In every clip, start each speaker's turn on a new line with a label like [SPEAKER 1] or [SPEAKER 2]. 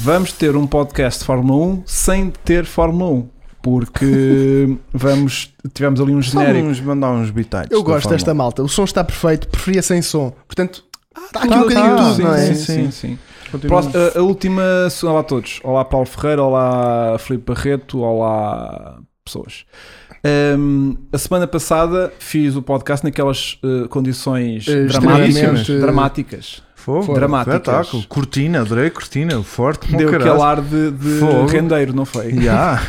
[SPEAKER 1] vamos ter um podcast de Fórmula 1 sem ter Fórmula 1. Porque vamos, tivemos ali um
[SPEAKER 2] Só
[SPEAKER 1] genérico.
[SPEAKER 2] uns- mandar uns bitites. da
[SPEAKER 3] Eu gosto
[SPEAKER 2] é Fórmula
[SPEAKER 3] desta malta. O som está perfeito, preferia sem som. Portanto, está aqui
[SPEAKER 2] tá,
[SPEAKER 3] um bocadinho
[SPEAKER 2] tá,
[SPEAKER 3] tudo,
[SPEAKER 1] sim,
[SPEAKER 3] não é?
[SPEAKER 1] Sim,
[SPEAKER 2] Sim.
[SPEAKER 1] sim, sim.
[SPEAKER 2] um. Continua.
[SPEAKER 1] Próximo- a, a última. se- Olá a todos. Olá Paulo Ferreira, olá Filipe Barreto, olá pessoas. Ahm, a semana passada fiz o podcast naquelas eh, condições
[SPEAKER 3] Eh,
[SPEAKER 1] dramáticas.
[SPEAKER 3] extremamente-
[SPEAKER 1] dramáticas.
[SPEAKER 2] Fogo.
[SPEAKER 1] dramáticas.
[SPEAKER 2] Espetáculo. Cortina, adorei a cortina. Forte
[SPEAKER 3] Oh,
[SPEAKER 2] como
[SPEAKER 1] Deu
[SPEAKER 2] caralho.
[SPEAKER 1] aquele ar de, de
[SPEAKER 2] Fogo.
[SPEAKER 1] rendeiro, não foi?
[SPEAKER 2] Já.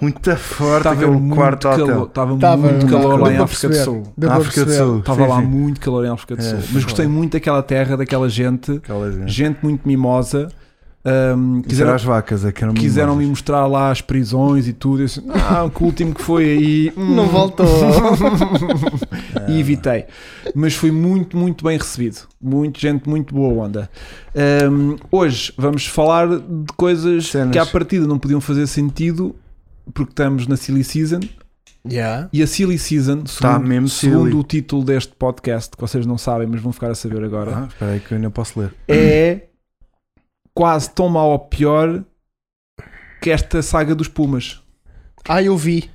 [SPEAKER 2] Muito forte
[SPEAKER 1] Estava
[SPEAKER 2] aquele
[SPEAKER 1] muito
[SPEAKER 2] quarto
[SPEAKER 1] calor,
[SPEAKER 2] hotel.
[SPEAKER 1] estava
[SPEAKER 3] Tava
[SPEAKER 1] muito
[SPEAKER 3] muito
[SPEAKER 1] calor
[SPEAKER 3] calor.
[SPEAKER 1] lá
[SPEAKER 3] Deu
[SPEAKER 1] em
[SPEAKER 3] para
[SPEAKER 1] África do
[SPEAKER 3] perceber.
[SPEAKER 1] Sul.
[SPEAKER 3] Deu para
[SPEAKER 2] África do
[SPEAKER 3] perceber.
[SPEAKER 2] Sul.
[SPEAKER 1] Estava
[SPEAKER 2] Sim,
[SPEAKER 1] lá
[SPEAKER 2] sim.
[SPEAKER 1] muito calor em África do
[SPEAKER 2] É,
[SPEAKER 1] Sul.
[SPEAKER 2] foi É.
[SPEAKER 1] Mas gostei
[SPEAKER 2] bom.
[SPEAKER 1] muito daquela terra, daquela gente,
[SPEAKER 2] Aquela gente.
[SPEAKER 1] gente muito mimosa. Ahm,
[SPEAKER 2] Quiseram
[SPEAKER 1] quiseram
[SPEAKER 2] as vacas, é que eram
[SPEAKER 1] quiseram me
[SPEAKER 2] mimosas.
[SPEAKER 1] mostrar lá as prisões e tudo. Eu disse, ah, que o último que foi aí. hum."
[SPEAKER 3] Não voltou.
[SPEAKER 1] e evitei. Mas foi muito, muito bem recebido. Muito gente, muito boa onda. Ahm, hoje vamos falar de coisas
[SPEAKER 2] Cenas.
[SPEAKER 1] que à partida não podiam fazer sentido porque estamos na Silly Season.
[SPEAKER 3] Yeah.
[SPEAKER 1] E a Silly Season,
[SPEAKER 2] Tá
[SPEAKER 1] segundo,
[SPEAKER 2] mesmo
[SPEAKER 1] segundo
[SPEAKER 2] silly.
[SPEAKER 1] o título deste podcast, que vocês não sabem, mas vão ficar a saber agora,
[SPEAKER 2] Ah, espera aí que eu ainda posso ler.
[SPEAKER 1] é quase tão mal ou pior que esta saga dos Pumas.
[SPEAKER 3] Ah, eu vi.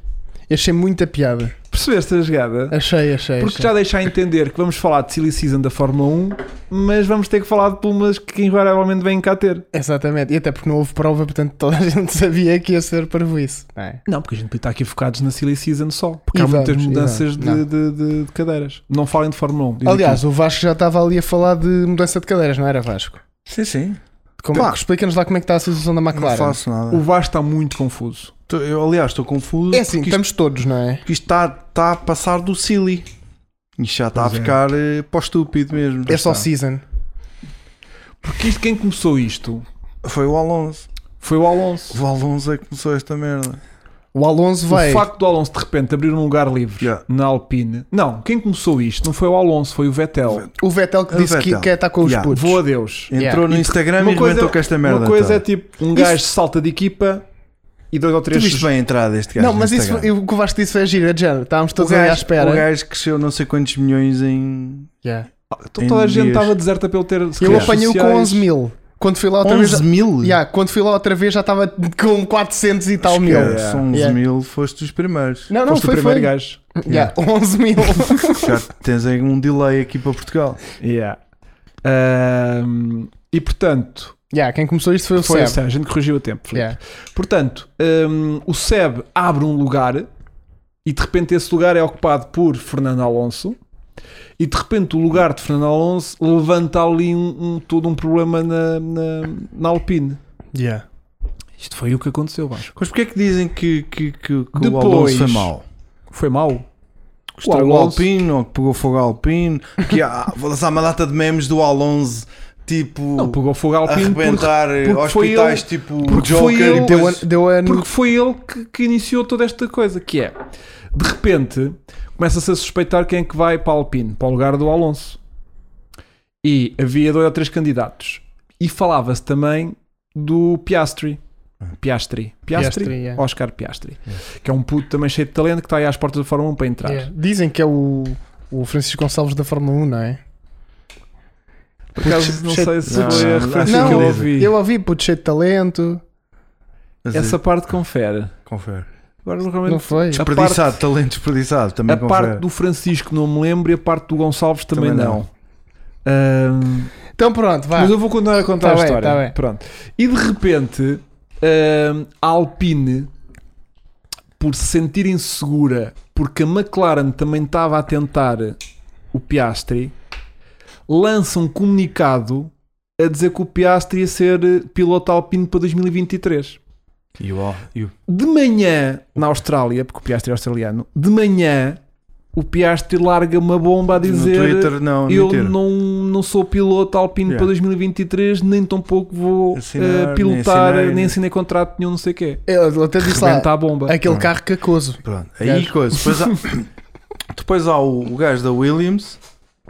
[SPEAKER 3] Achei muita piada.
[SPEAKER 1] Percebeste a jogada?
[SPEAKER 3] Achei, achei.
[SPEAKER 1] Porque
[SPEAKER 3] achei.
[SPEAKER 1] já deixa a entender que vamos falar de Silly Season da Fórmula 1, mas vamos ter que falar de Pumas que invariavelmente vêm cá ter.
[SPEAKER 3] Exatamente. E até porque não houve prova, portanto toda a gente sabia que ia ser parvoíce. Não é?
[SPEAKER 1] Não, porque a gente podia estar aqui focados na Silly Season só. Porque
[SPEAKER 3] E
[SPEAKER 1] há
[SPEAKER 3] vamos,
[SPEAKER 1] muitas
[SPEAKER 3] e
[SPEAKER 1] mudanças de,
[SPEAKER 3] vamos.
[SPEAKER 1] de- de- de cadeiras. Não falem de Fórmula 1. diz
[SPEAKER 3] Aliás,
[SPEAKER 1] aqui.
[SPEAKER 3] o Vasco já estava ali a falar de mudança de cadeiras, não era Vasco?
[SPEAKER 2] Sim, sim.
[SPEAKER 3] Como-
[SPEAKER 2] Pá.
[SPEAKER 3] Explica-nos lá como é que está a situação da
[SPEAKER 2] Não
[SPEAKER 3] McLaren.
[SPEAKER 2] faço nada.
[SPEAKER 1] o Vasco está muito confuso.
[SPEAKER 2] Tô- Eu, aliás, estou confuso.
[SPEAKER 3] É assim,
[SPEAKER 2] porque isto-
[SPEAKER 3] estamos todos, não é?
[SPEAKER 2] porque isto está tá a passar do silly. Isto já está a
[SPEAKER 1] Pois é.
[SPEAKER 2] ficar eh, para o estúpido mesmo. Tá.
[SPEAKER 3] É só
[SPEAKER 2] Está.
[SPEAKER 3] season.
[SPEAKER 1] Porque isto, quem começou isto
[SPEAKER 2] Foi o Alonso.
[SPEAKER 1] foi o Alonso.
[SPEAKER 2] O Alonso é que começou esta merda.
[SPEAKER 3] O Alonso vai.
[SPEAKER 1] O facto do Alonso de repente abrir um lugar livre
[SPEAKER 2] Yeah.
[SPEAKER 1] na Alpine. Não, quem começou isto não foi o Alonso, foi o Vettel.
[SPEAKER 3] O Vettel que
[SPEAKER 2] O
[SPEAKER 3] disse
[SPEAKER 2] Vettel.
[SPEAKER 3] que quer estar com os
[SPEAKER 2] Yeah.
[SPEAKER 3] putos.
[SPEAKER 1] Vou a Deus.
[SPEAKER 2] Entrou
[SPEAKER 3] Yeah.
[SPEAKER 2] no
[SPEAKER 1] E-
[SPEAKER 2] Instagram
[SPEAKER 1] uma
[SPEAKER 2] e
[SPEAKER 1] coisa-
[SPEAKER 2] inventou É então, com esta merda.
[SPEAKER 1] Uma coisa é
[SPEAKER 2] tá.
[SPEAKER 1] tipo um gajo salta de equipa e dois ou
[SPEAKER 2] Tu
[SPEAKER 1] três
[SPEAKER 2] viste bem a entrada deste gajo.
[SPEAKER 3] Não,
[SPEAKER 2] no
[SPEAKER 3] mas isso,
[SPEAKER 2] Instagram.
[SPEAKER 3] foi- o que o Vasco disse foi a gira, género. Estávamos
[SPEAKER 2] o
[SPEAKER 3] todos ali
[SPEAKER 2] gajo,
[SPEAKER 3] à espera.
[SPEAKER 2] o gajo cresceu não sei quantos milhões em.
[SPEAKER 3] Yeah.
[SPEAKER 1] Então toda a
[SPEAKER 2] Em
[SPEAKER 1] gente
[SPEAKER 2] dias.
[SPEAKER 1] estava deserta pelo ter
[SPEAKER 3] Eu
[SPEAKER 1] redes
[SPEAKER 3] apanhei-o com
[SPEAKER 1] sociais.
[SPEAKER 3] 11 mil. Quando fui lá outra
[SPEAKER 2] 11
[SPEAKER 3] vez.
[SPEAKER 2] mil?
[SPEAKER 3] Yeah, quando fui lá outra vez já estava com 400 e tal mil.
[SPEAKER 2] Esquece, 11
[SPEAKER 3] Yeah.
[SPEAKER 2] mil foste os primeiros.
[SPEAKER 3] Não, não,
[SPEAKER 1] Foste o
[SPEAKER 3] foi,
[SPEAKER 1] primeiro
[SPEAKER 3] foi.
[SPEAKER 1] gajo.
[SPEAKER 3] Yeah, 11 mil.
[SPEAKER 2] Já tens aí um delay aqui para Portugal.
[SPEAKER 1] Yeah. Ahm, e portanto,
[SPEAKER 3] yeah, quem começou isto foi o
[SPEAKER 1] foi
[SPEAKER 3] Seb.
[SPEAKER 1] assim, a gente corrigiu o tempo. Filipe.
[SPEAKER 3] Yeah.
[SPEAKER 1] Portanto, ahm, o SEB abre um lugar e de repente esse lugar é ocupado por Fernando Alonso. E de repente o lugar de Fernando Alonso levanta ali um, um- todo um problema na, na, na Alpine.
[SPEAKER 3] Yeah.
[SPEAKER 1] Isto foi o que aconteceu, Vasco.
[SPEAKER 2] Mas porquê é que dizem que, que, que, que o
[SPEAKER 1] Depois-
[SPEAKER 2] Alonso foi mau?
[SPEAKER 1] Foi mau.
[SPEAKER 2] Gostou o
[SPEAKER 1] Alonso-
[SPEAKER 2] Alpino, ou que pegou fogo ao Alpino, que ah, vou lançar uma data de memes do Alonso, tipo,
[SPEAKER 1] Não, pegou fogo ao Alpine porque,
[SPEAKER 2] arrebentar eh,
[SPEAKER 1] porque foi
[SPEAKER 2] hospitais,
[SPEAKER 1] ele-
[SPEAKER 2] tipo o
[SPEAKER 1] porque foi
[SPEAKER 2] Joker.
[SPEAKER 1] ele-
[SPEAKER 2] e depois-
[SPEAKER 3] Deu a, deu a-
[SPEAKER 1] porque foi ele que, que iniciou toda esta coisa, que é, de repente, começa-se a suspeitar quem é que vai para a Alpine, para o lugar do Alonso. E havia dois ou três candidatos. E falava-se também do Piastri. Piastri. Piastri?
[SPEAKER 3] Piastri, yeah.
[SPEAKER 1] Oscar Piastri. Que é um puto também cheio de talento que está aí às portas da Fórmula 1 para entrar.
[SPEAKER 3] Yeah. Dizem que é o, o Francisco Gonçalves da Fórmula 1, não é?
[SPEAKER 1] Por acaso, não sei se
[SPEAKER 2] Não,
[SPEAKER 1] foi a
[SPEAKER 2] não,
[SPEAKER 1] referência
[SPEAKER 3] não,
[SPEAKER 1] que eu ouvi.
[SPEAKER 3] Eu ouvi, puto, cheio de talento.
[SPEAKER 2] Mas,
[SPEAKER 1] Essa
[SPEAKER 2] eh,
[SPEAKER 1] parte confere.
[SPEAKER 2] confere.
[SPEAKER 1] Agora realmente
[SPEAKER 3] Não foi?
[SPEAKER 1] A
[SPEAKER 2] Desperdiçado, talento desperdiçado, também
[SPEAKER 1] a
[SPEAKER 2] confere.
[SPEAKER 1] parte do Francisco não me lembro e a parte do Gonçalves também,
[SPEAKER 2] Também
[SPEAKER 1] não.
[SPEAKER 2] não.
[SPEAKER 1] Ahm,
[SPEAKER 3] Então pronto, vá.
[SPEAKER 1] mas eu vou continuar a contar
[SPEAKER 3] Tá
[SPEAKER 1] a
[SPEAKER 3] bem,
[SPEAKER 1] história.
[SPEAKER 3] tá bem.
[SPEAKER 1] Pronto. E de repente, ahm, a Alpine, por se sentir insegura, porque a McLaren também estava a tentar o Piastri, lança um comunicado a dizer que o Piastri ia ser piloto Alpine para 2023.
[SPEAKER 2] E o, Al- e o-
[SPEAKER 1] De manhã, na Austrália, porque o Piastri é australiano, de manhã o Piastri larga uma bomba a dizer
[SPEAKER 2] no Twitter, não,
[SPEAKER 1] eu
[SPEAKER 2] mentira.
[SPEAKER 1] não, não sou piloto alpino
[SPEAKER 2] Yeah.
[SPEAKER 1] para 2023, nem tampouco vou
[SPEAKER 2] Assinar,
[SPEAKER 1] eh,
[SPEAKER 2] nem
[SPEAKER 1] pilotar, nem
[SPEAKER 2] assinei,
[SPEAKER 1] assinei,
[SPEAKER 2] nem-
[SPEAKER 1] contrato nenhum, não sei o quê.
[SPEAKER 3] Eu até disse lá,
[SPEAKER 1] Rebenta a bomba.
[SPEAKER 3] aquele
[SPEAKER 2] Ah.
[SPEAKER 3] carro cacoso.
[SPEAKER 2] Pronto, aí
[SPEAKER 3] Gajo.
[SPEAKER 2] coisa. Depois há, depois há o, o gajo da Williams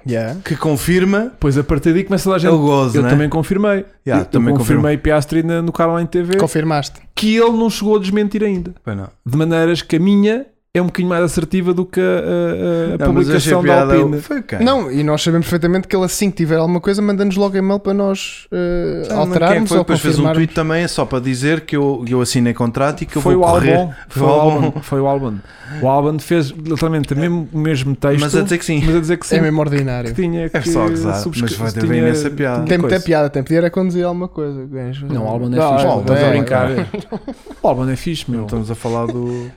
[SPEAKER 3] Yeah.
[SPEAKER 2] que confirma
[SPEAKER 1] Pois a partir daí começa a dar
[SPEAKER 2] é
[SPEAKER 1] gente.
[SPEAKER 2] o gozo,
[SPEAKER 1] eu
[SPEAKER 2] né?
[SPEAKER 1] também confirmei.
[SPEAKER 2] Yeah,
[SPEAKER 1] eu, eu
[SPEAKER 2] também
[SPEAKER 1] confirmei Piastri na- no Caroline TV
[SPEAKER 3] Confirmaste.
[SPEAKER 1] que ele não chegou a desmentir ainda.
[SPEAKER 2] Pois não.
[SPEAKER 1] De maneiras que a minha é um bocadinho mais assertiva do que a- a, a
[SPEAKER 2] Não, mas eu achei
[SPEAKER 1] publicação da
[SPEAKER 2] piada.
[SPEAKER 1] Alpine.
[SPEAKER 2] Foi o quê?
[SPEAKER 3] Não, e nós sabemos perfeitamente que ele assim que tiver alguma coisa, manda-nos logo e-mail para nós eh,
[SPEAKER 2] Não, Ah, mas quem
[SPEAKER 3] alterarmos
[SPEAKER 2] foi?
[SPEAKER 3] ou
[SPEAKER 2] Depois fez um
[SPEAKER 3] confirmarmos.
[SPEAKER 2] tweet também só para dizer que eu, que eu assinei contrato e que eu
[SPEAKER 1] Foi
[SPEAKER 2] vou
[SPEAKER 1] o,
[SPEAKER 2] correr.
[SPEAKER 1] álbum, foi, o álbum, foi o álbum. O álbum fez literalmente o mesmo, o mesmo texto,
[SPEAKER 2] Mas a dizer que sim.
[SPEAKER 1] mas a dizer que sim,
[SPEAKER 3] É mesmo
[SPEAKER 1] que
[SPEAKER 3] ordinário.
[SPEAKER 1] tinha que
[SPEAKER 2] É só gozar,
[SPEAKER 1] subscri-
[SPEAKER 2] mas vai ter
[SPEAKER 1] tinha-
[SPEAKER 2] bem nessa piada.
[SPEAKER 1] tinha
[SPEAKER 3] Tem muita
[SPEAKER 1] coisa.
[SPEAKER 3] piada, tem podia era conduzir alguma coisa. o gajo.
[SPEAKER 1] Não, o álbum é
[SPEAKER 3] Não,
[SPEAKER 1] fixe,
[SPEAKER 3] é,
[SPEAKER 1] meu, estás
[SPEAKER 3] é,
[SPEAKER 1] a brincar.
[SPEAKER 3] é.
[SPEAKER 1] O álbum é fixe,
[SPEAKER 2] Não
[SPEAKER 1] meu.
[SPEAKER 2] estamos a falar do.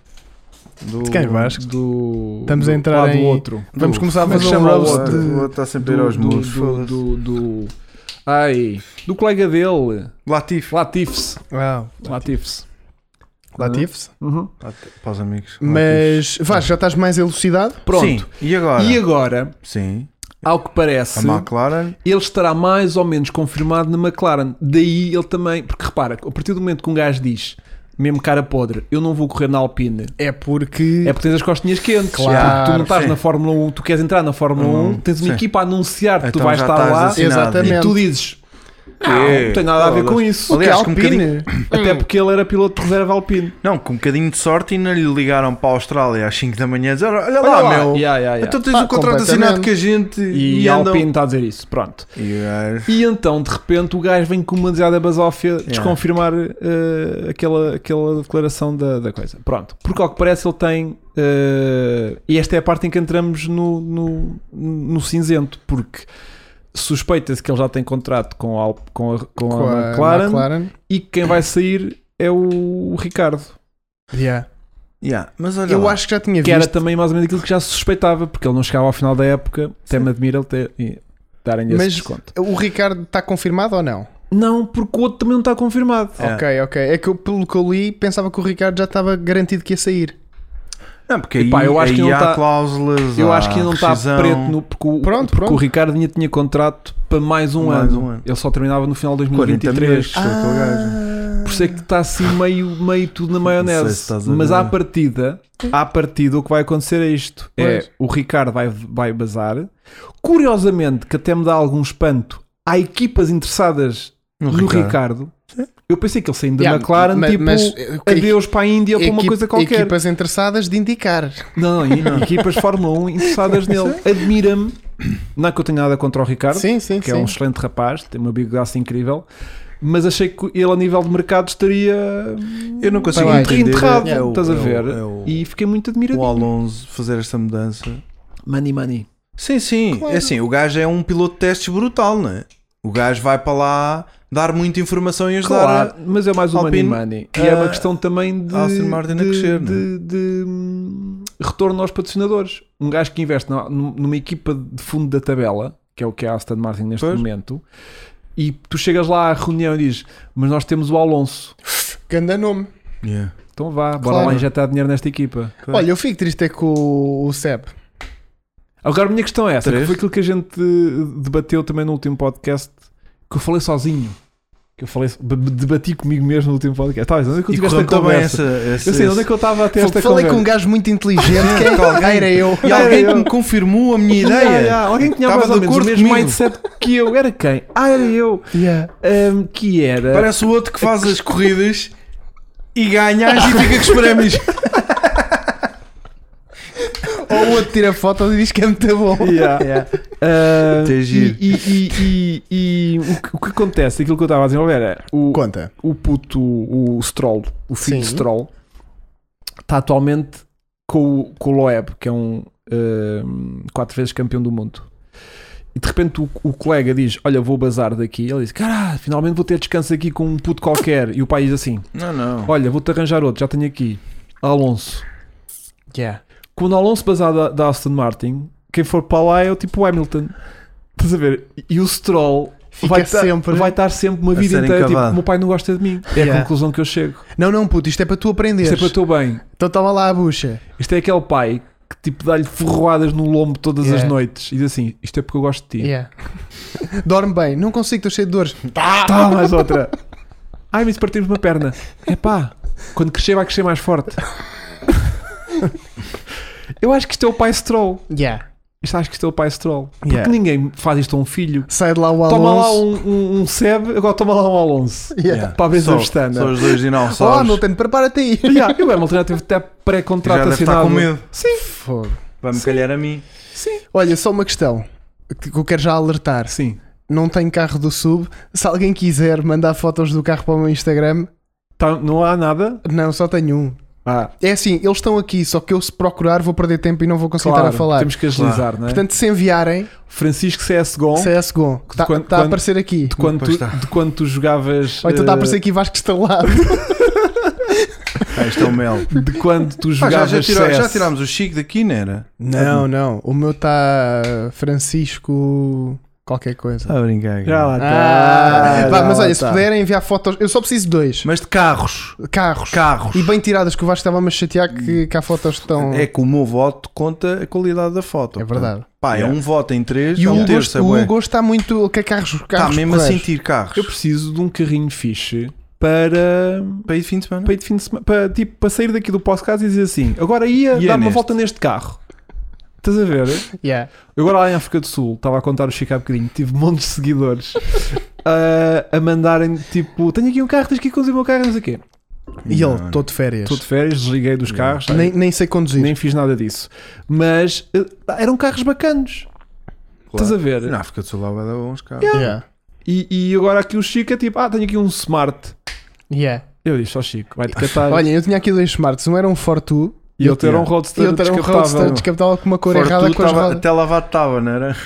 [SPEAKER 2] do
[SPEAKER 3] De quem, Vasco?
[SPEAKER 1] Do,
[SPEAKER 3] Estamos a
[SPEAKER 1] do
[SPEAKER 3] entrar
[SPEAKER 1] lado
[SPEAKER 3] em-
[SPEAKER 1] outro.
[SPEAKER 3] Vamos
[SPEAKER 2] Do-
[SPEAKER 3] começar a
[SPEAKER 1] como é que
[SPEAKER 3] fazer um
[SPEAKER 1] chama o
[SPEAKER 3] roast
[SPEAKER 1] outro?
[SPEAKER 3] de-
[SPEAKER 2] Vou estar tá sempre a ir aos
[SPEAKER 1] do,
[SPEAKER 2] muros.
[SPEAKER 1] do,
[SPEAKER 2] foda-se.
[SPEAKER 1] do, do- ai, do colega dele,
[SPEAKER 2] Latif.
[SPEAKER 1] Latifs.
[SPEAKER 3] Uau,
[SPEAKER 1] Latifs.
[SPEAKER 3] Latifs.
[SPEAKER 1] Uhum.
[SPEAKER 2] Latif. Para os amigos. Latif.
[SPEAKER 3] Mas Vasco, já estás mais elucidado?
[SPEAKER 1] Pronto.
[SPEAKER 2] Sim. E agora?
[SPEAKER 1] E agora,
[SPEAKER 2] Sim.
[SPEAKER 1] ao que
[SPEAKER 2] A
[SPEAKER 1] parece,
[SPEAKER 2] McLaren.
[SPEAKER 1] ele estará mais ou menos confirmado na McLaren. Daí ele também, porque repara, a partir do momento que um gajo diz, mesmo cara podre, eu não vou correr na Alpine,
[SPEAKER 3] É porque.
[SPEAKER 1] é porque tens as costinhas quentes.
[SPEAKER 3] Claro,
[SPEAKER 1] Porque tu não estás
[SPEAKER 2] sim.
[SPEAKER 1] na Fórmula 1, tu queres entrar na Fórmula
[SPEAKER 2] Hum,
[SPEAKER 1] 1, tens uma
[SPEAKER 2] sim.
[SPEAKER 1] equipa a anunciar que tu
[SPEAKER 2] Então
[SPEAKER 1] vais
[SPEAKER 2] já
[SPEAKER 1] estar
[SPEAKER 2] estás
[SPEAKER 1] lá
[SPEAKER 2] assinado.
[SPEAKER 3] Exatamente.
[SPEAKER 1] e tu dizes. Não, não tem nada a ver com isso.
[SPEAKER 3] Porque
[SPEAKER 2] Aliás, com um
[SPEAKER 3] Alpine.
[SPEAKER 1] Até porque ele era piloto de reserva alpino.
[SPEAKER 2] Não, com um bocadinho de sorte ainda lhe ligaram para a Austrália às 5 da manhã e disseram: Olha, lá,
[SPEAKER 1] Olha lá,
[SPEAKER 2] meu,
[SPEAKER 1] yeah, yeah, yeah.
[SPEAKER 2] então tens
[SPEAKER 3] Ah,
[SPEAKER 2] um contrato assinado
[SPEAKER 3] completamente.
[SPEAKER 2] com a gente
[SPEAKER 1] E,
[SPEAKER 2] e,
[SPEAKER 1] a
[SPEAKER 2] andam.
[SPEAKER 1] Alpine está a dizer isso, pronto.
[SPEAKER 2] E o gajo-
[SPEAKER 1] E então, de repente, o gajo vem com uma demasiada basófia desconfirmar eh, aquela, aquela declaração da, da coisa. Pronto. Porque, ao que parece, ele tem. eh, e esta é a parte em que entramos no, no, no cinzento, porque suspeita-se que ele já tem contrato com a, Al- com a, com a
[SPEAKER 3] Com a
[SPEAKER 1] McLaren,
[SPEAKER 3] McLaren.
[SPEAKER 1] e que quem vai sair é o, Ricardo,
[SPEAKER 3] Yeah.
[SPEAKER 2] Yeah, Mas olha,
[SPEAKER 3] Eu
[SPEAKER 2] lá.
[SPEAKER 3] acho que já tinha
[SPEAKER 1] que era
[SPEAKER 3] É visto.
[SPEAKER 1] também mais ou menos aquilo que já se suspeitava, porque ele não chegava ao final da época. Até me admira ele ter. e Darem esse
[SPEAKER 3] Mas-
[SPEAKER 1] desconto.
[SPEAKER 3] O Ricardo está confirmado ou não?
[SPEAKER 1] Não, porque o outro também não está confirmado.
[SPEAKER 2] É.
[SPEAKER 3] Ok, ok. É que eu, pelo que eu li, pensava que o Ricardo já estava garantido que ia sair.
[SPEAKER 2] Não, porque
[SPEAKER 1] Epá,
[SPEAKER 2] aí,
[SPEAKER 1] eu acho que
[SPEAKER 2] aí
[SPEAKER 1] não
[SPEAKER 2] há
[SPEAKER 1] tá-
[SPEAKER 2] cláusulas.
[SPEAKER 1] Eu
[SPEAKER 2] há
[SPEAKER 1] acho que ainda não está
[SPEAKER 2] Ah, rescisão.
[SPEAKER 1] preto no. Porque o,
[SPEAKER 3] Pronto,
[SPEAKER 1] porque
[SPEAKER 3] pronto.
[SPEAKER 1] o Ricardo ainda tinha contrato para mais um,
[SPEAKER 2] Mais
[SPEAKER 1] ano.
[SPEAKER 2] um ano.
[SPEAKER 1] Ele só terminava no final de
[SPEAKER 2] 40 milhões.
[SPEAKER 1] 2023.
[SPEAKER 2] Sou aquele gajo.
[SPEAKER 1] Por isso é que está assim meio, meio tudo na
[SPEAKER 2] Não sei
[SPEAKER 1] maionese.
[SPEAKER 2] se estás a
[SPEAKER 1] Mas
[SPEAKER 2] ver.
[SPEAKER 1] à partida, à partida, o que vai acontecer é isto:
[SPEAKER 3] Pois.
[SPEAKER 1] é o Ricardo vai, vai bazar. Curiosamente, que até me dá algum espanto, há equipas interessadas no, Ricardo. Eu pensei que ele saindo da
[SPEAKER 3] Yeah,
[SPEAKER 1] McLaren,
[SPEAKER 3] ma-
[SPEAKER 1] tipo,
[SPEAKER 3] mas, eh, que-
[SPEAKER 1] adeus para a Índia ou para uma
[SPEAKER 3] Equip-
[SPEAKER 1] coisa qualquer.
[SPEAKER 3] Equipas interessadas de indicar.
[SPEAKER 1] Ah, Não, e- equipas de Fórmula 1 interessadas nele. Admira-me. Não é que eu tenha nada contra o Ricardo,
[SPEAKER 3] Sim, sim,
[SPEAKER 1] que
[SPEAKER 3] sim.
[SPEAKER 1] é um excelente rapaz, tem uma bigodaça incrível, mas achei que ele, a nível de mercado, estaria
[SPEAKER 2] Eu não consigo
[SPEAKER 3] Bem,
[SPEAKER 2] entender.
[SPEAKER 1] enterrado.
[SPEAKER 2] é o-
[SPEAKER 1] estás a
[SPEAKER 2] é o-
[SPEAKER 1] ver?
[SPEAKER 2] é o-
[SPEAKER 1] E fiquei muito
[SPEAKER 2] o
[SPEAKER 1] admirado.
[SPEAKER 2] Alonso fazer esta mudança.
[SPEAKER 1] Money, money.
[SPEAKER 2] Sim, sim.
[SPEAKER 3] Claro.
[SPEAKER 2] É assim, o gajo é um piloto de testes brutal, não é? O gajo vai para lá dar muita informação e ajudar
[SPEAKER 1] Claro,
[SPEAKER 2] a-
[SPEAKER 1] mas é mais um money,
[SPEAKER 2] Alpine,
[SPEAKER 1] money. E é uma
[SPEAKER 2] ah,
[SPEAKER 1] questão também de,
[SPEAKER 2] né? Aston Martin a
[SPEAKER 1] de-
[SPEAKER 2] crescer, né?
[SPEAKER 1] de- de, hum, retorno aos patrocinadores. Um gajo que investe na- num- numa equipa de fundo da tabela, que é o que é a Aston Martin neste
[SPEAKER 2] Pois.
[SPEAKER 1] momento, e tu chegas lá à reunião e dizes, mas nós temos o Alonso.
[SPEAKER 3] Ganda nome.
[SPEAKER 2] Yeah.
[SPEAKER 1] Então vá, bora
[SPEAKER 3] Claro.
[SPEAKER 1] lá injetar dinheiro nesta equipa.
[SPEAKER 2] Claro.
[SPEAKER 3] Olha, eu fico triste é com o, o Seb.
[SPEAKER 1] Agora a minha questão é essa,
[SPEAKER 2] Três.
[SPEAKER 1] que foi aquilo que a gente eh, debateu também no último podcast, que eu falei sozinho. Que eu falei, be- be- debati comigo mesmo no último podcast. Tá, mas onde é que eu
[SPEAKER 2] E
[SPEAKER 1] tive esta
[SPEAKER 2] correu bem
[SPEAKER 1] conversa?
[SPEAKER 2] essa. essa
[SPEAKER 1] Eu sei, onde é
[SPEAKER 2] esse-
[SPEAKER 1] que eu estava a ter esta
[SPEAKER 3] Falei
[SPEAKER 1] conversa?
[SPEAKER 3] com um gajo muito inteligente. Quem
[SPEAKER 2] Alguém-
[SPEAKER 3] era eu?
[SPEAKER 2] E alguém
[SPEAKER 1] Era
[SPEAKER 2] que
[SPEAKER 1] eu.
[SPEAKER 2] me confirmou a minha ideia.
[SPEAKER 1] Ya, ya, Alguém que tinha
[SPEAKER 2] Estava
[SPEAKER 1] mais ou
[SPEAKER 2] de
[SPEAKER 1] menos o
[SPEAKER 2] acordo
[SPEAKER 1] mesmo
[SPEAKER 2] comigo.
[SPEAKER 1] mindset que eu. Era quem? Ah, era eu.
[SPEAKER 3] Yeah.
[SPEAKER 1] Ahm, que era.
[SPEAKER 2] Parece o outro que faz as corridas e ganha e fica com os prémios.
[SPEAKER 3] Ou o outro tira foto e diz que é muito bom.
[SPEAKER 1] Ya. Ahm,
[SPEAKER 2] Até
[SPEAKER 1] e,
[SPEAKER 2] giro.
[SPEAKER 1] e- e- e- e o, que, o que acontece, aquilo que eu estava a desenvolver era o,
[SPEAKER 3] Conta.
[SPEAKER 1] o puto, o Stroll, o filho
[SPEAKER 3] Sim.
[SPEAKER 1] de Stroll, está atualmente com, o- com o Loeb, que é um ahm, quatro vezes campeão do mundo. E de repente o, o colega diz: Olha, vou bazar daqui. Ele diz: Cara, finalmente vou ter descanso aqui com um puto qualquer. E o pai diz assim:
[SPEAKER 2] Não, não.
[SPEAKER 1] Olha, vou-te arranjar outro, já tenho aqui. Alonso.
[SPEAKER 3] Yeah.
[SPEAKER 1] Quando Alonso basar da, da Aston Martin, quem for para lá é o tipo Hamilton. Estás a ver? E o Stroll
[SPEAKER 3] Fica
[SPEAKER 1] vai estar
[SPEAKER 3] sempre-
[SPEAKER 1] vai estar sempre uma
[SPEAKER 2] A
[SPEAKER 1] vida
[SPEAKER 2] ser
[SPEAKER 1] inteira. Tipo,
[SPEAKER 2] encavado.
[SPEAKER 1] o meu pai não gosta de mim. É a
[SPEAKER 3] Yeah.
[SPEAKER 1] conclusão que eu chego.
[SPEAKER 3] Não, não, puto, isto é para tu aprenderes.
[SPEAKER 1] Isto é para o teu bem.
[SPEAKER 3] Então toma lá a bucha.
[SPEAKER 1] Isto é aquele pai que tipo dá-lhe ferroadas no lombo todas as
[SPEAKER 3] Yeah.
[SPEAKER 1] noites e diz assim: Isto é porque eu gosto de ti.
[SPEAKER 3] Yeah. Dorme bem, não consigo, estou cheio de dores.
[SPEAKER 1] Tá, mais outra. Ai, mas partimos uma perna. É pá, quando crescer vai crescer mais forte. Eu acho que isto é o pai Stroll.
[SPEAKER 3] Yeah.
[SPEAKER 1] Isto acho que isto é o pai Stroll. Porque
[SPEAKER 3] Yeah.
[SPEAKER 1] ninguém faz isto a um filho.
[SPEAKER 3] Sai de lá o Alonso.
[SPEAKER 1] Toma lá um, um, um Seb, agora toma lá um Alonso.
[SPEAKER 3] Yeah.
[SPEAKER 1] Para abrir a
[SPEAKER 2] Só-
[SPEAKER 1] pestana.
[SPEAKER 2] Só os dois
[SPEAKER 3] Ó,
[SPEAKER 2] dinossauros.
[SPEAKER 3] Hamilton, prepara-te aí.
[SPEAKER 1] Yeah, e o Hamilton já teve até
[SPEAKER 2] já
[SPEAKER 1] pré-contrato
[SPEAKER 2] deve estar
[SPEAKER 1] assinado.
[SPEAKER 2] com medo.
[SPEAKER 1] Sim,
[SPEAKER 3] Fogo.
[SPEAKER 2] Vai-me calhar a mim.
[SPEAKER 1] sim,
[SPEAKER 3] Olha, só uma questão que que eu quero já alertar.
[SPEAKER 1] sim.
[SPEAKER 3] Não tenho carro do sub. Se alguém quiser mandar fotos do carro para o meu Instagram,
[SPEAKER 1] Tá- não há nada.
[SPEAKER 3] não, só tenho um.
[SPEAKER 1] Ah,
[SPEAKER 3] É assim, eles estão aqui, só que eu se procurar vou perder tempo e não vou conseguir
[SPEAKER 1] claro,
[SPEAKER 3] estar a falar.
[SPEAKER 1] temos que agilizar, não é?
[SPEAKER 3] Portanto, se enviarem,
[SPEAKER 1] Francisco CS Gon,
[SPEAKER 3] CSGO, está
[SPEAKER 1] quando-
[SPEAKER 3] tá a
[SPEAKER 1] quando-
[SPEAKER 3] aparecer aqui.
[SPEAKER 1] de quando,
[SPEAKER 2] Pois
[SPEAKER 1] tu,
[SPEAKER 2] tá.
[SPEAKER 1] de quando tu jogavas.
[SPEAKER 3] Ou então está
[SPEAKER 1] eh,
[SPEAKER 3] a aparecer aqui Vasco instalado.
[SPEAKER 2] Ah, isto é o mel.
[SPEAKER 1] De quando tu
[SPEAKER 2] Ah, já,
[SPEAKER 1] jogavas.
[SPEAKER 2] já, tirou-
[SPEAKER 1] CS.
[SPEAKER 2] já tirámos o Chico daqui, não era?
[SPEAKER 3] Não, não. O meu está Francisco qualquer coisa.
[SPEAKER 2] Está Tá a brincar.
[SPEAKER 1] Já lá
[SPEAKER 3] Ah,
[SPEAKER 1] está.
[SPEAKER 3] vá,
[SPEAKER 1] já
[SPEAKER 3] mas
[SPEAKER 1] lá
[SPEAKER 3] olha,
[SPEAKER 1] está.
[SPEAKER 3] se puderem enviar fotos, eu só preciso de dois
[SPEAKER 2] Mas de carros.
[SPEAKER 3] carros.
[SPEAKER 2] Carros.
[SPEAKER 3] E bem tiradas, que o Vasco estava-me a chatear que, que há fotos que estão.
[SPEAKER 2] É que o meu voto conta a qualidade da foto.
[SPEAKER 3] Então, É verdade.
[SPEAKER 2] Pá, é
[SPEAKER 1] Yeah.
[SPEAKER 2] um voto em três,
[SPEAKER 3] E
[SPEAKER 2] é
[SPEAKER 3] o
[SPEAKER 2] um
[SPEAKER 3] Hugo,
[SPEAKER 2] terço, é
[SPEAKER 3] o é
[SPEAKER 2] bué.
[SPEAKER 3] Hugo está muito. Ele quer carros,
[SPEAKER 2] Está
[SPEAKER 3] carros
[SPEAKER 2] mesmo a
[SPEAKER 3] porreiros.
[SPEAKER 2] sentir carros.
[SPEAKER 1] Eu preciso de um carrinho fixe para.
[SPEAKER 2] Para ir de fim de semana.
[SPEAKER 1] Para, ir de fim de semana, para, tipo, para sair daqui do podcast e dizer assim: agora ia
[SPEAKER 2] E é
[SPEAKER 1] dar uma
[SPEAKER 2] neste.
[SPEAKER 1] volta neste carro. Estás a ver?
[SPEAKER 3] Yeah.
[SPEAKER 1] Agora lá em África do Sul, estava a contar o Chico há bocadinho, tive montes de seguidores a, a mandarem tipo: tenho aqui um carro, tens que ir conduzir o meu carro, não sei o quê.
[SPEAKER 3] E
[SPEAKER 2] Não,
[SPEAKER 3] ele,
[SPEAKER 2] não.
[SPEAKER 3] estou de férias.
[SPEAKER 1] Estou de férias, desliguei dos carros,
[SPEAKER 3] Nem, nem sei conduzir.
[SPEAKER 1] Tá. nem fiz nada disso. Mas eh, eram carros bacanos. Estás a ver?
[SPEAKER 2] Na África do Sul lá vai dar bons carros.
[SPEAKER 3] Yeah.
[SPEAKER 1] E, e agora aqui o Chico é tipo: ah, tenho aqui um smart.
[SPEAKER 3] Yeah.
[SPEAKER 1] Eu disse ao Chico: vai-te catar.
[SPEAKER 3] Olha, eu tinha aqui dois smarts. Um era um Fortu
[SPEAKER 1] e ele ter um roadster
[SPEAKER 3] e outro era um
[SPEAKER 1] descapotável.
[SPEAKER 3] Roadster descapotável com uma cor
[SPEAKER 2] Fora
[SPEAKER 3] errada
[SPEAKER 2] tu,
[SPEAKER 3] com as
[SPEAKER 2] tava-
[SPEAKER 3] rodas.
[SPEAKER 2] Até lavado estava, não era?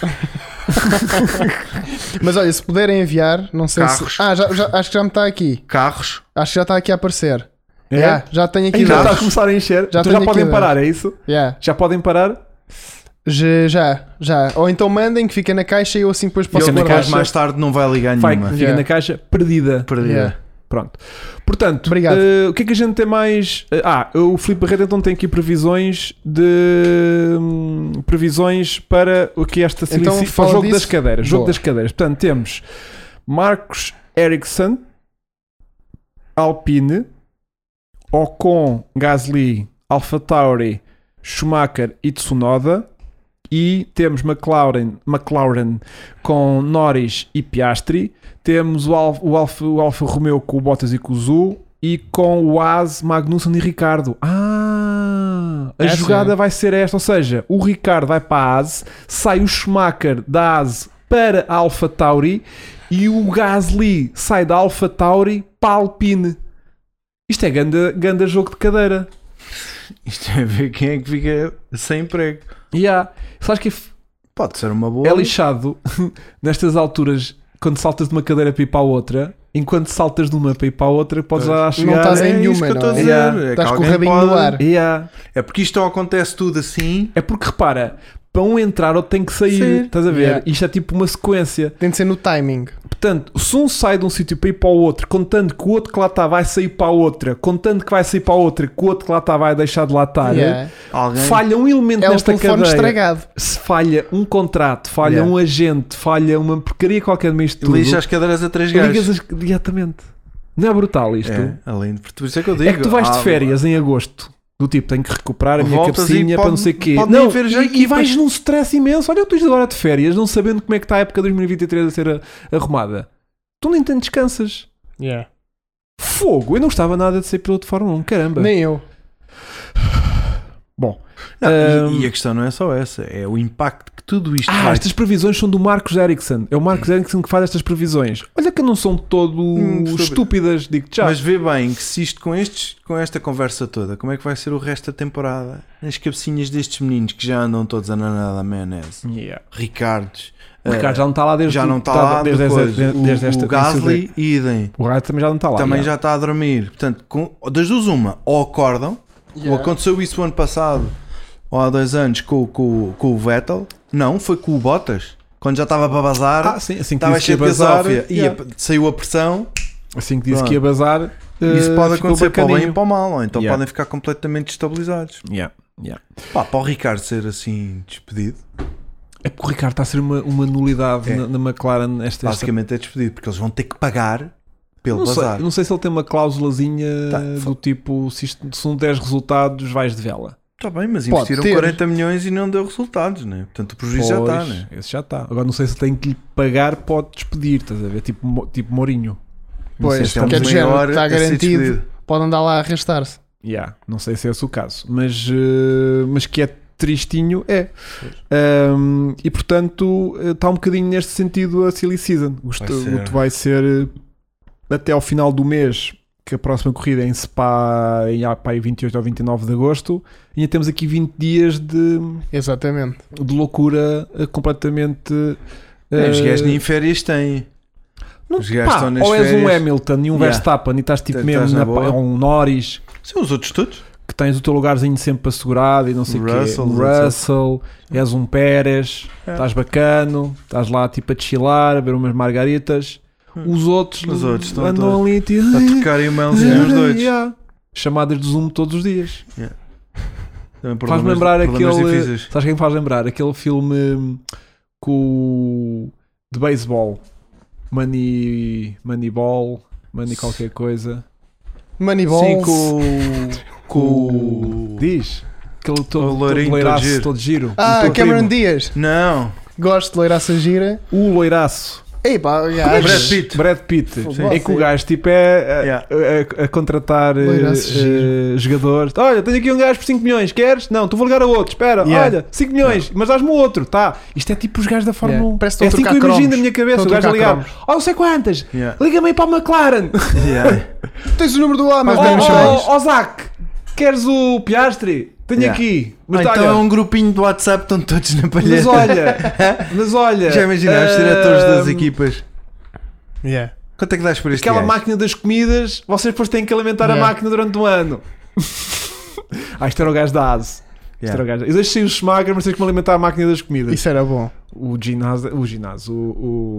[SPEAKER 3] Mas olha, se puderem enviar, não sei
[SPEAKER 2] Carros.
[SPEAKER 3] se. Ah, já, já- acho que já me está aqui.
[SPEAKER 2] Carros.
[SPEAKER 3] Acho que já está aqui a aparecer.
[SPEAKER 1] É?
[SPEAKER 3] Yeah, já tenho aqui.
[SPEAKER 1] Ainda
[SPEAKER 3] dois.
[SPEAKER 1] está a começar a encher. Já,
[SPEAKER 3] Já
[SPEAKER 1] já
[SPEAKER 3] tenho
[SPEAKER 1] podem
[SPEAKER 3] aqui,
[SPEAKER 1] parar, é isso?
[SPEAKER 3] Yeah.
[SPEAKER 1] Já podem parar?
[SPEAKER 3] Já, já, já. Ou então mandem que fica na caixa e eu assim depois
[SPEAKER 2] E
[SPEAKER 3] posso
[SPEAKER 2] ele
[SPEAKER 1] na
[SPEAKER 3] guardar.
[SPEAKER 2] depois
[SPEAKER 1] caixa.
[SPEAKER 2] mais tarde não vai ligar
[SPEAKER 1] Vai,
[SPEAKER 2] nenhuma.
[SPEAKER 1] fica na caixa perdida.
[SPEAKER 2] Perdida.
[SPEAKER 3] Yeah.
[SPEAKER 1] Pronto. Portanto,
[SPEAKER 3] Obrigado.
[SPEAKER 1] eh, o que é que a gente tem mais? Eh, ah, o Filipe Barreto então tem aqui previsões de hum, previsões para o que esta
[SPEAKER 3] Então,
[SPEAKER 1] Silly Season-
[SPEAKER 3] fala
[SPEAKER 1] o jogo
[SPEAKER 3] disso.
[SPEAKER 1] das cadeiras, jogo
[SPEAKER 3] Boa.
[SPEAKER 1] das cadeiras. Portanto, temos Marcos Ericsson, Alpine, Ocon, Gasly, AlphaTauri, Schumacher e Tsunoda. E temos McLaren, McLaren com Norris e Piastri. Temos o Alfa, o Alfa, o Alfa Romeo com o Bottas e com o Zu. E com o As, Magnussen e Ricardo. Ah! A
[SPEAKER 3] Essa é.
[SPEAKER 1] jogada vai ser esta: ou seja, o Ricardo vai para a As, sai o Schumacher da As para a Alfa Tauri e o Gasly sai da Alfa Tauri para a Alpine. Isto é ganda, ganda jogo de cadeira.
[SPEAKER 2] Isto é ver quem é que fica sem emprego.
[SPEAKER 1] Yeah. Sabes que é f-
[SPEAKER 2] Pode ser uma boa.
[SPEAKER 1] é lixado nestas alturas quando saltas de uma cadeira para ir para a outra, enquanto saltas de uma para ir para a outra, podes já chegar.
[SPEAKER 3] estás em
[SPEAKER 2] é
[SPEAKER 3] nenhuma,
[SPEAKER 2] isso que eu
[SPEAKER 3] não
[SPEAKER 2] estou a
[SPEAKER 3] é?
[SPEAKER 2] dizer.
[SPEAKER 1] Yeah.
[SPEAKER 2] É que
[SPEAKER 3] Estás com o
[SPEAKER 2] alguém
[SPEAKER 3] rabinho
[SPEAKER 2] pode-
[SPEAKER 3] no ar.
[SPEAKER 1] Yeah.
[SPEAKER 2] É porque isto não acontece tudo assim.
[SPEAKER 1] É porque repara, para um entrar outro tem que sair,
[SPEAKER 2] Sim.
[SPEAKER 1] estás a ver?
[SPEAKER 3] Yeah.
[SPEAKER 1] Isto é tipo uma sequência.
[SPEAKER 3] Tem de ser no timing.
[SPEAKER 1] Portanto, se um sai de um sítio para ir para o outro, contando que o outro que lá está vai sair para a outra, contando que vai sair para a outra, que o outro que lá está vai deixar de lá estar,
[SPEAKER 3] Yeah.
[SPEAKER 2] Alguém
[SPEAKER 1] falha um elemento
[SPEAKER 3] É um
[SPEAKER 1] nesta
[SPEAKER 3] telefone
[SPEAKER 1] cadeira.
[SPEAKER 3] estragado.
[SPEAKER 1] Se falha um contrato, falha
[SPEAKER 2] Yeah.
[SPEAKER 1] um agente, falha uma porcaria qualquer no meio disto tudo.
[SPEAKER 2] lixa as cadeiras a três
[SPEAKER 1] Ligas
[SPEAKER 2] gajos.
[SPEAKER 1] as... Exatamente. Não é brutal isto?
[SPEAKER 2] É, além de por isso é que eu digo.
[SPEAKER 1] É que tu vais
[SPEAKER 2] ah,
[SPEAKER 1] de férias em agosto. Do tipo, tenho que recuperar a minha
[SPEAKER 2] Voltas e
[SPEAKER 1] cabecinha
[SPEAKER 2] pode-
[SPEAKER 1] para não sei o quê.
[SPEAKER 2] pode nem
[SPEAKER 1] Não,
[SPEAKER 2] haver já
[SPEAKER 1] e, e
[SPEAKER 2] equipas.
[SPEAKER 1] vais num stress imenso. Olha, eu estou agora de férias, não sabendo como é que está a época 2023 a ser a- arrumada. Tu nem tanto descansas. Fogo! Eu não gostava nada de ser piloto de Fórmula 1, caramba.
[SPEAKER 3] Nem eu.
[SPEAKER 1] Bom.
[SPEAKER 2] Não,
[SPEAKER 1] Ahm.
[SPEAKER 2] e, e a é- questão não é só essa, é o impacto que tudo isto
[SPEAKER 1] Ah,
[SPEAKER 2] vai
[SPEAKER 1] estas previsões são do Marcos Ericsson. É o Marcos Ericsson que faz estas previsões. Olha que não são todo
[SPEAKER 2] Hum, sobre-
[SPEAKER 1] estúpidas, digo já.
[SPEAKER 2] Mas vê bem que se isto com, estes, com esta conversa toda, como é que vai ser o resto da temporada? Nas cabecinhas destes meninos que já andam todos a nanar da maionese.
[SPEAKER 1] Yeah.
[SPEAKER 2] Ricardos.
[SPEAKER 1] O Ricardo
[SPEAKER 2] eh,
[SPEAKER 1] já não está lá desde
[SPEAKER 2] já não está
[SPEAKER 1] tá-
[SPEAKER 2] lá
[SPEAKER 1] desde,
[SPEAKER 2] depois.
[SPEAKER 1] desde-
[SPEAKER 2] O-
[SPEAKER 1] desde esta
[SPEAKER 2] o Gasly, idem.
[SPEAKER 1] O Ricardo também já não está lá.
[SPEAKER 2] Também
[SPEAKER 1] yeah.
[SPEAKER 2] já está a dormir. Portanto, com, das duas uma, ou acordam, ou aconteceu isso o ano passado, ou há dois anos, com, com, com o Vettel. Não, foi com o Bottas. Quando já estava para bazar,
[SPEAKER 1] Ah, sim, assim que
[SPEAKER 2] estava
[SPEAKER 1] disse que
[SPEAKER 2] cheio
[SPEAKER 1] ia
[SPEAKER 2] de
[SPEAKER 1] bazar,
[SPEAKER 2] gasófia. E
[SPEAKER 1] yeah.
[SPEAKER 2] a- saiu a pressão,
[SPEAKER 1] assim que disse
[SPEAKER 2] Pronto.
[SPEAKER 1] que ia bazar,
[SPEAKER 2] isso
[SPEAKER 1] eh,
[SPEAKER 2] pode
[SPEAKER 1] ficou
[SPEAKER 2] acontecer para o bem e
[SPEAKER 1] bacaninho.
[SPEAKER 2] para o mal, ou então
[SPEAKER 1] Yeah.
[SPEAKER 2] podem ficar completamente destabilizados.
[SPEAKER 1] Yeah, yeah.
[SPEAKER 2] Pá, para o Ricardo ser assim despedido,
[SPEAKER 1] É porque o Ricardo está a ser uma, uma nulidade
[SPEAKER 2] É.
[SPEAKER 1] na, na McLaren esta esta-
[SPEAKER 2] basicamente é despedido, porque eles vão ter que pagar pelo
[SPEAKER 1] Não sei,
[SPEAKER 2] bazar.
[SPEAKER 1] não sei se ele tem uma cláusulazinha
[SPEAKER 2] Tá,
[SPEAKER 1] do tipo: se, isto, se não deres resultados, vais de vela.
[SPEAKER 2] Está Tá bem, mas
[SPEAKER 3] Pode
[SPEAKER 2] investiram
[SPEAKER 3] ter.
[SPEAKER 2] 40 milhões e não deu resultados, né? Portanto, o prejuízo já está,
[SPEAKER 1] Pois,
[SPEAKER 2] né?
[SPEAKER 1] Esse já está. Agora não sei se tem que lhe pagar, pode despedir, estás a ver? Tipo, Mo- tipo Mourinho. Não sei
[SPEAKER 3] Pois,
[SPEAKER 1] se um estamos
[SPEAKER 3] que é do
[SPEAKER 1] bem-
[SPEAKER 3] género,
[SPEAKER 2] maior
[SPEAKER 3] está
[SPEAKER 2] a ser
[SPEAKER 3] garantido.
[SPEAKER 2] despedido.
[SPEAKER 3] Pode andar lá a arrastar-se.
[SPEAKER 1] Yeah, não sei se é esse o caso, mas, eh, mas que é tristinho, é. Ahm, e portanto, eh, está um bocadinho neste sentido a Silly Season. Gosto-
[SPEAKER 2] Vai ser.
[SPEAKER 1] o que vai ser eh, até ao final do mês, que a próxima corrida é em Spa, em APA, 28 ou 29 de agosto. E ainda temos aqui 20 dias de,
[SPEAKER 3] Exatamente.
[SPEAKER 1] de loucura eh, completamente.
[SPEAKER 2] É, os
[SPEAKER 1] eh,
[SPEAKER 2] gajos nem férias têm.
[SPEAKER 1] não-
[SPEAKER 2] os gajos
[SPEAKER 1] pá,
[SPEAKER 2] estão nas
[SPEAKER 1] ou és um
[SPEAKER 2] férias.
[SPEAKER 1] Hamilton e um
[SPEAKER 2] Yeah.
[SPEAKER 1] Verstappen e estás tipo
[SPEAKER 2] Estás
[SPEAKER 1] mesmo na,
[SPEAKER 2] na boa.
[SPEAKER 1] pa- ou um Norris
[SPEAKER 2] São os outros todos.
[SPEAKER 1] que tens o teu lugarzinho sempre assegurado e não sei o quê.
[SPEAKER 2] Russell,
[SPEAKER 1] Russell, és um Pérez,
[SPEAKER 2] É.
[SPEAKER 1] estás bacano, estás lá tipo a chilar, a ver umas margaritas.
[SPEAKER 2] Hum.
[SPEAKER 1] Os outros,
[SPEAKER 2] Os outros estão
[SPEAKER 1] andam
[SPEAKER 2] todos Tá
[SPEAKER 1] ali tipo,
[SPEAKER 2] A tocarem o Melzinho
[SPEAKER 1] "Ah,
[SPEAKER 2] uns dois.
[SPEAKER 1] yeah." Chamadas de Zoom todos os dias.
[SPEAKER 2] Também
[SPEAKER 1] Faz-me
[SPEAKER 2] problemas-
[SPEAKER 1] lembrar
[SPEAKER 2] problemas
[SPEAKER 1] aquele. eh,
[SPEAKER 2] difíceis.
[SPEAKER 1] Sabes quem me faz lembrar? Aquele filme hum, com. o- de beisebol. Money. Moneyball. Money qualquer coisa.
[SPEAKER 3] Moneyball.
[SPEAKER 2] Sim, com. com.
[SPEAKER 1] Diz. Aquele todo,
[SPEAKER 2] O
[SPEAKER 1] todo
[SPEAKER 2] loirinho todo
[SPEAKER 1] loiraço,
[SPEAKER 2] giro.
[SPEAKER 1] todo giro.
[SPEAKER 3] Ah,
[SPEAKER 1] O teu
[SPEAKER 3] Cameron
[SPEAKER 1] primo.
[SPEAKER 3] Dias.
[SPEAKER 2] Não,
[SPEAKER 3] Gosto de ler essa gira.
[SPEAKER 1] O loiraço.
[SPEAKER 3] Ei, pá, gajo.
[SPEAKER 2] Brad Pitt.
[SPEAKER 1] Brad Pitt.
[SPEAKER 3] Sim.
[SPEAKER 1] É que o gajo tipo, é
[SPEAKER 2] Yeah.
[SPEAKER 1] a, a- a contratar eh,
[SPEAKER 3] Loiraço
[SPEAKER 1] eh, jogadores. Olha, tenho aqui um gajo por 5 milhões, queres? Não, tu vou ligar a outro. Espera,
[SPEAKER 3] Yeah.
[SPEAKER 1] olha, 5 milhões, mas dás-me o outro. Tá. Isto é tipo os gajos da Fórmula
[SPEAKER 3] Yeah.
[SPEAKER 1] 1.
[SPEAKER 3] Parece que
[SPEAKER 1] é
[SPEAKER 3] estão
[SPEAKER 1] assim
[SPEAKER 3] a
[SPEAKER 1] que eu
[SPEAKER 3] trocar
[SPEAKER 1] imagino
[SPEAKER 3] cromos.
[SPEAKER 1] na minha cabeça o
[SPEAKER 3] Estão a
[SPEAKER 1] gajo a
[SPEAKER 3] trocar
[SPEAKER 1] liga Oh, não sei quantas.
[SPEAKER 2] Yeah.
[SPEAKER 1] Liga-me aí para o McLaren.
[SPEAKER 2] Yeah.
[SPEAKER 3] Tens o número do A, mas
[SPEAKER 1] oh,
[SPEAKER 3] não me chamas.
[SPEAKER 1] oh, oh, Zac, queres o Piastri? Tenho
[SPEAKER 2] Yeah.
[SPEAKER 1] aqui. Mas tá,
[SPEAKER 2] Ah, então
[SPEAKER 1] olha,
[SPEAKER 2] é um grupinho do WhatsApp, estão todos na
[SPEAKER 1] Mas
[SPEAKER 2] palhaça.
[SPEAKER 1] olha, eh, mas olha. ehm,
[SPEAKER 2] Já imagina, os diretores das
[SPEAKER 1] ahm,
[SPEAKER 2] equipas.
[SPEAKER 3] Yeah.
[SPEAKER 2] Quanto é que dás por este
[SPEAKER 1] Aquela
[SPEAKER 2] gajo?
[SPEAKER 1] máquina das comidas, vocês depois têm que alimentar
[SPEAKER 3] Yeah.
[SPEAKER 1] a máquina durante um ano. ah, isto era o gajo da ASE. Isto
[SPEAKER 2] Yeah.
[SPEAKER 1] era o gajo. da- Eu deixei o Schumacher, mas tens que me alimentar a máquina das comidas.
[SPEAKER 3] Isso era bom.
[SPEAKER 1] O ginásio. O ginásio. O.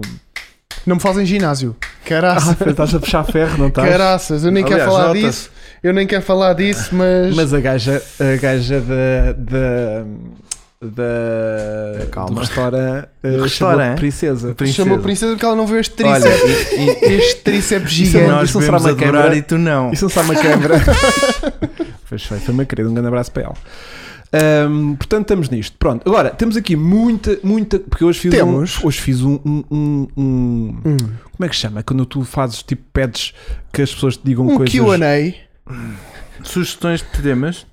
[SPEAKER 1] o...
[SPEAKER 3] Não me fazem ginásio.
[SPEAKER 1] Ah,
[SPEAKER 3] Caraças.
[SPEAKER 1] estás a puxar ferro, não estás?
[SPEAKER 3] Caraças. Eu nem quero
[SPEAKER 2] tá. Aliás,
[SPEAKER 3] falar
[SPEAKER 2] nota-se.
[SPEAKER 3] disso. Eu nem quero falar disso, mas.
[SPEAKER 1] Mas a gaja, a gaja da. da. da.
[SPEAKER 2] Calma.
[SPEAKER 1] do restaurante. eh,
[SPEAKER 2] Do
[SPEAKER 1] chamou-te
[SPEAKER 2] restaurante?
[SPEAKER 1] Princesa.
[SPEAKER 3] Chamou a princesa porque ela não viu este tríceps.
[SPEAKER 2] é Olha, e, e,
[SPEAKER 3] este tríceps
[SPEAKER 1] é- Isso é
[SPEAKER 3] gigante.
[SPEAKER 2] nós
[SPEAKER 1] isso não será
[SPEAKER 2] vemos
[SPEAKER 1] uma
[SPEAKER 2] adorar
[SPEAKER 1] câmara?
[SPEAKER 2] e tu não.
[SPEAKER 1] Isso não sabe uma câmara. Pois foi, foi uma querida. Um grande abraço para ela. Ahm, portanto, estamos nisto. Pronto, agora temos aqui muita, muita. Porque hoje fiz
[SPEAKER 3] Temos.
[SPEAKER 1] um. Hoje fiz um, um, um- um-
[SPEAKER 3] Hum.
[SPEAKER 1] Como é que se chama? Quando tu fazes tipo pedes que as pessoas te digam
[SPEAKER 3] Um
[SPEAKER 1] coisas.
[SPEAKER 3] QA.
[SPEAKER 2] Sugestões de temas?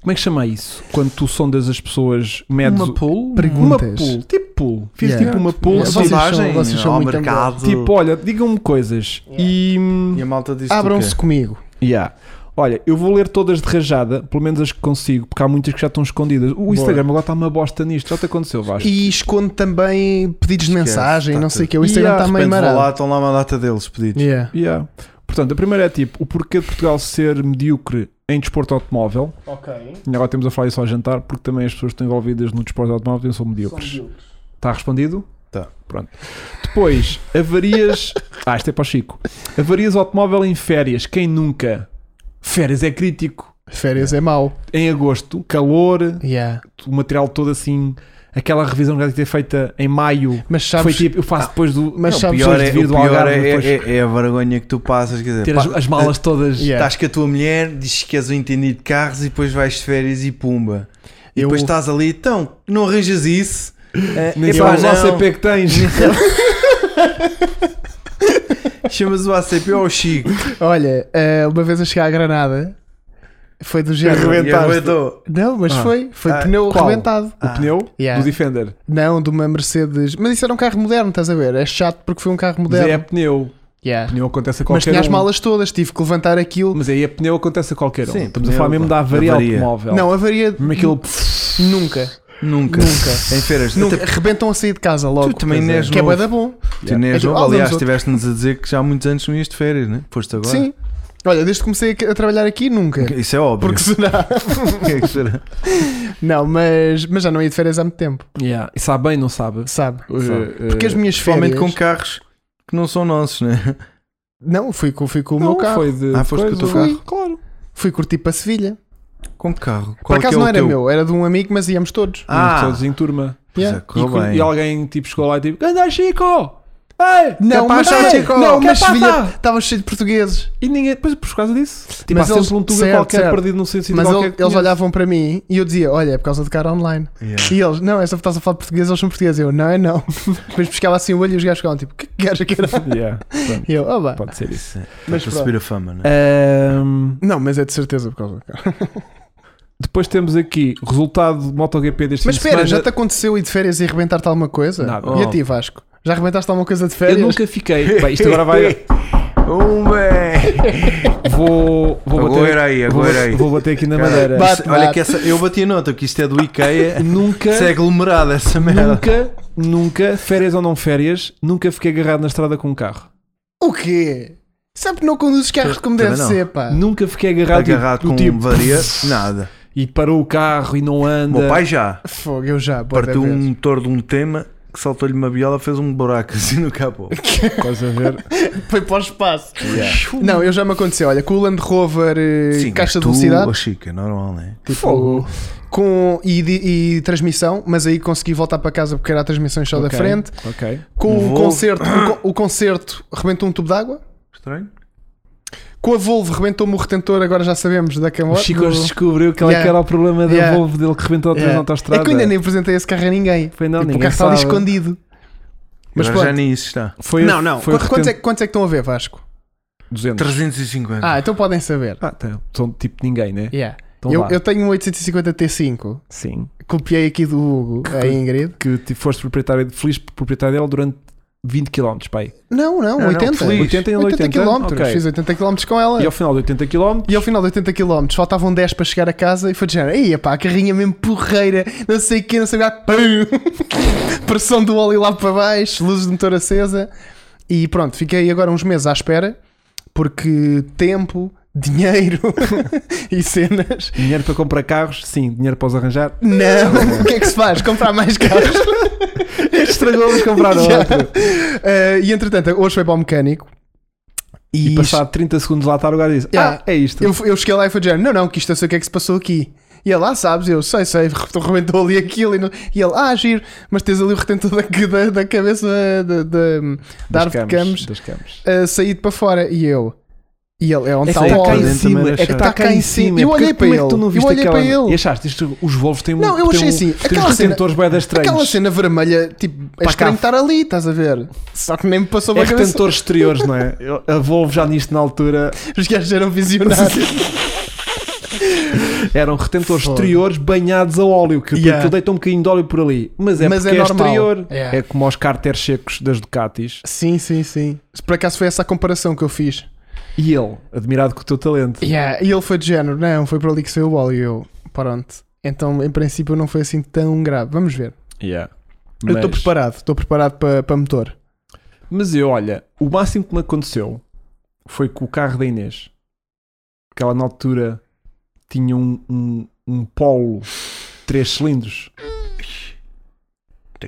[SPEAKER 1] Como é que chama isso? Quando tu sondas as pessoas, medes.
[SPEAKER 2] Uma
[SPEAKER 1] o-
[SPEAKER 2] pool?
[SPEAKER 1] uma
[SPEAKER 3] Perguntas.
[SPEAKER 1] pool, tipo pool. Fiz
[SPEAKER 3] Yeah.
[SPEAKER 1] tipo uma pool.
[SPEAKER 2] Uma
[SPEAKER 3] Yeah, vocês
[SPEAKER 1] tipo,
[SPEAKER 3] são-
[SPEAKER 2] sondagem
[SPEAKER 3] vocês são
[SPEAKER 2] ao
[SPEAKER 3] muito
[SPEAKER 2] mercado.
[SPEAKER 1] tipo, olha, digam-me coisas. E. hum,
[SPEAKER 2] e a malta disse
[SPEAKER 3] Abram-se comigo.
[SPEAKER 1] Yeah. Olha, eu vou ler todas de rajada, pelo menos as que consigo, porque há muitas que já estão escondidas. O Instagram agora está uma bosta nisto, já te aconteceu, Vasco.
[SPEAKER 3] E esconde também pedidos de
[SPEAKER 2] Esquece,
[SPEAKER 3] mensagem,
[SPEAKER 2] tá
[SPEAKER 3] não sei o
[SPEAKER 2] tudo.
[SPEAKER 3] que. O Instagram
[SPEAKER 1] E há,
[SPEAKER 3] está
[SPEAKER 2] é De
[SPEAKER 3] meio
[SPEAKER 2] repente vão lá,
[SPEAKER 3] marado.
[SPEAKER 2] estão lá uma data deles pedidos.
[SPEAKER 3] Yeah.
[SPEAKER 1] Yeah. Portanto, a primeira é tipo o porquê de Portugal ser medíocre em desporto automóvel.
[SPEAKER 3] Ok.
[SPEAKER 1] E agora temos a falar isso ao jantar, porque também as pessoas que estão envolvidas no desporto automóvel são medíocres. Está respondido?
[SPEAKER 2] Tá.
[SPEAKER 1] Pronto. Depois, avarias. ah, isto é para o Chico. Avarias automóvel em férias. Quem nunca? Férias é crítico.
[SPEAKER 3] Férias é mau.
[SPEAKER 1] Em agosto, calor,
[SPEAKER 3] Yeah.
[SPEAKER 1] o material todo assim, aquela revisão que já tinha ter feita em maio.
[SPEAKER 3] Mas
[SPEAKER 1] Foi
[SPEAKER 3] sabes,
[SPEAKER 1] tipo, eu faço depois do.
[SPEAKER 3] mas
[SPEAKER 1] Não,
[SPEAKER 2] O
[SPEAKER 3] sabes
[SPEAKER 2] pior,
[SPEAKER 1] depois
[SPEAKER 2] é,
[SPEAKER 1] de vir
[SPEAKER 2] o
[SPEAKER 1] do
[SPEAKER 2] pior
[SPEAKER 1] Algarve,
[SPEAKER 2] é,
[SPEAKER 1] depois
[SPEAKER 2] é- é a vergonha que tu passas. Quer dizer,
[SPEAKER 1] ter as,
[SPEAKER 2] pá,
[SPEAKER 1] as malas todas.
[SPEAKER 3] Yeah.
[SPEAKER 2] Estás com a tua mulher, dizes que és um entendido de carros e depois vais de férias e pumba. E
[SPEAKER 3] Eu-
[SPEAKER 2] depois estás ali, então, não arranjas isso. Eh,
[SPEAKER 1] Nem
[SPEAKER 2] epá,
[SPEAKER 1] sabes o
[SPEAKER 2] não.
[SPEAKER 1] ACP que tens.
[SPEAKER 2] Chamas o ACP ou o Chico.
[SPEAKER 3] olha, eh, uma vez a chegar à Granada, foi do género.
[SPEAKER 1] Arrebentaste.
[SPEAKER 2] E arrebentou.
[SPEAKER 3] Não, mas
[SPEAKER 1] Ah.
[SPEAKER 3] foi. Foi
[SPEAKER 2] Ah,
[SPEAKER 3] pneu
[SPEAKER 1] qual? Ah.
[SPEAKER 3] arrebentado.
[SPEAKER 1] O pneu
[SPEAKER 3] Ah, Yeah.
[SPEAKER 1] do Defender.
[SPEAKER 3] Não, de uma Mercedes. Mas isso era um carro moderno, estás a ver? É chato porque foi um carro
[SPEAKER 1] Mas aí é
[SPEAKER 3] moderno.
[SPEAKER 1] pneu.
[SPEAKER 3] Yeah.
[SPEAKER 1] Pneu acontece a
[SPEAKER 3] Mas
[SPEAKER 1] qualquer
[SPEAKER 3] tinha as
[SPEAKER 1] um.
[SPEAKER 3] malas todas, tive que levantar aquilo.
[SPEAKER 1] Mas aí a pneu acontece a qualquer um.
[SPEAKER 2] Sim,
[SPEAKER 1] Estamos a
[SPEAKER 2] pneu,
[SPEAKER 1] falar mesmo da
[SPEAKER 2] pá.
[SPEAKER 1] avaria,
[SPEAKER 2] Avaria.
[SPEAKER 1] automóvel.
[SPEAKER 3] Não, avaria
[SPEAKER 1] Mesmo aquilo.
[SPEAKER 3] nunca.
[SPEAKER 2] Nunca.
[SPEAKER 3] Nunca.
[SPEAKER 2] Em feiras.
[SPEAKER 3] Nunca.
[SPEAKER 2] Até-
[SPEAKER 3] Arrebentam a sair de casa logo.
[SPEAKER 2] Tu também
[SPEAKER 3] Quer
[SPEAKER 2] és
[SPEAKER 3] dizer, que é
[SPEAKER 2] novo.
[SPEAKER 3] bada bom.
[SPEAKER 2] Tu nem
[SPEAKER 3] É
[SPEAKER 2] és
[SPEAKER 3] tipo,
[SPEAKER 2] novo,
[SPEAKER 3] ah,
[SPEAKER 2] aliás,
[SPEAKER 3] vamos
[SPEAKER 2] estiveste-nos a dizer que já há muitos anos não ias de férias, né? Foste agora.
[SPEAKER 3] Sim. Olha, desde que comecei a trabalhar aqui, nunca.
[SPEAKER 2] Isso é óbvio.
[SPEAKER 3] Porque será?
[SPEAKER 2] O que é que será?
[SPEAKER 3] Não, mas, mas já não ia de férias há muito tempo,
[SPEAKER 1] Yeah. E sabe bem, não sabe?
[SPEAKER 3] sabe?
[SPEAKER 1] Uh, uh,
[SPEAKER 3] Porque as minhas férias.
[SPEAKER 2] Principalmente com carros que não são nossos, né?
[SPEAKER 3] Não, fui com, fui com o
[SPEAKER 1] não,
[SPEAKER 3] meu carro.
[SPEAKER 1] Foi de,
[SPEAKER 2] Ah, foste com o teu
[SPEAKER 1] coisa-
[SPEAKER 2] carro?
[SPEAKER 1] Claro.
[SPEAKER 3] Fui curtir para Sevilha.
[SPEAKER 2] Com que carro?
[SPEAKER 3] Por
[SPEAKER 2] Qual que
[SPEAKER 3] acaso
[SPEAKER 2] é
[SPEAKER 3] não
[SPEAKER 2] o
[SPEAKER 3] era
[SPEAKER 2] teu?
[SPEAKER 3] meu, era de um amigo, mas íamos todos.
[SPEAKER 1] Ah.
[SPEAKER 2] Ah,
[SPEAKER 1] Todos em turma.
[SPEAKER 2] pois é,
[SPEAKER 3] Yeah.
[SPEAKER 1] E,
[SPEAKER 2] correu
[SPEAKER 1] quando-
[SPEAKER 2] bem.
[SPEAKER 1] e alguém tipo chegou lá e tipo: Anda, Chico! Ei,
[SPEAKER 3] Não,
[SPEAKER 1] capaz,
[SPEAKER 3] mas
[SPEAKER 1] ei,
[SPEAKER 3] Chico,
[SPEAKER 1] não, capaz,
[SPEAKER 3] mas Sevilha
[SPEAKER 1] tá.
[SPEAKER 3] estava cheio de portugueses.
[SPEAKER 1] E ninguém, depois por causa disso, tipo,
[SPEAKER 3] Mas
[SPEAKER 1] mas há
[SPEAKER 3] eles-
[SPEAKER 1] sempre um tuga
[SPEAKER 3] certo,
[SPEAKER 1] qualquer
[SPEAKER 3] certo.
[SPEAKER 1] perdido num sítio tipo,
[SPEAKER 3] Mas
[SPEAKER 1] qualquer.
[SPEAKER 3] ele-
[SPEAKER 1] que
[SPEAKER 3] eles
[SPEAKER 1] conheço.
[SPEAKER 3] olhavam para mim e eu dizia: Olha, é por causa de cara online. E eles: Não, é esta estás a falar português, eles são portugueses. Eu: Não, é não. Depois pescava assim o olho e os gajos ficavam tipo: Que gajo que era?
[SPEAKER 1] Yeah, pronto,
[SPEAKER 3] E eu: Oh, vá.
[SPEAKER 1] pode ser isso.
[SPEAKER 2] Mas
[SPEAKER 3] Mas
[SPEAKER 2] para
[SPEAKER 3] pronto.
[SPEAKER 2] subir a fama, né?
[SPEAKER 1] Ahm,
[SPEAKER 3] Não, mas é de certeza por causa da cara.
[SPEAKER 1] depois temos aqui resultado do MotoGP deste
[SPEAKER 3] Mas
[SPEAKER 1] fim de
[SPEAKER 3] espera, já
[SPEAKER 1] semana.
[SPEAKER 3] tá te aconteceu ir de férias e arrebentar-te alguma coisa?
[SPEAKER 1] é- Nada.
[SPEAKER 3] E a ti, Vasco? Já arrebentaste alguma coisa de
[SPEAKER 1] Eu
[SPEAKER 3] férias?
[SPEAKER 1] nunca fiquei. Bem, isto agora vai.
[SPEAKER 3] É. Oh,
[SPEAKER 2] Um bem!
[SPEAKER 1] Vou, vou bater.
[SPEAKER 2] Agora aí,
[SPEAKER 1] vou,
[SPEAKER 2] agora aí.
[SPEAKER 1] vou bater aqui na
[SPEAKER 2] Cara,
[SPEAKER 1] madeira.
[SPEAKER 3] Bate,
[SPEAKER 2] isto- Olha
[SPEAKER 3] bate.
[SPEAKER 2] que essa. Eu bati a nota que isto é do IKEA.
[SPEAKER 1] Nunca,
[SPEAKER 2] Isso é aglomerado essa merda.
[SPEAKER 1] nunca, nunca, férias ou não férias, nunca fiquei agarrado na estrada com um carro.
[SPEAKER 3] O quê? Sempre não conduzes carros como
[SPEAKER 2] Também
[SPEAKER 3] deve
[SPEAKER 2] não.
[SPEAKER 3] ser, pá.
[SPEAKER 1] Nunca fiquei agarrado, tipo,
[SPEAKER 2] É. Agarrado
[SPEAKER 1] do
[SPEAKER 2] com
[SPEAKER 1] tipo,
[SPEAKER 2] um varia, nada.
[SPEAKER 1] E parou o carro e não
[SPEAKER 2] O
[SPEAKER 1] anda.
[SPEAKER 2] meu pai já
[SPEAKER 3] Fogo, eu já. bué
[SPEAKER 2] partiu
[SPEAKER 3] da
[SPEAKER 2] um
[SPEAKER 3] vez.
[SPEAKER 2] motor de um tema que saltou-lhe uma biola, fez um buraco assim no capô.
[SPEAKER 1] Estás a ver?
[SPEAKER 3] Foi para o espaço.
[SPEAKER 2] Yeah.
[SPEAKER 3] Não, eu já me aconteceu. Olha, com o Land Rover eh,
[SPEAKER 2] Sim,
[SPEAKER 3] caixa de
[SPEAKER 2] mas tu,
[SPEAKER 3] velocidade
[SPEAKER 2] oh, Chico, é normal, né?
[SPEAKER 3] tipo,
[SPEAKER 1] Fogo.
[SPEAKER 3] com, e, di- e transmissão, mas aí consegui voltar para casa porque era a transmissão só da
[SPEAKER 1] Ok,
[SPEAKER 3] frente.
[SPEAKER 1] Ok.
[SPEAKER 3] Com o
[SPEAKER 2] Volvo.
[SPEAKER 3] concerto, o, con- o concerto rebentou um tubo d'água.
[SPEAKER 2] Estranho.
[SPEAKER 3] Com a Volvo rebentou-me o retentor, agora já sabemos, da
[SPEAKER 1] O
[SPEAKER 3] Camor.
[SPEAKER 1] Chico
[SPEAKER 3] do-
[SPEAKER 1] hoje descobriu que ele
[SPEAKER 3] Yeah.
[SPEAKER 1] que era o problema da
[SPEAKER 3] Yeah.
[SPEAKER 1] Volvo dele que rebentou outra vez
[SPEAKER 3] Yeah.
[SPEAKER 1] na autostrada.
[SPEAKER 3] É que eu ainda nem apresentei esse carro a ninguém.
[SPEAKER 1] Foi não,
[SPEAKER 3] Tipo, o
[SPEAKER 1] ninguém
[SPEAKER 3] carro está ali
[SPEAKER 1] sabe.
[SPEAKER 3] escondido. Mas
[SPEAKER 2] Mas Agora já
[SPEAKER 3] pronto.
[SPEAKER 2] nem isso está.
[SPEAKER 1] Foi,
[SPEAKER 3] não, não.
[SPEAKER 1] Foi
[SPEAKER 3] Quanto- quantos, é, quantos é que estão a ver, Vasco?
[SPEAKER 1] 200.
[SPEAKER 2] 350.
[SPEAKER 3] Ah, então podem saber.
[SPEAKER 1] Ah, tá. São tipo ninguém, né?
[SPEAKER 3] Yeah.
[SPEAKER 1] Então
[SPEAKER 3] eu,
[SPEAKER 1] vá.
[SPEAKER 3] eu tenho um 850 T5.
[SPEAKER 1] Sim.
[SPEAKER 3] Copiei aqui do Hugo, a Ingrid.
[SPEAKER 1] Que te foste proprietário, feliz proprietário dela durante 20 km, pai.
[SPEAKER 3] Não, não,
[SPEAKER 2] Não, não,
[SPEAKER 3] 80.
[SPEAKER 2] feliz.
[SPEAKER 1] 80 em 80,
[SPEAKER 3] 80 km.
[SPEAKER 1] um, ok.
[SPEAKER 3] Fiz 80 km com ela.
[SPEAKER 1] E ao final de 80 km,
[SPEAKER 3] E ao final de 80 km faltavam 10 para chegar a casa e foi de género, ei pá, a carrinha mesmo porreira, não sei o quê, não sei o quê, pum! pressão do óleo lá para baixo, luzes de motor acesa e pronto, fiquei agora uns meses à espera porque tempo, dinheiro e cenas.
[SPEAKER 1] dinheiro para comprar carros, sim, dinheiro para os arranjar.
[SPEAKER 3] Não, o que é que se faz? Comprar mais carros.
[SPEAKER 1] Estragou, vamos comprar é?
[SPEAKER 3] Yeah.
[SPEAKER 1] outro.
[SPEAKER 3] Eh, e entretanto, hoje foi para o mecânico
[SPEAKER 1] E,
[SPEAKER 3] e,
[SPEAKER 1] passado 30 segundos lá estar, o gajo diz:
[SPEAKER 3] Yeah.
[SPEAKER 1] Ah, é isto.
[SPEAKER 3] Eu, eu cheguei lá e falei, Jane, não, não, que isto eu sei o que é que se passou aqui. E ele, ah, sabes, eu sei, sei, rebentou ali aquilo. E, não- e ele, ah, giro, mas tens ali o retentor da, da, da cabeça da, da, da
[SPEAKER 1] Das
[SPEAKER 3] árvore de
[SPEAKER 1] camas,
[SPEAKER 3] camas
[SPEAKER 1] Das camas.
[SPEAKER 3] a sair para fora. E eu, e ele, é onde
[SPEAKER 1] É que
[SPEAKER 3] está
[SPEAKER 1] está
[SPEAKER 3] o
[SPEAKER 1] cá em
[SPEAKER 3] óleo.
[SPEAKER 1] cima, é que
[SPEAKER 3] Tá
[SPEAKER 1] está cá em cima.
[SPEAKER 3] Eu
[SPEAKER 1] É porque
[SPEAKER 3] olhei para
[SPEAKER 1] como é que
[SPEAKER 3] ele,
[SPEAKER 1] tu não
[SPEAKER 3] eu
[SPEAKER 1] viste
[SPEAKER 3] olhei
[SPEAKER 1] aquela-
[SPEAKER 3] para ele.
[SPEAKER 1] E achaste isto, os Volvos têm
[SPEAKER 3] Não, eu
[SPEAKER 1] têm
[SPEAKER 3] achei
[SPEAKER 1] um-
[SPEAKER 3] assim,
[SPEAKER 1] têm
[SPEAKER 3] aquela
[SPEAKER 1] uns
[SPEAKER 3] cena-
[SPEAKER 1] retentores bem estranhos.
[SPEAKER 3] Aquela cena vermelha, tipo, é
[SPEAKER 1] cá.
[SPEAKER 3] estranho estar ali, estás a ver? Só que nem me passou
[SPEAKER 1] É
[SPEAKER 3] para a cabeça.
[SPEAKER 1] retentores exteriores, não é? Eu- A Volvo já nisto na altura
[SPEAKER 3] Os gajos eram visionários.
[SPEAKER 1] eram retentores
[SPEAKER 3] Foda.
[SPEAKER 1] exteriores banhados a óleo, que
[SPEAKER 3] Yeah.
[SPEAKER 1] yeah. deita um bocadinho de óleo por ali. Mas é
[SPEAKER 3] Mas
[SPEAKER 1] porque
[SPEAKER 3] é
[SPEAKER 1] é,
[SPEAKER 3] normal.
[SPEAKER 1] exterior.
[SPEAKER 3] Yeah.
[SPEAKER 1] É como aos cárteres secos das Ducatis.
[SPEAKER 3] sim, sim, sim. Por acaso foi essa a comparação que eu fiz.
[SPEAKER 1] E ele, admirado com o teu talento.
[SPEAKER 3] Yeah, e ele foi de género, não, foi para ali que saiu o óleo e eu, pronto. Então, em princípio, não foi assim tão grave. Vamos ver.
[SPEAKER 1] Yeah.
[SPEAKER 3] Eu estou
[SPEAKER 1] Mas,
[SPEAKER 3] preparado, estou preparado para, para motor.
[SPEAKER 1] mas eu, olha, o máximo que me aconteceu foi com o carro da Inês. Porque ela na altura tinha um, um, um polo 3 cilindros.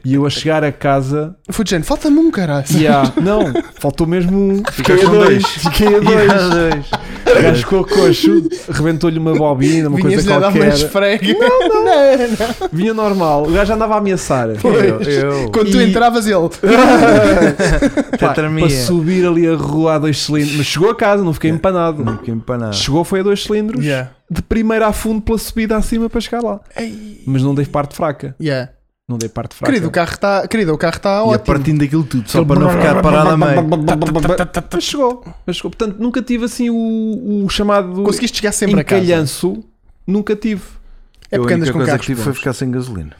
[SPEAKER 1] E eu a chegar a casa.
[SPEAKER 3] Foi de género, falta-me um caralho.
[SPEAKER 1] Yeah, não, faltou mesmo um.
[SPEAKER 2] Ficaste
[SPEAKER 1] Fiquei a
[SPEAKER 2] com
[SPEAKER 1] dois.
[SPEAKER 2] dois.
[SPEAKER 1] Fiquei a dois.
[SPEAKER 2] Yeah, dois.
[SPEAKER 1] O gajo ficou coxo, rebentou-lhe uma bobina, uma
[SPEAKER 3] Vinhas-lhe
[SPEAKER 1] coisa
[SPEAKER 3] a dar uma
[SPEAKER 1] qualquer.
[SPEAKER 3] esfrega. Não, não, não.
[SPEAKER 1] Vinha normal, o gajo andava a ameaçar.
[SPEAKER 2] Eu,
[SPEAKER 3] Pois.
[SPEAKER 2] eu.
[SPEAKER 3] Quando tu
[SPEAKER 1] E-
[SPEAKER 3] entravas, ele.
[SPEAKER 1] Pá,
[SPEAKER 2] Tetremia.
[SPEAKER 1] para subir ali a rua a dois cilindros, mas chegou a casa, não fiquei empanado.
[SPEAKER 2] Não fiquei empanado.
[SPEAKER 1] Chegou foi a dois cilindros,
[SPEAKER 3] Yeah.
[SPEAKER 1] de primeira a fundo pela subida acima para chegar lá. Mas não dei parte fraca.
[SPEAKER 3] Yeah.
[SPEAKER 1] Não dei parte fraca.
[SPEAKER 3] Querido, o carro está querido, o carro está
[SPEAKER 2] E a
[SPEAKER 3] ótimo.
[SPEAKER 2] partindo daquilo tudo, só para não ficar parado a meio.
[SPEAKER 1] Mas chegou, mas chegou. Portanto, nunca tive assim o, o chamado
[SPEAKER 3] Conseguiste chegar sempre a casa.
[SPEAKER 1] encalhanço. Nunca tive.
[SPEAKER 3] É porque
[SPEAKER 2] a única
[SPEAKER 3] andas com
[SPEAKER 2] coisa
[SPEAKER 3] carros.
[SPEAKER 2] que tive foi
[SPEAKER 3] bons.
[SPEAKER 2] ficar sem gasolina.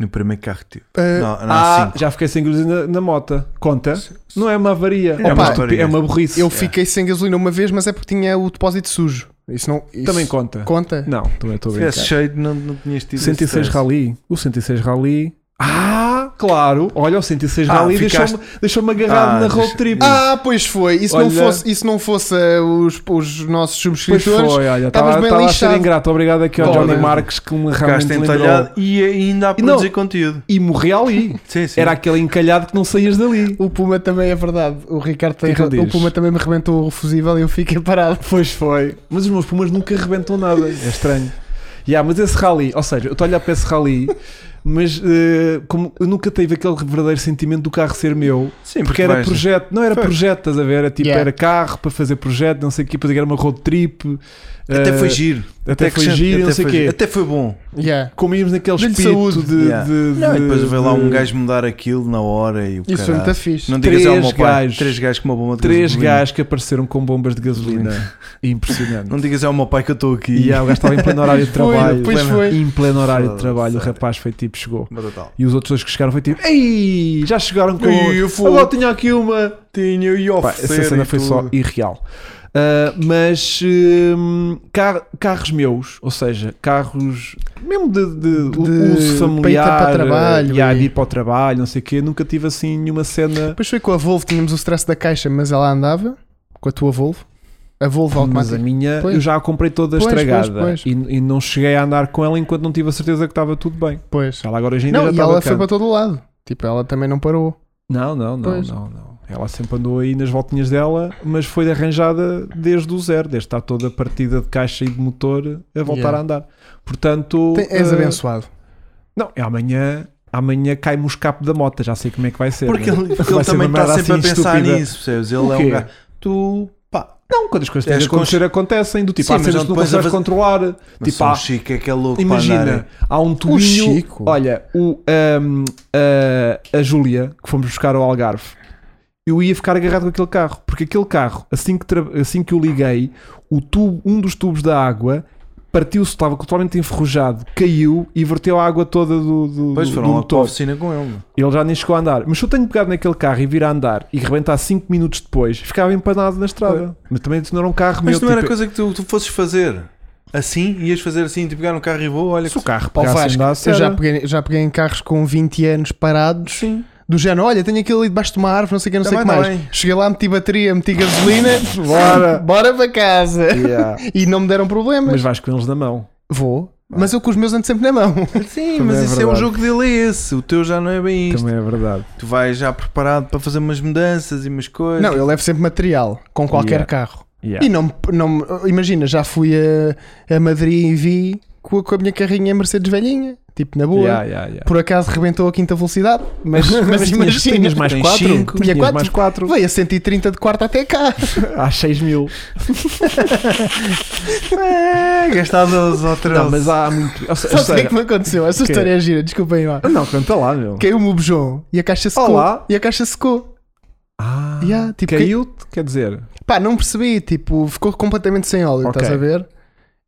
[SPEAKER 2] No primeiro carro que tive.
[SPEAKER 3] Eh,
[SPEAKER 2] não, não,
[SPEAKER 1] Ah,
[SPEAKER 2] cinco.
[SPEAKER 1] já fiquei sem gasolina na, na mota. Conta. Não é uma avaria.
[SPEAKER 2] É
[SPEAKER 1] Opa,
[SPEAKER 3] uma
[SPEAKER 2] avaria.
[SPEAKER 1] é uma burrice.
[SPEAKER 3] Eu fiquei sem gasolina uma vez, mas é porque tinha o depósito sujo. Isso não. Isso
[SPEAKER 1] Também conta.
[SPEAKER 3] conta.
[SPEAKER 1] Não, também estou a
[SPEAKER 2] Se tivesse
[SPEAKER 1] brincar.
[SPEAKER 2] cheio, não, não tinhas tido. esse
[SPEAKER 1] 106
[SPEAKER 2] stress.
[SPEAKER 1] Rally. O 106 Rally. Ah, claro. Olha, o 106
[SPEAKER 2] Ah,
[SPEAKER 1] Rally
[SPEAKER 2] ficaste-
[SPEAKER 1] deixou-me deixou-me agarrado
[SPEAKER 2] Ah,
[SPEAKER 1] na
[SPEAKER 2] deixa-
[SPEAKER 1] road trip.
[SPEAKER 3] Ah, pois foi. E se, não
[SPEAKER 1] Olha.
[SPEAKER 3] fosse, e se não fosse eh, os, os nossos
[SPEAKER 1] Pois
[SPEAKER 3] subscritores?
[SPEAKER 1] foi, olha,
[SPEAKER 3] estavas
[SPEAKER 1] estava
[SPEAKER 3] bem
[SPEAKER 1] estava a ser
[SPEAKER 3] lixado.
[SPEAKER 1] ingrato. Obrigado aqui ao
[SPEAKER 3] Olha.
[SPEAKER 1] Johnny Marques que me
[SPEAKER 2] Ficaste
[SPEAKER 1] realmente lembrou.
[SPEAKER 2] entalhado e ainda a
[SPEAKER 1] E não.
[SPEAKER 2] produzir conteúdo.
[SPEAKER 1] E morri ali.
[SPEAKER 2] Sim, sim.
[SPEAKER 1] Era aquele encalhado que não saías dali.
[SPEAKER 3] O Puma também é verdade. O Ricardo tem
[SPEAKER 1] Que que
[SPEAKER 3] ra-
[SPEAKER 1] ele
[SPEAKER 3] O
[SPEAKER 1] diz?
[SPEAKER 3] Puma também me rebentou o fusível e eu fiquei parado.
[SPEAKER 1] Pois foi. Mas os meus pumas nunca arrebentam nada. É estranho. Yeah, mas esse rally, ou seja, eu estou a olhar para esse rally mas eh, como eu nunca tive aquele verdadeiro sentimento do carro ser meu,
[SPEAKER 2] Sim,
[SPEAKER 1] porque era
[SPEAKER 2] vais-
[SPEAKER 1] projeto, não era
[SPEAKER 2] Foi.
[SPEAKER 1] projeto, estás a ver? Era tipo,
[SPEAKER 3] Yeah.
[SPEAKER 1] era carro para fazer projeto, não sei o que, depois era uma road trip.
[SPEAKER 2] Até
[SPEAKER 1] eh,
[SPEAKER 2] foi giro.
[SPEAKER 1] até foi
[SPEAKER 2] acrescent-
[SPEAKER 1] giro, não
[SPEAKER 2] até
[SPEAKER 1] sei
[SPEAKER 2] foi
[SPEAKER 1] quê.
[SPEAKER 2] giro. Até foi bom.
[SPEAKER 3] Yeah.
[SPEAKER 1] Comíamos naquele
[SPEAKER 3] Deu-lhe
[SPEAKER 1] espírito
[SPEAKER 3] saúde.
[SPEAKER 1] de,
[SPEAKER 2] Yeah.
[SPEAKER 1] de-
[SPEAKER 2] Não, e
[SPEAKER 1] de-
[SPEAKER 2] depois veio lá um
[SPEAKER 1] de- é
[SPEAKER 2] gajo mudar aquilo na hora e o
[SPEAKER 3] Isso foi
[SPEAKER 2] caralho.
[SPEAKER 3] muito fixe.
[SPEAKER 2] Não digas ao
[SPEAKER 1] Três
[SPEAKER 2] meu pai.
[SPEAKER 1] gajos.
[SPEAKER 2] Três gajos com uma bomba de
[SPEAKER 1] Três
[SPEAKER 2] gasolina.
[SPEAKER 1] gajos que apareceram com bombas de gasolina. Impressionante.
[SPEAKER 2] Não digas ao meu pai que eu estou aqui.
[SPEAKER 1] E ah, o gajo estava em pleno horário de
[SPEAKER 3] Foi,
[SPEAKER 1] trabalho.
[SPEAKER 3] depois foi.
[SPEAKER 1] Em pleno horário de
[SPEAKER 2] Foda-se.
[SPEAKER 1] trabalho, o rapaz foi tipo, chegou.
[SPEAKER 2] Mas total.
[SPEAKER 1] E os outros dois que chegaram foi tipo, ei, já chegaram com.
[SPEAKER 2] Ih, eu fui.
[SPEAKER 1] Agora tinha aqui uma.
[SPEAKER 2] Tinha e
[SPEAKER 1] Pá,
[SPEAKER 2] oferecer
[SPEAKER 1] essa cena
[SPEAKER 2] e
[SPEAKER 1] foi
[SPEAKER 2] tudo.
[SPEAKER 1] só irreal. Ah, mas hum, car- carros meus, ou seja, carros mesmo de, de
[SPEAKER 3] De
[SPEAKER 1] uso familiar,
[SPEAKER 3] para ir para trabalho
[SPEAKER 1] e há
[SPEAKER 3] e-
[SPEAKER 1] de ir para o trabalho, não sei o quê, nunca tive assim nenhuma cena.
[SPEAKER 3] Depois foi com a Volvo, tínhamos o stress da caixa, mas ela andava com a tua Volvo. A Volvo
[SPEAKER 1] Mas a
[SPEAKER 3] automática.
[SPEAKER 1] minha
[SPEAKER 3] Pois.
[SPEAKER 1] eu já a comprei toda
[SPEAKER 3] Pois, pois,
[SPEAKER 1] estragada
[SPEAKER 3] pois.
[SPEAKER 1] E, e não cheguei a andar com ela enquanto não tive a certeza que estava tudo bem.
[SPEAKER 3] Pois.
[SPEAKER 1] Ela agora hoje em dia
[SPEAKER 3] Não,
[SPEAKER 1] já
[SPEAKER 3] e
[SPEAKER 1] está
[SPEAKER 3] ela
[SPEAKER 1] bacana.
[SPEAKER 3] foi para todo o lado. Tipo, ela também não parou.
[SPEAKER 1] Não, não, não,
[SPEAKER 3] Pois.
[SPEAKER 1] não, não. Ela sempre andou aí nas voltinhas dela, mas foi arranjada desde o zero, desde estar toda partida de caixa e de motor a voltar
[SPEAKER 3] Yeah.
[SPEAKER 1] a andar. Portanto,
[SPEAKER 3] Tem- és
[SPEAKER 1] eh,
[SPEAKER 3] abençoado.
[SPEAKER 1] Não, é amanhã, amanhã cai-me o escape da moto, já sei como é que vai ser.
[SPEAKER 2] Porque
[SPEAKER 1] né?
[SPEAKER 2] ele, porque
[SPEAKER 1] Vai
[SPEAKER 2] ele
[SPEAKER 1] ser
[SPEAKER 2] também
[SPEAKER 1] uma
[SPEAKER 2] está
[SPEAKER 1] merda
[SPEAKER 2] sempre a
[SPEAKER 1] assim
[SPEAKER 2] pensar
[SPEAKER 1] estúpida.
[SPEAKER 2] nisso, percebes? Ele
[SPEAKER 1] O
[SPEAKER 2] é
[SPEAKER 1] quê?
[SPEAKER 2] um gajo. Tu, pá.
[SPEAKER 1] Não, quando as coisas têm
[SPEAKER 2] És
[SPEAKER 1] de acontecer, acontecem, do tipo,
[SPEAKER 2] Sim,
[SPEAKER 1] há
[SPEAKER 2] mas
[SPEAKER 1] cenas
[SPEAKER 2] não
[SPEAKER 1] que tu não
[SPEAKER 2] depois a
[SPEAKER 1] consegues
[SPEAKER 2] fazer-
[SPEAKER 1] controlar.
[SPEAKER 2] Mas
[SPEAKER 1] Tipo,
[SPEAKER 2] só
[SPEAKER 1] há-
[SPEAKER 2] o Chico é que é louco para andar.
[SPEAKER 1] Imagina, há um tubinho.
[SPEAKER 3] Chico.
[SPEAKER 1] Olha, o, ahm, a, a Júlia, que fomos buscar ao Algarve, eu ia ficar agarrado com aquele carro, porque aquele carro, assim que, tra- assim que eu liguei, o tubo, um dos tubos da água partiu-se, estava totalmente enferrujado, caiu e verteu a água toda do, do,
[SPEAKER 2] Depois
[SPEAKER 1] do-
[SPEAKER 2] foram
[SPEAKER 1] do
[SPEAKER 2] logo para a
[SPEAKER 1] motor.
[SPEAKER 2] oficina com ele.
[SPEAKER 1] Ele já nem chegou a andar. Mas se eu tenho pegado naquele carro e vir a andar e rebentar 5 minutos depois, ficava empanado na estrada. Mas também isso não era um carro
[SPEAKER 2] Mas
[SPEAKER 1] meu.
[SPEAKER 2] não era
[SPEAKER 1] tipo,
[SPEAKER 2] coisa que tu, tu fosses fazer assim, ias fazer assim, tipo, pegar no carro e vou, olha.
[SPEAKER 1] se o carro
[SPEAKER 3] Ó
[SPEAKER 1] pegasse e
[SPEAKER 3] Vasco,
[SPEAKER 1] andasse,
[SPEAKER 3] eu já
[SPEAKER 1] era-
[SPEAKER 3] peguei, já peguei em carros com 20 anos parados.
[SPEAKER 2] Sim.
[SPEAKER 3] Do género, olha, tenho aquilo ali debaixo de uma árvore, não sei o que, não
[SPEAKER 2] Tá
[SPEAKER 3] sei o que
[SPEAKER 2] bem,
[SPEAKER 3] mais.
[SPEAKER 2] tá bem.
[SPEAKER 3] Cheguei lá, meti bateria, meti gasolina,
[SPEAKER 1] Bora.
[SPEAKER 3] bora para casa.
[SPEAKER 1] Yeah.
[SPEAKER 3] E não me deram problemas.
[SPEAKER 1] Mas vais com eles na mão.
[SPEAKER 3] Vou, mas eu com os meus ando sempre na mão.
[SPEAKER 2] Sim,
[SPEAKER 1] Também
[SPEAKER 2] mas
[SPEAKER 1] é
[SPEAKER 2] isso é um
[SPEAKER 1] verdade.
[SPEAKER 2] jogo dele, é esse. O teu já não é bem isto.
[SPEAKER 1] Também é verdade.
[SPEAKER 2] Tu vais já preparado para fazer umas mudanças e umas coisas.
[SPEAKER 3] Não, eu levo sempre material com qualquer
[SPEAKER 1] Yeah.
[SPEAKER 3] carro.
[SPEAKER 1] Yeah.
[SPEAKER 3] E não, me- não me- imagina, já fui a, a Madrid e vi com a, com a minha carrinha Mercedes velhinha, tipo na boa.
[SPEAKER 1] Yeah, yeah, yeah.
[SPEAKER 3] Por acaso rebentou a quinta velocidade, mas, mas,
[SPEAKER 1] tinhas,
[SPEAKER 3] imagina,
[SPEAKER 1] tinhas mais
[SPEAKER 2] Tem
[SPEAKER 1] 4?
[SPEAKER 2] cinco.
[SPEAKER 1] Tinhas
[SPEAKER 3] Tinha quatro.
[SPEAKER 1] mais 4?
[SPEAKER 3] veio a 130 de quarta até cá.
[SPEAKER 1] Às 6 mil.
[SPEAKER 2] É, gastado aos outros.
[SPEAKER 1] Não, mas há muito. Ou se- ou
[SPEAKER 3] Sabe o que é
[SPEAKER 1] seja,
[SPEAKER 3] que me aconteceu? Essa
[SPEAKER 1] que-
[SPEAKER 3] história é gira, desculpem lá.
[SPEAKER 1] não, canta lá, meu.
[SPEAKER 3] Caiu-me o bujão e a caixa secou.
[SPEAKER 1] Olá.
[SPEAKER 3] E a caixa secou.
[SPEAKER 1] Ah,
[SPEAKER 3] Yeah, tipo,
[SPEAKER 1] caiu-te, quer dizer.
[SPEAKER 3] Pá, não percebi, tipo, ficou completamente sem óleo,
[SPEAKER 1] Ok.
[SPEAKER 3] estás a ver?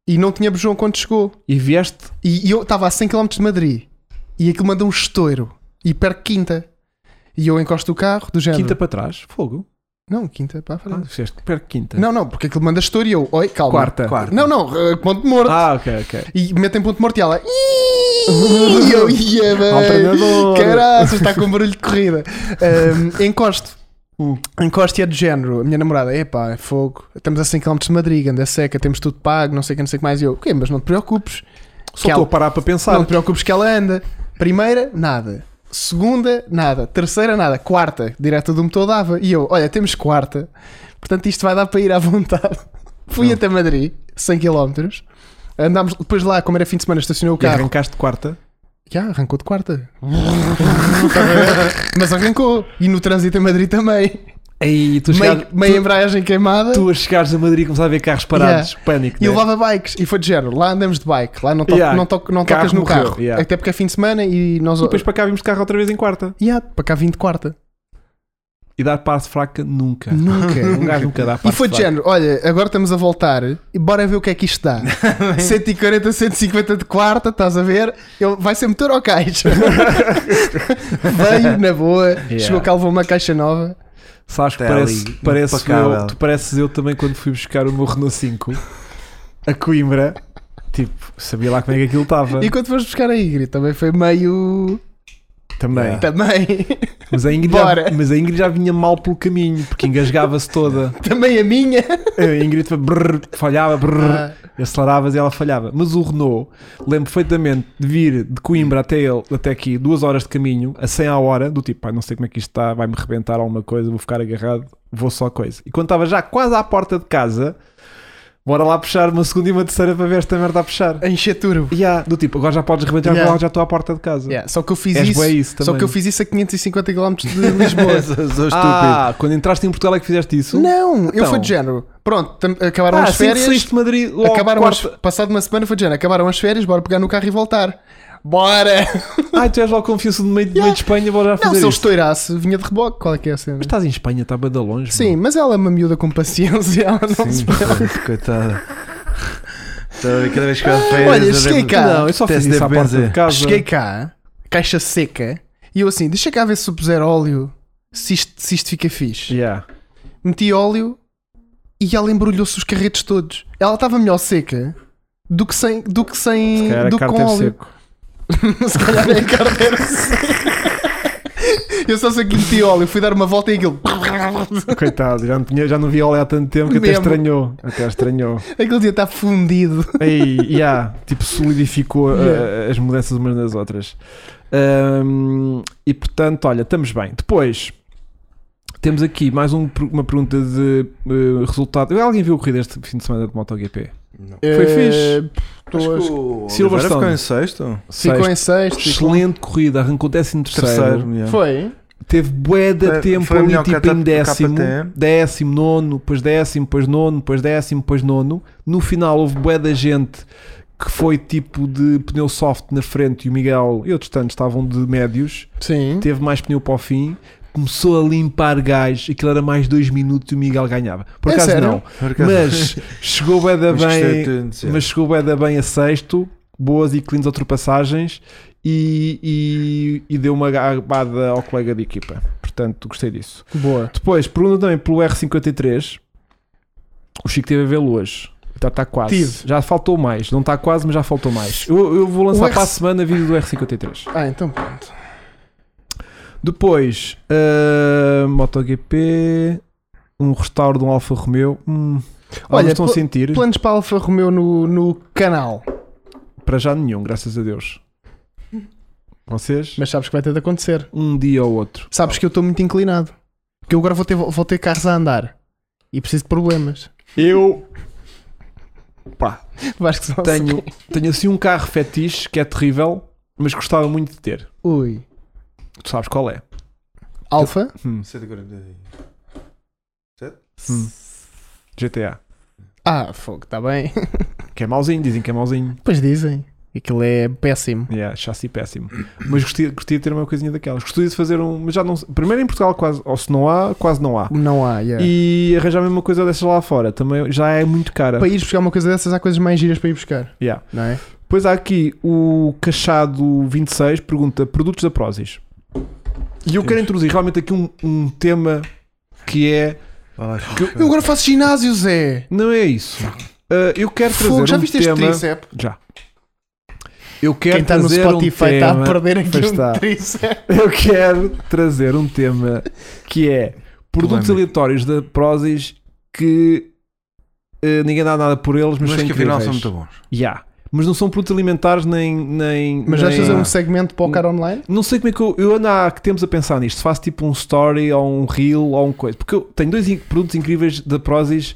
[SPEAKER 3] E não tinha bujão quando chegou.
[SPEAKER 1] E vieste.
[SPEAKER 3] E, e eu estava a 100 km de Madrid e aquilo mandou um estouro e perco quinta. E eu encosto o carro do género.
[SPEAKER 1] Quinta para trás, fogo.
[SPEAKER 3] Não, quinta para a
[SPEAKER 1] Ah,
[SPEAKER 3] frente.
[SPEAKER 1] fizeste perto de quinta.
[SPEAKER 3] não, não, porque aquilo manda estouro e eu. Oi, calma.
[SPEAKER 1] Quarta.
[SPEAKER 2] Quarta.
[SPEAKER 3] Não, não, eh, ponto morto.
[SPEAKER 1] Ah, ok, ok.
[SPEAKER 3] E metem ponto morto e ela. E eu ia
[SPEAKER 1] um
[SPEAKER 3] bem.
[SPEAKER 1] Alternador.
[SPEAKER 3] Caraças, está com um barulho de corrida. Ahm, encosto.
[SPEAKER 1] Uh.
[SPEAKER 3] Encosto e é do género. A minha namorada, epá, é fogo. Estamos a 100 km de Madrid, anda seca, temos tudo pago, não sei o que, não sei o que mais. E eu, ok, mas não te preocupes.
[SPEAKER 1] Só estou a parar para pensar.
[SPEAKER 3] Não te preocupes que ela anda. Primeira, nada. Segunda, nada. Terceira, nada. Quarta, direto do motor dava. E eu, olha, temos quarta. Portanto, isto vai dar para ir à vontade. Fui até Madrid, 100 km. Andámos depois lá, como era fim de semana, estacionei o
[SPEAKER 1] e
[SPEAKER 3] carro.
[SPEAKER 1] arrancaste de quarta.
[SPEAKER 3] Já, arrancou de quarta. Mas arrancou. E no trânsito em Madrid também.
[SPEAKER 1] Aí tu
[SPEAKER 3] Meia,
[SPEAKER 1] chegaste.
[SPEAKER 3] meia embreagem queimada.
[SPEAKER 1] tu, tu a chegares a Madrid e começar a ver carros parados. Pânico.
[SPEAKER 3] E eu
[SPEAKER 1] né?
[SPEAKER 3] levava bikes e foi de género. Lá andamos de bike, lá não, to
[SPEAKER 1] Yeah.
[SPEAKER 3] não, to não
[SPEAKER 1] Carro
[SPEAKER 3] tocas no
[SPEAKER 1] morreu,
[SPEAKER 3] carro.
[SPEAKER 1] yeah.
[SPEAKER 3] Até porque é fim de semana e nós.
[SPEAKER 1] E depois para cá vimos de carro outra vez em quarta.
[SPEAKER 3] Yeah, para cá vim de quarta.
[SPEAKER 1] E dar parte fraca nunca. Um
[SPEAKER 3] Nunca.
[SPEAKER 1] gajo nunca dá parte
[SPEAKER 3] E foi de
[SPEAKER 1] fraca.
[SPEAKER 3] género, olha, agora estamos a voltar e bora ver o que é que isto dá. 140, 150 de quarta, estás a ver? Eu, vai ser motor ou caixa? Veio na boa, chegou cá, levou uma caixa nova.
[SPEAKER 1] Sabes que
[SPEAKER 2] Está
[SPEAKER 1] parece,
[SPEAKER 2] ali,
[SPEAKER 1] parece
[SPEAKER 2] impecável.
[SPEAKER 1] eu, tu pareces eu também quando fui buscar o meu Renault 5 a Coimbra. Tipo, sabia lá como é que aquilo estava.
[SPEAKER 3] E quando fomos buscar a Ingrid também foi meio.
[SPEAKER 1] Também.
[SPEAKER 2] Yeah.
[SPEAKER 3] Também.
[SPEAKER 1] Mas, a Ingrid já,
[SPEAKER 3] Bora.
[SPEAKER 1] mas a Ingrid já vinha mal pelo caminho, porque engasgava-se toda.
[SPEAKER 3] também a minha.
[SPEAKER 1] A Ingrid foi brrr, falhava, brrr,
[SPEAKER 3] Ah,
[SPEAKER 1] e aceleravas e ela falhava. Mas o Renault, lembro perfeitamente de vir de Coimbra até, ele, até aqui, duas horas de caminho, a 100 à hora, do tipo, "Pá, não sei como é que isto está, vai-me rebentar alguma coisa, vou ficar agarrado, vou só coisa. E quando estava já quase à porta de casa, Bora lá puxar uma segunda e uma terceira para ver esta merda a puxar.
[SPEAKER 3] A encher turbo.
[SPEAKER 1] Yeah, do tipo, agora já podes rebentar,
[SPEAKER 3] Yeah.
[SPEAKER 1] agora já estou à porta de casa.
[SPEAKER 3] Yeah, Só que eu fiz
[SPEAKER 1] És
[SPEAKER 3] isso.
[SPEAKER 1] bué isso
[SPEAKER 3] só
[SPEAKER 1] também.
[SPEAKER 3] que eu fiz isso a 550 km de Lisboa.
[SPEAKER 2] Sou sou
[SPEAKER 1] Ah, quando entraste em Portugal é que fizeste isso?
[SPEAKER 3] não, eu
[SPEAKER 1] Então.
[SPEAKER 3] fui de género. Pronto, tam- acabaram
[SPEAKER 1] ah,
[SPEAKER 3] as
[SPEAKER 1] assim que
[SPEAKER 3] férias.
[SPEAKER 1] saíste de Madrid, logo
[SPEAKER 3] acabaram
[SPEAKER 1] quarta...
[SPEAKER 3] as, passado uma semana foi de género. Acabaram as férias, bora pegar no carro e voltar. Bora!
[SPEAKER 1] Ai, tu és logo confiança no meio, no meio de Espanha, bora já
[SPEAKER 3] Não,
[SPEAKER 1] fazer
[SPEAKER 3] se eu
[SPEAKER 1] isto.
[SPEAKER 3] estourasse, vinha de reboque. Qual é que é a cena?
[SPEAKER 1] Mas tá- estás em Espanha, está bem de longe.
[SPEAKER 3] Sim, mas ela é uma miúda com paciência. Ela não se...
[SPEAKER 2] estúpido. Sim, coitada. Estava a ver cada vez que eu
[SPEAKER 3] Olha, cheguei cá.
[SPEAKER 1] Mano. Não, eu só fiz
[SPEAKER 2] Teste de
[SPEAKER 1] isso à porta
[SPEAKER 2] benzer.
[SPEAKER 1] de casa.
[SPEAKER 3] Cheguei cá, caixa seca, e eu assim, deixa cá ver se eu puser óleo, se isto, se isto fica fixe.
[SPEAKER 1] Yeah.
[SPEAKER 3] Meti óleo e ela embrulhou-se os carretes todos. Ela estava melhor seca do que sem, do que sem,
[SPEAKER 1] Cara,
[SPEAKER 3] do que
[SPEAKER 1] cara
[SPEAKER 3] com
[SPEAKER 1] teve
[SPEAKER 3] óleo.
[SPEAKER 1] seco.
[SPEAKER 3] se calhar é a carne era seca. Eu só sei que meti óleo, fui dar uma volta e aquilo.
[SPEAKER 1] Coitado, já não, tinha, já não via óleo há tanto tempo que até
[SPEAKER 3] Mesmo.
[SPEAKER 1] estranhou. Até estranhou.
[SPEAKER 3] Aquilo dia está fundido.
[SPEAKER 1] Ei, yeah, tipo, solidificou uh,
[SPEAKER 3] Yeah.
[SPEAKER 1] as mudanças umas nas outras. Um, e portanto, olha, estamos bem. Depois temos aqui mais um per- uma pergunta de uh, resultado. Alguém viu a corrida este fim de semana de MotoGP?
[SPEAKER 3] Eh,
[SPEAKER 1] Foi fixe.
[SPEAKER 3] fixe.
[SPEAKER 1] Silverstone.
[SPEAKER 2] ficou em sexto.
[SPEAKER 3] Ficou
[SPEAKER 1] Sexto.
[SPEAKER 3] em sexto. ficou-
[SPEAKER 1] Excelente corrida, arrancou 13 terceiro.
[SPEAKER 2] Terceiro. yeah.
[SPEAKER 3] Foi.
[SPEAKER 1] Teve bué de
[SPEAKER 2] Foi-
[SPEAKER 1] tempo
[SPEAKER 2] foi
[SPEAKER 1] ali,
[SPEAKER 2] melhor é? que
[SPEAKER 1] tipo
[SPEAKER 2] a
[SPEAKER 1] em
[SPEAKER 2] T-
[SPEAKER 1] décimo,
[SPEAKER 2] KTM.
[SPEAKER 1] décimo, nono, depois décimo, depois nono, depois décimo, depois nono. No final houve bué da gente que foi tipo de pneu soft na frente e o Miguel e outros tantos estavam de médios.
[SPEAKER 3] Sim.
[SPEAKER 1] Teve mais pneu para o fim, começou a limpar gás, aquilo era mais dois minutos e o Miguel ganhava. Por
[SPEAKER 3] É
[SPEAKER 1] acaso
[SPEAKER 3] sério?
[SPEAKER 1] não, mas chegou bué da
[SPEAKER 2] Mas gostei
[SPEAKER 1] bem,
[SPEAKER 2] de dizer.
[SPEAKER 1] mas chegou bem, bem a sexto, boas e cleans ultrapassagens e, e, e deu uma garbada ao colega de equipa. Portanto, gostei disso.
[SPEAKER 3] Boa.
[SPEAKER 1] Depois, pergunta também pelo R53. O Chico teve a vê-lo hoje. Está, está quase.
[SPEAKER 3] Tive.
[SPEAKER 1] Já faltou mais. Não está quase, mas já faltou mais. Eu, eu vou lançar
[SPEAKER 3] O R-
[SPEAKER 1] para a semana vídeo do R53.
[SPEAKER 3] Ah, então pronto.
[SPEAKER 1] Depois, ah, MotoGP. Um restauro de um Alfa Romeo. Hum,
[SPEAKER 3] Olha,
[SPEAKER 1] Olha, estão a
[SPEAKER 3] pl-
[SPEAKER 1] sentir.
[SPEAKER 3] Planos para Alfa Romeo no, no canal.
[SPEAKER 1] Para já nenhum, graças a Deus. Vocês?
[SPEAKER 3] Mas sabes que vai ter de acontecer.
[SPEAKER 1] Um dia ou outro.
[SPEAKER 3] Sabes que eu estou muito inclinado. Que eu agora vou ter, vou ter carros a andar. E preciso de problemas.
[SPEAKER 1] Eu pá,
[SPEAKER 3] Vais que só
[SPEAKER 1] tenho, tenho assim um carro fetiche que é terrível, mas gostava muito de ter.
[SPEAKER 3] Ui.
[SPEAKER 1] Tu sabes qual é?
[SPEAKER 3] Alfa?
[SPEAKER 1] Hum,
[SPEAKER 2] 140.
[SPEAKER 1] hum. GTA.
[SPEAKER 3] Ah, fogo, está bem.
[SPEAKER 1] Que é mauzinho, dizem que é mauzinho.
[SPEAKER 3] Pois dizem. Aquilo é péssimo.
[SPEAKER 1] Yeah, chassi péssimo. Mas gostaria, gostaria de ter uma coisinha daquelas. Gostaria de fazer um. Mas já não. Primeiro em Portugal, quase. Ou se não há, quase não há.
[SPEAKER 3] Não há, yeah.
[SPEAKER 1] E arranjar mesmo uma coisa dessas lá fora também já é muito cara.
[SPEAKER 3] Para ir buscar uma coisa dessas, há coisas mais giras para ir buscar.
[SPEAKER 1] Yeah.
[SPEAKER 3] Não é?
[SPEAKER 1] Pois há aqui o Cachado 26 pergunta: produtos da Prozis. E eu quero introduzir realmente aqui um, um tema que é.
[SPEAKER 3] Eu agora faço ginásio, Zé.
[SPEAKER 1] Não é isso. Ah, eu quero trazer
[SPEAKER 3] Fogo, já
[SPEAKER 1] um
[SPEAKER 3] viste
[SPEAKER 1] tema.
[SPEAKER 3] este tríceps?
[SPEAKER 1] Já. Eu quero
[SPEAKER 3] Quem está no
[SPEAKER 1] trazer
[SPEAKER 3] Spotify
[SPEAKER 1] um
[SPEAKER 3] está
[SPEAKER 1] tema.
[SPEAKER 3] a perder aqui
[SPEAKER 1] Pois
[SPEAKER 3] um
[SPEAKER 1] está.
[SPEAKER 3] tríceps.
[SPEAKER 1] Eu quero trazer um tema que é produtos
[SPEAKER 2] Polémico.
[SPEAKER 1] aleatórios da Prozis que ah, ninguém dá nada por eles, mas,
[SPEAKER 2] Mas
[SPEAKER 1] são
[SPEAKER 2] que afinal
[SPEAKER 1] incríveis.
[SPEAKER 2] são muito bons.
[SPEAKER 1] Yeah. Mas não são produtos alimentares nem. nem
[SPEAKER 3] Mas vais
[SPEAKER 1] nem...
[SPEAKER 3] fazer um segmento para o cara online?
[SPEAKER 1] Não sei como é que eu, eu ando há que temos a pensar nisto. Faço tipo um story ou um reel ou um coisa. Porque eu tenho dois in- produtos incríveis da Prozis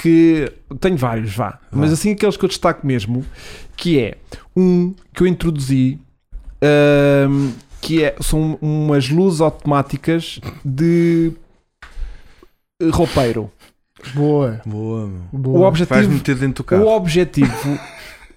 [SPEAKER 1] que tenho vários, vá. Mas assim aqueles que eu destaco mesmo, que é um que eu introduzi, ahm, que é, são umas luzes automáticas de eh, roupeiro.
[SPEAKER 3] Boa.
[SPEAKER 2] Boa, meu.
[SPEAKER 1] O
[SPEAKER 3] Boa.
[SPEAKER 2] Vais
[SPEAKER 1] objetivo,
[SPEAKER 2] meter dentro
[SPEAKER 1] o
[SPEAKER 2] do carro.
[SPEAKER 1] objetivo,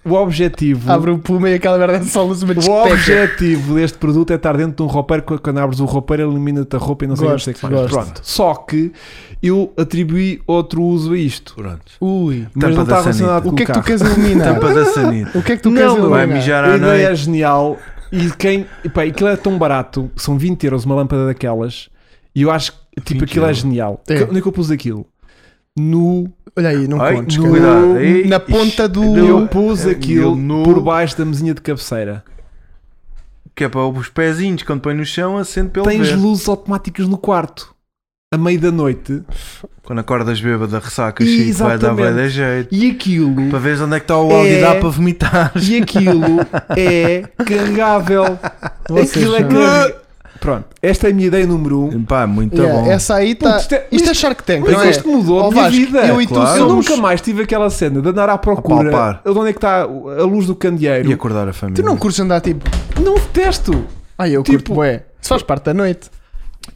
[SPEAKER 1] o objetivo
[SPEAKER 3] Abre o puma e aquela merda de sol luz uma
[SPEAKER 1] O
[SPEAKER 3] discoteca.
[SPEAKER 1] objetivo deste produto é estar dentro de um roupeiro. que Quando abres o roupeiro, elimina-te a roupa e não sei o que, não sei o que mais.
[SPEAKER 3] Gosto, gosto.
[SPEAKER 1] Pronto. Só que eu atribuí outro uso a isto.
[SPEAKER 2] Pronto.
[SPEAKER 3] Ui.
[SPEAKER 1] Mas
[SPEAKER 2] Tampa
[SPEAKER 1] não está
[SPEAKER 2] da
[SPEAKER 1] relacionado
[SPEAKER 2] sanita.
[SPEAKER 1] com
[SPEAKER 3] O que é que tu
[SPEAKER 1] carro.
[SPEAKER 3] queres eliminar?
[SPEAKER 2] Tampa da sanita.
[SPEAKER 3] O que é que tu
[SPEAKER 1] Não,
[SPEAKER 3] queres
[SPEAKER 1] meu.
[SPEAKER 2] Vai
[SPEAKER 3] eliminar?
[SPEAKER 2] mijar
[SPEAKER 1] A
[SPEAKER 2] à
[SPEAKER 1] ideia
[SPEAKER 2] noite.
[SPEAKER 1] é genial. E quem. E pá, aquilo é tão barato. São 20 euros uma lâmpada daquelas. E eu acho que tipo,
[SPEAKER 2] 20
[SPEAKER 1] aquilo é
[SPEAKER 2] euros.
[SPEAKER 1] genial.
[SPEAKER 3] É.
[SPEAKER 1] Que- Onde é que eu pus aquilo? No.
[SPEAKER 3] Olha aí, não é
[SPEAKER 2] Ai,
[SPEAKER 3] contes.
[SPEAKER 2] no-
[SPEAKER 3] cara.
[SPEAKER 2] cuidado. Ei, ixi,
[SPEAKER 3] na
[SPEAKER 2] é
[SPEAKER 3] ponta do-
[SPEAKER 2] no-
[SPEAKER 1] Eu pus aquilo
[SPEAKER 2] no-
[SPEAKER 1] por baixo da mesinha de cabeceira.
[SPEAKER 2] Que é para os pezinhos, quando põe no chão, acende pelo
[SPEAKER 1] Tens
[SPEAKER 2] ver.
[SPEAKER 1] luzes automáticas no quarto. A meio da noite.
[SPEAKER 2] Quando acordas bêbada, ressacas, Chico, vai dar
[SPEAKER 1] Exatamente.
[SPEAKER 2] bem da jeito.
[SPEAKER 1] E aquilo.
[SPEAKER 2] Para veres onde é que está o áudio
[SPEAKER 1] É.
[SPEAKER 2] e dá para vomitar.
[SPEAKER 1] E aquilo é carregável.
[SPEAKER 3] Vocês
[SPEAKER 1] aquilo é
[SPEAKER 3] são-
[SPEAKER 1] carregável. Pronto, esta é a minha ideia número um.
[SPEAKER 2] Pá, muito
[SPEAKER 3] Yeah,
[SPEAKER 2] bom.
[SPEAKER 3] Essa aí está.
[SPEAKER 1] Putz, isto
[SPEAKER 3] Tá Isto,
[SPEAKER 1] é-
[SPEAKER 3] é,
[SPEAKER 1] isto-
[SPEAKER 3] Shark Tank,
[SPEAKER 1] Mas
[SPEAKER 3] não é?
[SPEAKER 1] isto mudou
[SPEAKER 3] Ó,
[SPEAKER 1] a minha
[SPEAKER 3] Vasco,
[SPEAKER 1] vida.
[SPEAKER 3] Eu e tu
[SPEAKER 2] claro.
[SPEAKER 1] Eu
[SPEAKER 3] somos.
[SPEAKER 1] nunca mais tive aquela cena de andar à procura
[SPEAKER 2] palpar.
[SPEAKER 1] de onde é que está a luz do candeeiro.
[SPEAKER 2] E acordar a família.
[SPEAKER 3] Tu não curtes andar tipo.
[SPEAKER 1] Não detesto.
[SPEAKER 3] Ai, eu
[SPEAKER 1] Tipo-
[SPEAKER 3] curto, bué. Isso faz parte da noite.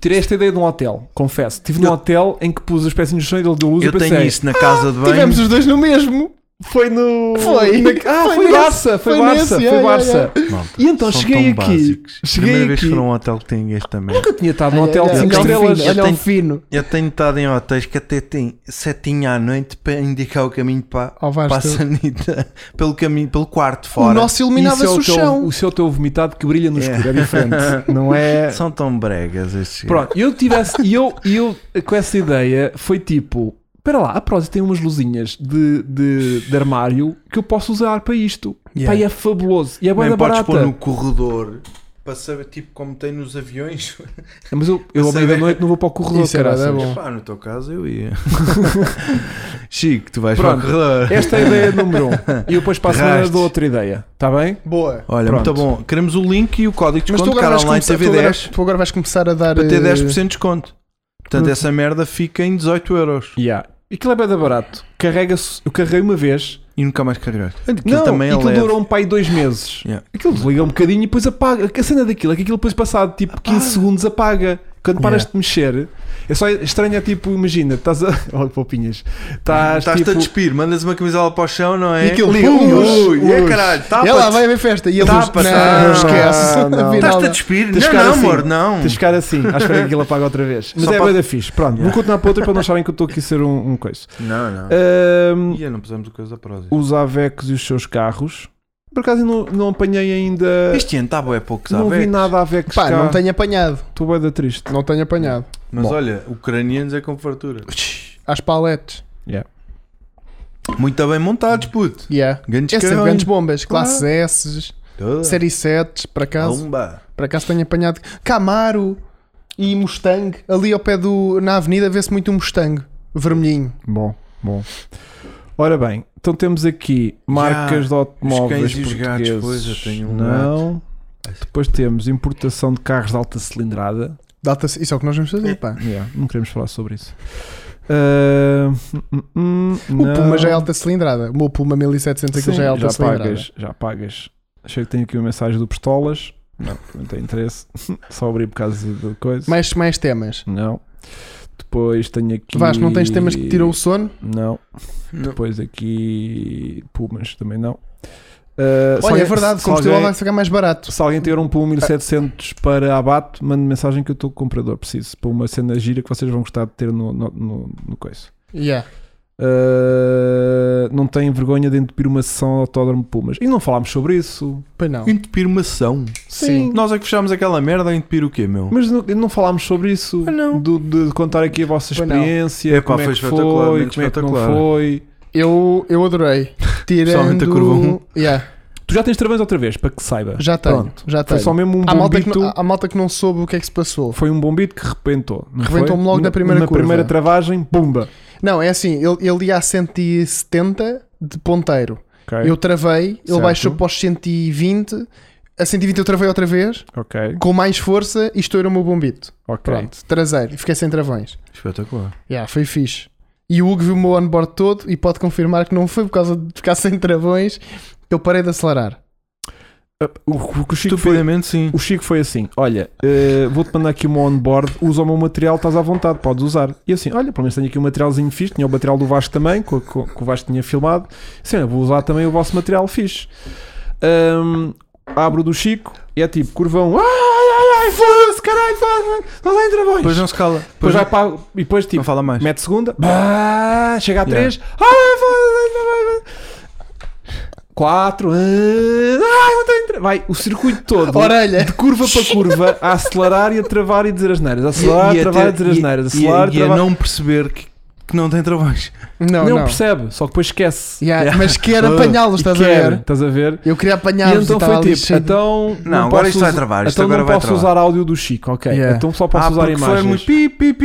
[SPEAKER 1] Tirei esta ideia de um hotel, confesso. Estive num hotel em que pus os pezinhos no chão e ele deu luz e
[SPEAKER 2] Eu
[SPEAKER 1] pensei.
[SPEAKER 2] tenho isso na casa
[SPEAKER 1] Ah,
[SPEAKER 2] de banho.
[SPEAKER 3] Tivemos os dois no mesmo.
[SPEAKER 1] Foi no.
[SPEAKER 3] Foi.
[SPEAKER 1] na- Ah, foi,
[SPEAKER 3] Foi nesse,
[SPEAKER 1] Barça, foi,
[SPEAKER 3] foi
[SPEAKER 1] Barça,
[SPEAKER 3] nesse,
[SPEAKER 1] foi
[SPEAKER 3] yeah, yeah,
[SPEAKER 1] Barça.
[SPEAKER 3] yeah.
[SPEAKER 2] Malta,
[SPEAKER 1] E então
[SPEAKER 2] são
[SPEAKER 1] cheguei
[SPEAKER 2] tão
[SPEAKER 1] aqui.
[SPEAKER 2] básicos.
[SPEAKER 1] Cheguei
[SPEAKER 2] Primeira vez
[SPEAKER 1] aqui.
[SPEAKER 2] que fui a um hotel que tem este também.
[SPEAKER 1] Nunca tinha estado num hotel de
[SPEAKER 3] Ai, Então, ai,
[SPEAKER 1] 5
[SPEAKER 3] ai, olha o
[SPEAKER 1] estrelas.
[SPEAKER 2] Eu
[SPEAKER 3] fino, Olha o
[SPEAKER 2] tenho-
[SPEAKER 3] fino.
[SPEAKER 2] Eu tenho estado em hotéis que até tem setinha à noite para indicar o caminho para,
[SPEAKER 3] Oh, vais
[SPEAKER 2] para a
[SPEAKER 3] tu.
[SPEAKER 2] sanita, pelo, caminho, pelo quarto
[SPEAKER 3] O
[SPEAKER 2] fora.
[SPEAKER 3] nosso
[SPEAKER 1] Isso é
[SPEAKER 3] iluminava-se
[SPEAKER 1] o
[SPEAKER 3] o
[SPEAKER 1] teu,
[SPEAKER 3] chão.
[SPEAKER 1] o seu teu vomitado que brilha no
[SPEAKER 2] É.
[SPEAKER 1] escuro, é diferente. Não é.
[SPEAKER 2] São tão bregas estes.
[SPEAKER 1] Pronto, eu tivesse. E eu, e eu com essa ideia foi tipo: espera lá, a Prozis tem umas luzinhas de, de, de armário que eu posso usar para isto.
[SPEAKER 2] Yeah.
[SPEAKER 1] Pá, e é fabuloso. E é
[SPEAKER 2] Também
[SPEAKER 1] boa
[SPEAKER 2] podes
[SPEAKER 1] barata.
[SPEAKER 2] pôr no corredor para saber, tipo, como tem nos aviões.
[SPEAKER 1] Mas eu, eu ao
[SPEAKER 2] Essa
[SPEAKER 1] meio da
[SPEAKER 2] ideia- é
[SPEAKER 1] noite não vou para o corredor,
[SPEAKER 3] Isso era
[SPEAKER 1] caraças.
[SPEAKER 3] da boa. Bom.
[SPEAKER 2] Epá, no teu caso eu ia. Chico, tu vais
[SPEAKER 1] Pronto.
[SPEAKER 2] para o corredor.
[SPEAKER 1] Esta é a ideia número 1. Um. E eu depois para a semana
[SPEAKER 2] Rastes.
[SPEAKER 1] dou outra ideia. Está bem?
[SPEAKER 3] Boa.
[SPEAKER 2] Olha,
[SPEAKER 1] Pronto.
[SPEAKER 2] muito bom. Queremos o link e o código de
[SPEAKER 3] Mas tu
[SPEAKER 2] desconto,
[SPEAKER 3] agora,
[SPEAKER 2] cara
[SPEAKER 3] vais
[SPEAKER 2] online
[SPEAKER 3] começar, tu, agora,
[SPEAKER 2] TV10,
[SPEAKER 3] tu agora vais começar a dar.
[SPEAKER 2] para
[SPEAKER 3] eh,
[SPEAKER 2] ter 10% de desconto. Portanto,
[SPEAKER 3] Hum.
[SPEAKER 2] essa merda fica em 18 euros.
[SPEAKER 1] Yeah. Aquilo é bem da barato. Carrega-se. Eu carreguei uma vez.
[SPEAKER 2] E nunca mais carregaste. Aquilo
[SPEAKER 1] não,
[SPEAKER 2] também é
[SPEAKER 1] aquilo
[SPEAKER 2] leve.
[SPEAKER 1] durou um pai dois meses.
[SPEAKER 2] Yeah.
[SPEAKER 1] Aquilo desliga um bocadinho e depois apaga. A cena daquilo é que aquilo depois passado tipo 15 segundos apaga. Quando paras
[SPEAKER 2] Yeah.
[SPEAKER 1] de mexer, é só estranho, é tipo, imagina, estás a. Olha, poupinhas. Estás
[SPEAKER 2] Estás-te
[SPEAKER 1] tipo.
[SPEAKER 2] a despir, mandas uma camisola para o chão, não é?
[SPEAKER 3] E aquilo liga.
[SPEAKER 2] Ui,
[SPEAKER 3] Ui,
[SPEAKER 1] um
[SPEAKER 2] ui, é
[SPEAKER 3] ui.
[SPEAKER 2] caralho,
[SPEAKER 3] E ela Ah, vai
[SPEAKER 2] tapa-te.
[SPEAKER 3] haver festa. E a
[SPEAKER 2] Tá,
[SPEAKER 3] luz.
[SPEAKER 2] pá,
[SPEAKER 3] Não,
[SPEAKER 2] tá.
[SPEAKER 3] esquece.
[SPEAKER 1] Não, não.
[SPEAKER 3] Afinal,
[SPEAKER 2] Estás-te a despir?
[SPEAKER 1] Tens
[SPEAKER 2] Não,
[SPEAKER 1] cara
[SPEAKER 2] não,
[SPEAKER 1] assim.
[SPEAKER 2] amor, não.
[SPEAKER 1] Tens de ficar assim, à espera que aquilo apaga outra vez. Mas
[SPEAKER 2] Só
[SPEAKER 1] é
[SPEAKER 2] para-
[SPEAKER 1] bem da fixe. Pronto, vou continuar para outra para não acharem que eu estou aqui a ser um, um coisa.
[SPEAKER 2] Não, não.
[SPEAKER 1] Ahm,
[SPEAKER 2] Ia, não pusemos o coisa para os
[SPEAKER 1] os Avecos e os seus carros. Por acaso eu não, não apanhei ainda.
[SPEAKER 2] Este ano está bué poucos
[SPEAKER 1] não vi
[SPEAKER 2] Avex.
[SPEAKER 1] nada Avecos
[SPEAKER 3] Pá,
[SPEAKER 1] cá.
[SPEAKER 3] não tenho apanhado.
[SPEAKER 1] Estou bem da triste.
[SPEAKER 3] Não tenho apanhado.
[SPEAKER 2] Mas
[SPEAKER 1] Bom.
[SPEAKER 2] olha, ucranianos é com fartura.
[SPEAKER 3] Às paletes.
[SPEAKER 2] Muito bem montados, puto.
[SPEAKER 3] Yeah.
[SPEAKER 2] Grandes
[SPEAKER 3] É sempre
[SPEAKER 2] carões.
[SPEAKER 3] grandes Ah. bombas. Classes S,
[SPEAKER 2] Toda.
[SPEAKER 3] série 7, para acaso.
[SPEAKER 2] Bomba.
[SPEAKER 3] Para acaso tenho apanhado. Camaro e Mustang. Ali ao pé do. Na avenida vê-se muito um Mustang. Vermelhinho.
[SPEAKER 1] Bom, bom. Ora bem, então temos aqui marcas de automóveis
[SPEAKER 2] os cães e os gatos,
[SPEAKER 1] portugueses.
[SPEAKER 2] pois, eu tenho um
[SPEAKER 1] não. Depois temos importação de carros de alta cilindrada.
[SPEAKER 3] Data isso é o que nós vamos fazer, pá.
[SPEAKER 1] Yeah, não queremos falar sobre isso. Ah, hum, hum, hum,
[SPEAKER 3] O Puma
[SPEAKER 1] não.
[SPEAKER 3] já é alta cilindrada. O meu Puma 1700 aquilo
[SPEAKER 1] Sim,
[SPEAKER 3] já é alta cilindrada.
[SPEAKER 1] pagas, já pagas. Achei que tenho aqui uma mensagem do Pistolas. Não, não tem interesse. Só abri por causa de coisa.
[SPEAKER 3] Mais, mais temas.
[SPEAKER 1] Não. Depois tenho aqui.
[SPEAKER 3] Vasco, não tens temas que te tiram o sono?
[SPEAKER 1] Não.
[SPEAKER 2] Não.
[SPEAKER 1] Depois aqui. Pumas também não. Ah, se
[SPEAKER 3] Olha, é
[SPEAKER 1] alguém-
[SPEAKER 3] verdade, o
[SPEAKER 1] se
[SPEAKER 3] combustível vai
[SPEAKER 1] alguém,
[SPEAKER 3] ficar mais barato.
[SPEAKER 1] se alguém tiver um
[SPEAKER 3] É.
[SPEAKER 1] Puma 1700 para abate, mande mensagem que eu estou com o comprador. Preciso. Para uma cena gira que vocês vão gostar de ter no, no, no, no coisa.
[SPEAKER 3] Yeah.
[SPEAKER 1] Ah, não tem vergonha de entupir uma sessão de autódromo Pumas. E não falámos sobre isso.
[SPEAKER 3] Pois não.
[SPEAKER 2] Entupir uma ação.
[SPEAKER 3] Sim.
[SPEAKER 2] Nós é que fechámos aquela merda a entupir o quê, meu?
[SPEAKER 1] Mas não, não falámos sobre isso. Do- de contar aqui a vossa
[SPEAKER 3] Pois não.
[SPEAKER 1] experiência,
[SPEAKER 2] Epá,
[SPEAKER 1] como é
[SPEAKER 2] foi
[SPEAKER 1] que foi,
[SPEAKER 2] espetacularmente
[SPEAKER 1] como é que não
[SPEAKER 2] espetacular.
[SPEAKER 1] foi.
[SPEAKER 3] Eu, eu adorei. Tirando...
[SPEAKER 2] Especialmente a curva um.
[SPEAKER 3] Yeah,
[SPEAKER 1] Tu já tens travões outra vez, para que saiba.
[SPEAKER 3] já tenho.
[SPEAKER 1] Tá. Pronto.
[SPEAKER 3] Já tenho.
[SPEAKER 1] Foi só mesmo um
[SPEAKER 3] Há malta, que
[SPEAKER 1] bombito.
[SPEAKER 3] não, há- há malta que não soube o que é que se passou.
[SPEAKER 1] Foi um bombito que rebentou. não foi?
[SPEAKER 3] Rebentou-me logo na primeira
[SPEAKER 1] Na
[SPEAKER 3] curva.
[SPEAKER 1] primeira travagem, pumba.
[SPEAKER 3] Não, é assim, ele, ele ia a 170 de ponteiro.
[SPEAKER 1] Ok.
[SPEAKER 3] Eu travei, ele
[SPEAKER 1] Certo.
[SPEAKER 3] baixou para os 120. A 120 eu travei outra vez,
[SPEAKER 1] Ok,
[SPEAKER 3] com mais força, e estourou o meu bombito.
[SPEAKER 1] ok.
[SPEAKER 3] Pronto, traseiro. E fiquei sem travões.
[SPEAKER 2] Espetacular.
[SPEAKER 3] Yeah, foi fixe. E o Hugo viu o meu onboard todo e pode confirmar que não foi por causa de ficar sem travões que eu parei de acelerar.
[SPEAKER 1] Ah, O, o que o Chico foi.
[SPEAKER 2] Estupidamente, sim.
[SPEAKER 1] O Chico foi assim: Olha, eh, vou-te mandar aqui uma onboard, usa o meu material, estás à vontade, podes usar. E eu assim: Olha, pelo menos tenho aqui um materialzinho fixe, tinha o material do Vasco também, co- co- que, o Vasco tinha filmado. Assim, olha, vou usar também o vosso material fixe. Ahm, abro o do Chico e é tipo: curvão, ai, ai, ai, foda-se, caralho, foda-se, não dá em travões.
[SPEAKER 2] Depois não se cala.
[SPEAKER 1] Depois
[SPEAKER 2] Depois
[SPEAKER 1] vai
[SPEAKER 2] não,
[SPEAKER 1] para. E depois tipo:
[SPEAKER 2] não fala mais.
[SPEAKER 1] mete segunda, bah, chega a
[SPEAKER 2] Yeah.
[SPEAKER 1] 3, ai, foda-se, 4, ai, não tem tra- Vai, o circuito todo
[SPEAKER 3] Orelha!
[SPEAKER 1] de curva para curva a acelerar e a travar e dizer as neiras, a acelerar, a
[SPEAKER 2] a
[SPEAKER 1] travar e
[SPEAKER 2] ter-
[SPEAKER 1] a dizer as
[SPEAKER 2] e-
[SPEAKER 1] neiras, a
[SPEAKER 2] e-
[SPEAKER 1] acelerar,
[SPEAKER 2] e a
[SPEAKER 1] travar.
[SPEAKER 2] não perceber que, que não tem travões.
[SPEAKER 3] Não,
[SPEAKER 1] não,
[SPEAKER 3] não.
[SPEAKER 1] percebe, só que depois esquece.
[SPEAKER 3] Yeah,
[SPEAKER 2] Yeah.
[SPEAKER 3] Mas quer
[SPEAKER 2] Ah,
[SPEAKER 3] apanhá-los,
[SPEAKER 1] E
[SPEAKER 3] estás
[SPEAKER 1] quer,
[SPEAKER 3] a ver?
[SPEAKER 1] Estás a ver?
[SPEAKER 3] Eu
[SPEAKER 1] E
[SPEAKER 3] queria apanhá-los
[SPEAKER 1] então
[SPEAKER 3] e tal,
[SPEAKER 1] foi
[SPEAKER 3] e
[SPEAKER 1] tipo,
[SPEAKER 3] cheio de-
[SPEAKER 1] então
[SPEAKER 2] tá Não, agora
[SPEAKER 1] posso
[SPEAKER 2] isto vai
[SPEAKER 1] usar-
[SPEAKER 2] travar, isto
[SPEAKER 1] Então
[SPEAKER 2] agora
[SPEAKER 1] não
[SPEAKER 2] vai
[SPEAKER 1] posso
[SPEAKER 2] travar.
[SPEAKER 1] usar áudio do Chico, ok.
[SPEAKER 3] Yeah.
[SPEAKER 1] Então só posso
[SPEAKER 2] ah,
[SPEAKER 1] usar
[SPEAKER 2] porque
[SPEAKER 1] imagens.
[SPEAKER 2] foi muito pi, pi, pi,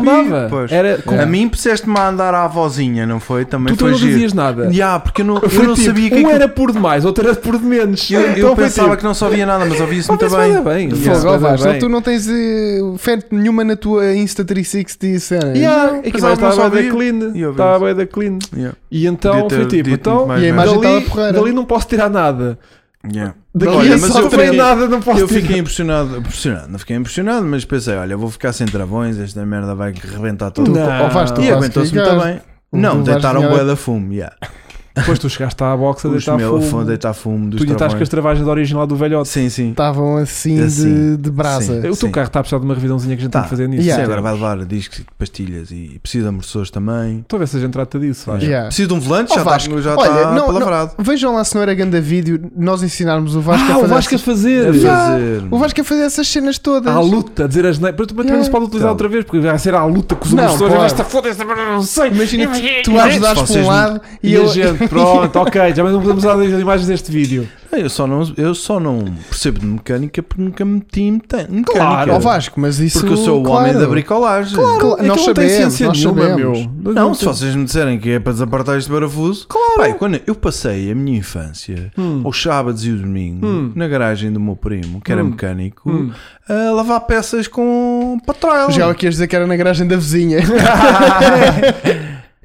[SPEAKER 1] Não
[SPEAKER 2] pi.
[SPEAKER 1] dava.
[SPEAKER 2] Pois.
[SPEAKER 1] Era com-
[SPEAKER 2] A mim puseste-me a andar à vozinha, não foi? Também
[SPEAKER 1] Tu tu
[SPEAKER 2] foi
[SPEAKER 1] não
[SPEAKER 2] giro.
[SPEAKER 1] dizias nada.
[SPEAKER 2] Ya, porque eu não, eu
[SPEAKER 1] Foi
[SPEAKER 2] não
[SPEAKER 1] tipo,
[SPEAKER 2] sabia que
[SPEAKER 1] um
[SPEAKER 2] aquilo-
[SPEAKER 1] era por demais, outro era por de menos.
[SPEAKER 2] Eu, eu
[SPEAKER 1] Então foi
[SPEAKER 2] pensava
[SPEAKER 1] tipo,
[SPEAKER 2] que não só via nada, mas ouvia-se muito
[SPEAKER 1] "Mas vai
[SPEAKER 2] bem.
[SPEAKER 1] dar bem.
[SPEAKER 3] Fogo,
[SPEAKER 1] Yeah,
[SPEAKER 3] ó,
[SPEAKER 1] vai dar
[SPEAKER 3] Vasco,
[SPEAKER 1] bem."
[SPEAKER 3] tu não tens eh, fé nenhuma na tua Insta 360 cena.
[SPEAKER 1] Yeah,
[SPEAKER 2] Não,
[SPEAKER 1] aqui
[SPEAKER 2] pensava
[SPEAKER 1] vai
[SPEAKER 2] que não
[SPEAKER 1] estar bem
[SPEAKER 2] sabia.
[SPEAKER 1] da clean.
[SPEAKER 2] E eu
[SPEAKER 1] Estava
[SPEAKER 2] vi isso.
[SPEAKER 1] bem da clean.
[SPEAKER 2] Yeah,
[SPEAKER 1] E então
[SPEAKER 2] Podia ter
[SPEAKER 1] foi tipo,
[SPEAKER 2] dito
[SPEAKER 1] então
[SPEAKER 2] mais
[SPEAKER 3] E
[SPEAKER 2] bem.
[SPEAKER 3] a imagem
[SPEAKER 1] dali,
[SPEAKER 3] estava porreira.
[SPEAKER 1] dali não posso tirar nada.
[SPEAKER 2] Yeah.
[SPEAKER 1] Daqui
[SPEAKER 3] Olha,
[SPEAKER 1] a
[SPEAKER 3] mas
[SPEAKER 1] só
[SPEAKER 3] eu
[SPEAKER 1] também
[SPEAKER 2] fiquei-
[SPEAKER 1] nada, não posso
[SPEAKER 2] Eu
[SPEAKER 1] tirar.
[SPEAKER 2] fiquei impressionado, impressionado, não fiquei impressionado, mas pensei, olha, vou ficar sem travões, esta merda vai rebentar toda.
[SPEAKER 1] Não.
[SPEAKER 3] Ou vais tu
[SPEAKER 2] E
[SPEAKER 3] quase
[SPEAKER 2] aguentou-se
[SPEAKER 3] ficaste.
[SPEAKER 2] muito bem.
[SPEAKER 3] Tu
[SPEAKER 2] Não,
[SPEAKER 3] vais
[SPEAKER 2] deitaram
[SPEAKER 3] ganhar-
[SPEAKER 2] bué da fumo, yeah.
[SPEAKER 1] Depois tu chegaste à box a
[SPEAKER 2] Os
[SPEAKER 1] deitar
[SPEAKER 2] meu, a
[SPEAKER 1] fumo.
[SPEAKER 2] deitar fumo dos
[SPEAKER 1] Tu ainda estás com as
[SPEAKER 2] travões.
[SPEAKER 1] travagens da origem lá do velhote.
[SPEAKER 2] Sim, sim.
[SPEAKER 3] Estavam assim,
[SPEAKER 2] Assim,
[SPEAKER 3] de, de brasa.
[SPEAKER 2] sim.
[SPEAKER 1] O teu carro está a precisar de uma revisãozinha que a gente tem
[SPEAKER 2] Tá.
[SPEAKER 1] que fazer nisso.
[SPEAKER 3] Yeah.
[SPEAKER 2] Sim, agora vai levar discos e pastilhas e precisa de amortecedores também.
[SPEAKER 1] Estou a ver se a gente trata disso. vai.
[SPEAKER 3] Yeah.
[SPEAKER 2] Precisa de um volante,
[SPEAKER 3] Ó,
[SPEAKER 2] já está
[SPEAKER 3] Vasco,
[SPEAKER 2] já
[SPEAKER 3] olha,
[SPEAKER 2] está
[SPEAKER 3] não-
[SPEAKER 2] palavrado.
[SPEAKER 3] Vejam lá se não era grande vídeo nós ensinarmos o Vasco
[SPEAKER 1] Ah,
[SPEAKER 3] a
[SPEAKER 1] o
[SPEAKER 3] fazer.
[SPEAKER 1] Vasco a
[SPEAKER 3] essas-
[SPEAKER 1] fazer.
[SPEAKER 2] É
[SPEAKER 3] Yeah.
[SPEAKER 2] fazer.
[SPEAKER 3] O Vasco a fazer essas cenas todas.
[SPEAKER 1] Tá À luta, a dizer as neiras. Mas também
[SPEAKER 3] Yeah.
[SPEAKER 1] não se pode utilizar
[SPEAKER 2] Então.
[SPEAKER 1] outra vez, porque vai ser à luta com os
[SPEAKER 3] Não,
[SPEAKER 1] amortecedores.
[SPEAKER 3] claro.
[SPEAKER 1] Vai estar foda-se, mas não sei.
[SPEAKER 3] Imagina
[SPEAKER 1] E-
[SPEAKER 3] que tu a ajudares para
[SPEAKER 2] vocês
[SPEAKER 3] um
[SPEAKER 2] não-
[SPEAKER 3] lado
[SPEAKER 1] E,
[SPEAKER 3] e eu.
[SPEAKER 1] a gente, pronto, ok, já não podemos usar as imagens deste vídeo.
[SPEAKER 2] Eu só, não, eu só não percebo de mecânica porque nunca me meti em meca- mecânica.
[SPEAKER 1] Claro,
[SPEAKER 3] Ó oh, Vasco, mas isso.
[SPEAKER 2] porque eu sou o homem
[SPEAKER 3] claro.
[SPEAKER 2] da bricolagem.
[SPEAKER 3] Claro.
[SPEAKER 1] Aquilo
[SPEAKER 3] nós
[SPEAKER 1] É não tem
[SPEAKER 3] sabemos,
[SPEAKER 1] ciência
[SPEAKER 3] nós
[SPEAKER 1] nenhuma,
[SPEAKER 3] sabemos.
[SPEAKER 1] meu.
[SPEAKER 2] Não, se
[SPEAKER 1] tem-
[SPEAKER 2] vocês me disserem que é para desapartar este parafuso. Claro. Pai, quando eu passei a minha infância,
[SPEAKER 3] Hum.
[SPEAKER 1] Hum.
[SPEAKER 2] aos sábados e o domingo, na garagem do meu primo, que
[SPEAKER 3] Hum.
[SPEAKER 2] era mecânico, a lavar peças com patrão.
[SPEAKER 3] Já o que ias dizer que era na garagem da vizinha.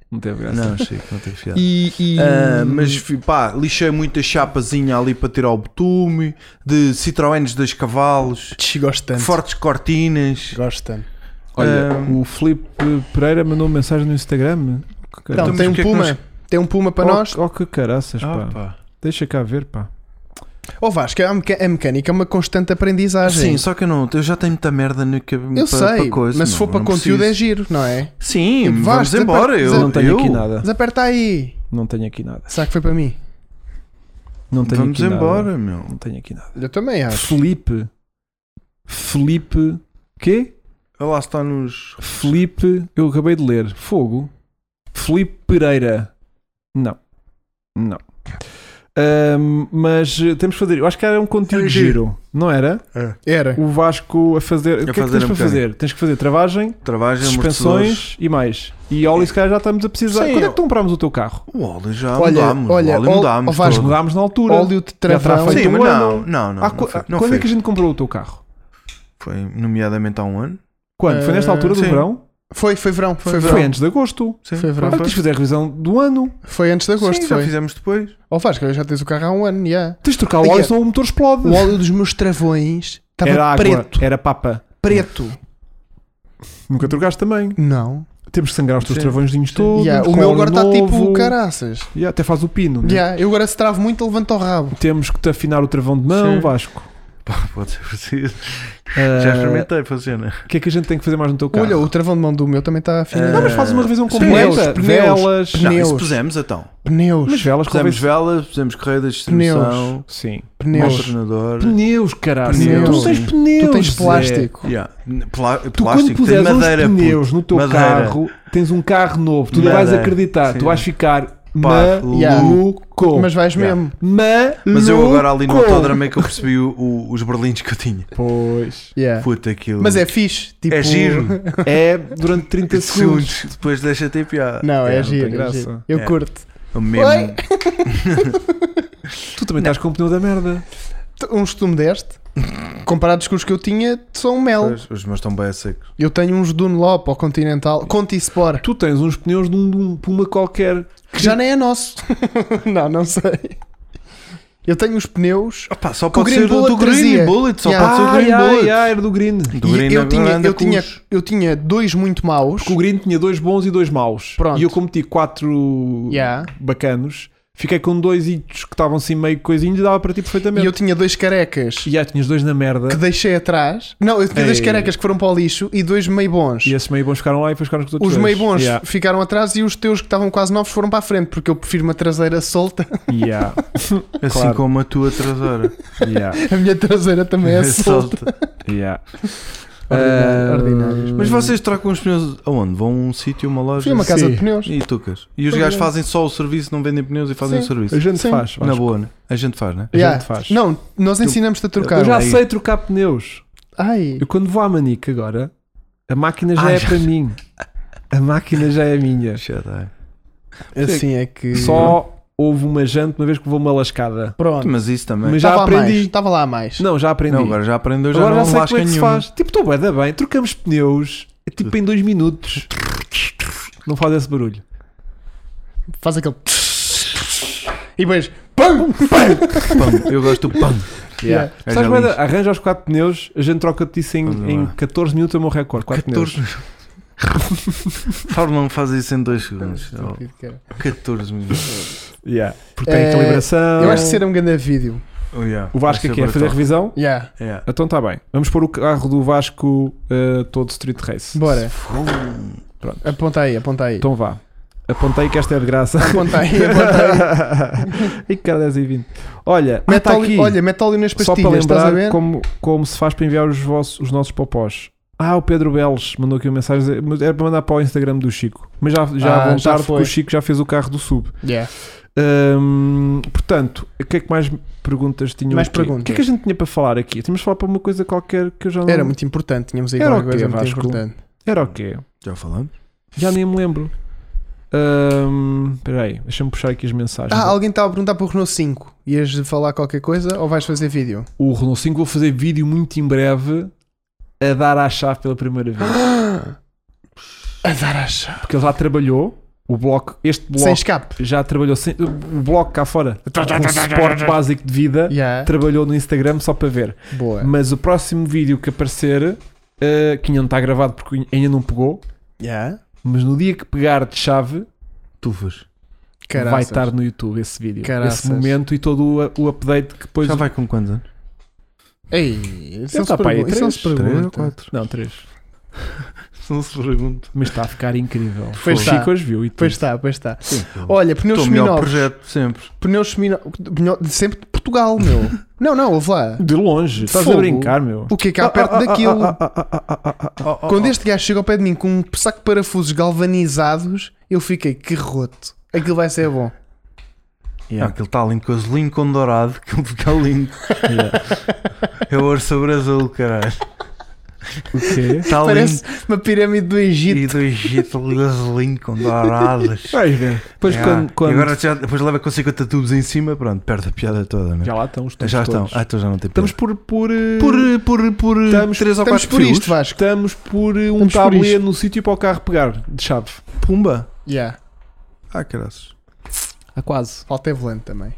[SPEAKER 1] Não teve graça.
[SPEAKER 2] Não, Chico, não tem fiado.
[SPEAKER 3] E. e-
[SPEAKER 2] Ah, mas fi- pá, lixei muita chapazinha ali para tirar o betume, de Citroëns dos cavalos,
[SPEAKER 3] Tch, Gosto tanto.
[SPEAKER 2] fortes cortinas.
[SPEAKER 3] Gosto tanto.
[SPEAKER 1] Olha,
[SPEAKER 2] Ah,
[SPEAKER 1] o Filipe Pereira mandou uma mensagem no Instagram. Que
[SPEAKER 3] Não,
[SPEAKER 1] caralho.
[SPEAKER 2] mas
[SPEAKER 3] tem
[SPEAKER 2] o
[SPEAKER 3] um
[SPEAKER 2] que é que
[SPEAKER 3] puma.
[SPEAKER 2] nós-
[SPEAKER 3] Tem um puma para
[SPEAKER 1] Oh,
[SPEAKER 3] nós.
[SPEAKER 1] Oh, que caraças,
[SPEAKER 2] Ah,
[SPEAKER 1] pá. Deixa cá ver, pá.
[SPEAKER 3] Ou Oh, Vasco, a meca- a mecânica é uma constante aprendizagem.
[SPEAKER 2] Sim, só que eu não, eu já tenho muita merda no que
[SPEAKER 3] Ah,
[SPEAKER 2] para,
[SPEAKER 3] eu sei,
[SPEAKER 2] para coisa,
[SPEAKER 3] mas se
[SPEAKER 2] não,
[SPEAKER 3] for para
[SPEAKER 2] não
[SPEAKER 3] conteúdo é
[SPEAKER 2] preciso.
[SPEAKER 3] giro, não é?
[SPEAKER 2] Sim,
[SPEAKER 3] Tipo,
[SPEAKER 2] vamos
[SPEAKER 3] vais,
[SPEAKER 2] embora. Eu
[SPEAKER 3] desapa-
[SPEAKER 1] não tenho
[SPEAKER 2] eu-
[SPEAKER 1] aqui nada.
[SPEAKER 3] Desaperta aí.
[SPEAKER 1] Não tenho aqui nada.
[SPEAKER 3] Será que foi para mim?
[SPEAKER 1] Não tenho
[SPEAKER 2] Vamos
[SPEAKER 1] aqui nada.
[SPEAKER 2] embora, meu.
[SPEAKER 1] Não tenho aqui nada.
[SPEAKER 3] Eu também acho.
[SPEAKER 1] Felipe. Felipe. Quê?
[SPEAKER 2] Olha lá está nos.
[SPEAKER 1] Felipe. Eu acabei de ler. Fogo. Felipe Pereira. Não. Não. Ahm, mas eh, temos que fazer. Eu acho que era um conteúdo
[SPEAKER 2] Era giro.
[SPEAKER 1] giro, não era?
[SPEAKER 3] Era.
[SPEAKER 1] O Vasco a fazer. o que é que
[SPEAKER 2] fazer
[SPEAKER 1] tens
[SPEAKER 2] a
[SPEAKER 1] para
[SPEAKER 2] mecânica.
[SPEAKER 1] fazer? Tens que fazer travagem,
[SPEAKER 2] Travagem, amortecedores.
[SPEAKER 1] suspensões e mais. E Oli, se calhar já estamos a precisar.
[SPEAKER 2] Sim,
[SPEAKER 1] Quando é
[SPEAKER 2] eu-
[SPEAKER 1] que comprámos o teu carro?
[SPEAKER 2] O óleo já
[SPEAKER 3] Olha,
[SPEAKER 2] mudámos.
[SPEAKER 3] olha,
[SPEAKER 2] o óleo
[SPEAKER 3] ó-
[SPEAKER 2] mudámos.
[SPEAKER 3] ó Vasco,
[SPEAKER 2] todo.
[SPEAKER 1] Mudámos na altura.
[SPEAKER 3] Óleo de
[SPEAKER 1] terá
[SPEAKER 3] travão.
[SPEAKER 1] feito.
[SPEAKER 2] Sim,
[SPEAKER 1] um
[SPEAKER 2] mas não,
[SPEAKER 1] ano.
[SPEAKER 2] não, não.
[SPEAKER 1] Há
[SPEAKER 2] não
[SPEAKER 1] qu-
[SPEAKER 2] foi,
[SPEAKER 1] há-
[SPEAKER 2] não
[SPEAKER 1] quando
[SPEAKER 2] foi.
[SPEAKER 1] é que a gente comprou o teu carro?
[SPEAKER 2] Foi nomeadamente há um ano.
[SPEAKER 1] Quando? Foi nesta
[SPEAKER 3] Eh,
[SPEAKER 1] altura do
[SPEAKER 2] sim.
[SPEAKER 1] verão?
[SPEAKER 3] Foi, foi verão. Foi,
[SPEAKER 1] Foi
[SPEAKER 3] verão.
[SPEAKER 1] antes de agosto.
[SPEAKER 2] Sim,
[SPEAKER 3] Foi verão.
[SPEAKER 1] Agora tens de fazer a revisão do ano.
[SPEAKER 3] Foi antes de agosto.
[SPEAKER 2] Sim, já
[SPEAKER 3] foi.
[SPEAKER 2] fizemos depois.
[SPEAKER 3] Ou Vasco, já tens o carro há um ano, já.
[SPEAKER 1] Tens de trocar o
[SPEAKER 3] Ai,
[SPEAKER 1] óleo,
[SPEAKER 3] é.
[SPEAKER 1] senão o motor explode.
[SPEAKER 3] O óleo dos meus travões
[SPEAKER 1] Era
[SPEAKER 3] estava
[SPEAKER 1] água, Hum.
[SPEAKER 3] preto.
[SPEAKER 1] era papa.
[SPEAKER 3] Preto.
[SPEAKER 1] Nunca trocaste também.
[SPEAKER 3] Não.
[SPEAKER 1] Temos que sangrar os teus
[SPEAKER 2] Sim.
[SPEAKER 1] travõeszinhos todos.
[SPEAKER 3] Já,
[SPEAKER 1] com
[SPEAKER 3] O meu
[SPEAKER 1] óleo
[SPEAKER 2] tá
[SPEAKER 3] agora está tipo
[SPEAKER 1] novo.
[SPEAKER 3] caraças.
[SPEAKER 1] Já, até faz o pino. né?
[SPEAKER 3] Já, Eu agora se travo muito, levanto o rabo.
[SPEAKER 1] Temos que te afinar o travão de mão,
[SPEAKER 2] Sim.
[SPEAKER 1] Vasco.
[SPEAKER 2] Pode ser preciso.
[SPEAKER 3] Eh,
[SPEAKER 1] Ah,
[SPEAKER 2] Já experimentei, assim, né? funciona.
[SPEAKER 1] O que é que a gente tem que fazer mais no teu carro?
[SPEAKER 3] Olha, o travão de mão do meu também tá está afinado.
[SPEAKER 1] Não, mas faz uma revisão
[SPEAKER 2] Sim,
[SPEAKER 1] completa.
[SPEAKER 3] pneus, pneus,
[SPEAKER 1] velas.
[SPEAKER 3] pneus.
[SPEAKER 2] Não, isso pusemos então.
[SPEAKER 3] Pneus.
[SPEAKER 1] Mas velas, talvez.
[SPEAKER 2] Pusemos velas, pusemos correias de distribuição,
[SPEAKER 1] Sim.
[SPEAKER 3] Pneus.
[SPEAKER 2] alternador.
[SPEAKER 1] Pneus, caralho.
[SPEAKER 2] Pneus.
[SPEAKER 1] Tu não tens pneus. é.
[SPEAKER 3] Tu tens
[SPEAKER 1] Zé.
[SPEAKER 3] plástico.
[SPEAKER 2] Yeah. Pla-
[SPEAKER 1] Tu quando
[SPEAKER 2] plástico, tem
[SPEAKER 1] puseres uns
[SPEAKER 2] madeira. puto.
[SPEAKER 1] pneus no teu
[SPEAKER 2] Madeira.
[SPEAKER 1] carro, tens um carro novo, tu não vais
[SPEAKER 2] Madeira.
[SPEAKER 1] acreditar,
[SPEAKER 2] Sim.
[SPEAKER 1] tu vais ficar
[SPEAKER 2] Pá,
[SPEAKER 3] Yeah.
[SPEAKER 1] maluco.
[SPEAKER 3] Mas vais
[SPEAKER 2] Yeah.
[SPEAKER 3] mesmo.
[SPEAKER 1] Maluco.
[SPEAKER 2] Mas eu agora ali no autódromo é que eu percebi o- o- os berlindes que eu tinha.
[SPEAKER 1] Pois.
[SPEAKER 3] Yeah.
[SPEAKER 2] Puta, aquilo.
[SPEAKER 3] Mas é fixe. Tipo...
[SPEAKER 2] É giro.
[SPEAKER 1] É durante 30 segundos.
[SPEAKER 2] Segundos. Depois deixa ter piada.
[SPEAKER 3] Não, é,
[SPEAKER 1] não tem
[SPEAKER 3] giro, é
[SPEAKER 1] graça.
[SPEAKER 3] giro. Eu
[SPEAKER 2] É.
[SPEAKER 3] curto.
[SPEAKER 2] O mesmo.
[SPEAKER 3] Oi?
[SPEAKER 1] Tu também estás com o pneu da merda.
[SPEAKER 3] T- Uns que tu me deste, comparados com os que eu tinha, são um mel.
[SPEAKER 2] Pois, Os meus estão bem a secos.
[SPEAKER 3] Eu tenho uns Dunlop ou Continental, Contispor,
[SPEAKER 1] Tu tens uns pneus de um, de um puma qualquer.
[SPEAKER 3] que já nem é nosso. não, não sei. Eu tenho os pneus.
[SPEAKER 2] Opa, só
[SPEAKER 3] Que o
[SPEAKER 2] pode ser
[SPEAKER 3] Green
[SPEAKER 2] do,
[SPEAKER 3] Bullet
[SPEAKER 2] do Green
[SPEAKER 3] trazia.
[SPEAKER 2] Bullet. Só
[SPEAKER 3] Ah, Yeah.
[SPEAKER 2] pode ser o
[SPEAKER 1] ai,
[SPEAKER 2] Green
[SPEAKER 1] ai,
[SPEAKER 2] Bullet.
[SPEAKER 1] ai, era do Green.
[SPEAKER 2] Do
[SPEAKER 3] e
[SPEAKER 2] Green é
[SPEAKER 3] eu,
[SPEAKER 2] agora
[SPEAKER 3] tinha,
[SPEAKER 2] anda
[SPEAKER 3] eu,
[SPEAKER 2] com
[SPEAKER 3] tinha,
[SPEAKER 2] os-
[SPEAKER 3] eu tinha dois muito maus.
[SPEAKER 1] Porque o Green tinha dois bons e dois maus.
[SPEAKER 3] Pronto.
[SPEAKER 1] E eu cometi quatro
[SPEAKER 3] Yeah.
[SPEAKER 1] bacanos. Fiquei com dois itos que estavam assim meio coisinhos e dava para ti
[SPEAKER 3] E
[SPEAKER 1] perfeitamente.
[SPEAKER 3] eu tinha dois carecas
[SPEAKER 1] E já tinhas dois na merda.
[SPEAKER 3] que deixei atrás. Não, eu tinha dois
[SPEAKER 1] Ei.
[SPEAKER 3] carecas que foram para o lixo e dois meio bons.
[SPEAKER 1] E esses meio bons ficaram lá e depois ficaram com os outros.
[SPEAKER 3] Os
[SPEAKER 1] dois.
[SPEAKER 3] meio bons
[SPEAKER 1] Yeah.
[SPEAKER 3] ficaram atrás e os teus que estavam quase novos foram para a frente, porque eu prefiro uma traseira solta.
[SPEAKER 1] Yeah.
[SPEAKER 2] Assim
[SPEAKER 1] Claro.
[SPEAKER 2] como a tua traseira.
[SPEAKER 1] Yeah.
[SPEAKER 2] É
[SPEAKER 1] é
[SPEAKER 3] A minha traseira também é solta.
[SPEAKER 2] Solta.
[SPEAKER 1] Yeah.
[SPEAKER 3] Ordinário,
[SPEAKER 1] Ah,
[SPEAKER 3] ordinários.
[SPEAKER 2] Mas vocês trocam os pneus aonde? Vão a um sítio, uma loja?
[SPEAKER 3] Fui a uma casa
[SPEAKER 1] Sim.
[SPEAKER 3] de pneus.
[SPEAKER 2] E tucas. E os
[SPEAKER 3] Pois
[SPEAKER 2] gajos
[SPEAKER 3] é.
[SPEAKER 2] fazem só o serviço, não vendem pneus e fazem
[SPEAKER 3] Sim.
[SPEAKER 2] o serviço.
[SPEAKER 1] A gente
[SPEAKER 3] Sim.
[SPEAKER 1] faz.
[SPEAKER 2] Na
[SPEAKER 1] Vasco.
[SPEAKER 2] boa, né? A gente faz, né?
[SPEAKER 1] A
[SPEAKER 3] Yeah.
[SPEAKER 1] gente faz.
[SPEAKER 3] Não, nós ensinamos-te a trocar.
[SPEAKER 1] Eu já
[SPEAKER 2] Aí.
[SPEAKER 1] sei trocar pneus.
[SPEAKER 3] Ai,
[SPEAKER 1] Eu quando vou à Manique agora, a máquina já
[SPEAKER 2] Ah,
[SPEAKER 1] é
[SPEAKER 2] já.
[SPEAKER 1] para mim. A máquina já é minha.
[SPEAKER 2] Jedi.
[SPEAKER 3] assim é que.
[SPEAKER 1] Só houve uma janta uma vez que levou uma lascada.
[SPEAKER 3] Pronto.
[SPEAKER 2] Mas isso também.
[SPEAKER 1] Mas já
[SPEAKER 3] Estava lá
[SPEAKER 1] aprendi.
[SPEAKER 3] mais. Estava lá a mais.
[SPEAKER 1] Não, já aprendi.
[SPEAKER 2] não,
[SPEAKER 1] agora
[SPEAKER 2] agora já aprendeu, já
[SPEAKER 1] já,
[SPEAKER 2] não
[SPEAKER 1] sei
[SPEAKER 2] lasca
[SPEAKER 1] como é que se
[SPEAKER 2] nenhuma.
[SPEAKER 1] faz. Tipo, estou bué da bem. Trocamos pneus é tipo em dois minutos. Não faz esse barulho.
[SPEAKER 3] Faz aquele. E depois. Pum!
[SPEAKER 2] Pam, eu gosto do pam.
[SPEAKER 3] Yeah.
[SPEAKER 2] É
[SPEAKER 1] Sabes,
[SPEAKER 2] já
[SPEAKER 1] bué da-
[SPEAKER 2] lixo.
[SPEAKER 1] arranja os 4 pneus, a gente troca-te isso em,
[SPEAKER 2] Vamos
[SPEAKER 1] em
[SPEAKER 2] lá.
[SPEAKER 1] 14 minutos é o meu recorde. 4 pneus.
[SPEAKER 2] 14. Fórmula 1 faz isso em 2 segundos.
[SPEAKER 3] Estúpido, cara.
[SPEAKER 2] Oh, 14 minutos.
[SPEAKER 1] Yeah. Porque tem
[SPEAKER 3] É,
[SPEAKER 1] equilibração.
[SPEAKER 3] Eu acho que será um grande vídeo.
[SPEAKER 2] Oh, yeah.
[SPEAKER 1] O Vasco
[SPEAKER 2] Vai ser
[SPEAKER 1] aqui é fazer
[SPEAKER 2] brutal.
[SPEAKER 1] revisão.
[SPEAKER 3] Yeah.
[SPEAKER 2] Yeah.
[SPEAKER 1] Então está bem. Vamos pôr o carro do Vasco eh, todo street race.
[SPEAKER 3] Bora.
[SPEAKER 1] Pronto.
[SPEAKER 3] Aponta aí, aponta aí.
[SPEAKER 1] Então vá. Apontei que esta é de graça.
[SPEAKER 3] Aponta aí, aponta aí.
[SPEAKER 1] e que cara 10 e 20. Olha, ah,
[SPEAKER 3] Mete
[SPEAKER 1] tá
[SPEAKER 3] óleo-
[SPEAKER 1] aqui.
[SPEAKER 3] olha, mete óleo nas
[SPEAKER 1] só para
[SPEAKER 3] pastilhas, estás a
[SPEAKER 1] lembrar
[SPEAKER 3] ver?
[SPEAKER 1] como, como se faz para enviar os, vossos, os nossos popós. Ah, o Pedro Beles mandou aqui uma mensagem. a dizer- mas Era para mandar para o Instagram do Chico. Mas já, já
[SPEAKER 3] Ah,
[SPEAKER 1] vão
[SPEAKER 3] já
[SPEAKER 1] tarde,
[SPEAKER 3] foi.
[SPEAKER 1] porque o Chico já fez o carro do sub.
[SPEAKER 3] Yeah.
[SPEAKER 1] Hum, portanto, o que é que mais perguntas tinham
[SPEAKER 3] Mais
[SPEAKER 1] aqui?
[SPEAKER 3] perguntas.
[SPEAKER 1] O que é que a gente tinha para falar aqui? Tínhamos de falar para uma coisa qualquer que eu já não...
[SPEAKER 3] Era muito importante, tínhamos aí
[SPEAKER 1] Hum. Era
[SPEAKER 3] alguma
[SPEAKER 1] o quê,
[SPEAKER 3] coisa muito
[SPEAKER 1] Vasco?
[SPEAKER 3] importante.
[SPEAKER 1] Era o quê?
[SPEAKER 2] Já falamos?
[SPEAKER 1] Já nem me lembro. Hum, Espera aí, deixa-me puxar aqui as mensagens.
[SPEAKER 3] Ah, alguém estava a perguntar para o Renault 5. Ias falar qualquer coisa ou vais fazer vídeo?
[SPEAKER 1] O Renault 5 vou fazer vídeo muito em breve a dar à chave pela primeira vez.
[SPEAKER 3] A dar a chave.
[SPEAKER 1] Porque ele já trabalhou, o bloco, este
[SPEAKER 3] Sem
[SPEAKER 1] bloco
[SPEAKER 3] escape.
[SPEAKER 1] já trabalhou, sem- o bloco cá fora,
[SPEAKER 3] Tá,
[SPEAKER 1] com suporte básico de vida,
[SPEAKER 3] Yeah.
[SPEAKER 1] trabalhou no Instagram só para ver.
[SPEAKER 3] Boa.
[SPEAKER 1] Mas o próximo vídeo que aparecer, eh, que ainda não está gravado porque ainda não pegou,
[SPEAKER 3] Yeah.
[SPEAKER 1] mas no dia que pegar de chave,
[SPEAKER 2] Tufas.
[SPEAKER 3] Caraças.
[SPEAKER 1] vai estar no YouTube esse vídeo,
[SPEAKER 3] Caraças.
[SPEAKER 1] esse momento e todo o, o update que depois.
[SPEAKER 2] Já vai com quantos anos?
[SPEAKER 3] Ei, isso é não
[SPEAKER 1] tá
[SPEAKER 3] se
[SPEAKER 1] para aí,
[SPEAKER 3] pergunta. Isso um não se
[SPEAKER 1] três,
[SPEAKER 2] Três ou
[SPEAKER 3] pergunta.
[SPEAKER 2] quatro?
[SPEAKER 1] Não, três.
[SPEAKER 2] Se não se pergunta.
[SPEAKER 1] Mas está a ficar incrível.
[SPEAKER 3] Pois
[SPEAKER 1] o
[SPEAKER 3] está.
[SPEAKER 1] Chico hoje viu e tudo.
[SPEAKER 3] Pois está, pois está. Olha, pneus
[SPEAKER 2] Estou o melhor
[SPEAKER 3] seminovos.
[SPEAKER 2] projeto sempre.
[SPEAKER 3] Pneus seminovos. Sempre de Portugal, meu. não, não, ouve lá.
[SPEAKER 1] De longe, estás a
[SPEAKER 3] Fogo.
[SPEAKER 1] brincar, meu.
[SPEAKER 3] O que é que há perto daquilo?
[SPEAKER 1] Ah,
[SPEAKER 2] Oh, oh,
[SPEAKER 3] Quando este gajo chega ao pé de mim com um saco de parafusos galvanizados, eu fiquei que roto. Aquilo vai ser bom.
[SPEAKER 2] oh. Yeah, aquele está lindo com azulinho com dourado. Aquilo fica lindo. É o ouro sobre azul, caralho.
[SPEAKER 1] O quê?
[SPEAKER 2] Está lindo.
[SPEAKER 3] Parece uma pirâmide do Egito.
[SPEAKER 2] E do Egito ali azulinho com douradas.
[SPEAKER 1] Vais ver. Depois
[SPEAKER 2] Yeah.
[SPEAKER 1] quando. quando-
[SPEAKER 2] E agora já, depois leva com 50 tubos em cima, pronto, perde a piada toda, né?
[SPEAKER 1] Já lá estão os
[SPEAKER 2] Já,
[SPEAKER 1] tubos
[SPEAKER 2] estão.
[SPEAKER 1] todos.
[SPEAKER 2] Ah, então já não tem
[SPEAKER 1] Estamos
[SPEAKER 2] piada.
[SPEAKER 1] por. por, eh,
[SPEAKER 2] por, por, Hum. por
[SPEAKER 1] Estamos-
[SPEAKER 2] 3 ou
[SPEAKER 3] Estamos
[SPEAKER 2] 4
[SPEAKER 3] por
[SPEAKER 2] fios.
[SPEAKER 3] isto, Vasco.
[SPEAKER 1] Estamos por eh, um
[SPEAKER 3] Estamos por
[SPEAKER 1] tablê
[SPEAKER 3] isto.
[SPEAKER 1] no sítio para o carro pegar de chave.
[SPEAKER 2] Pumba.
[SPEAKER 3] Yeah.
[SPEAKER 2] Ah, caras.
[SPEAKER 1] Ah, quase.
[SPEAKER 3] Falta é volante também.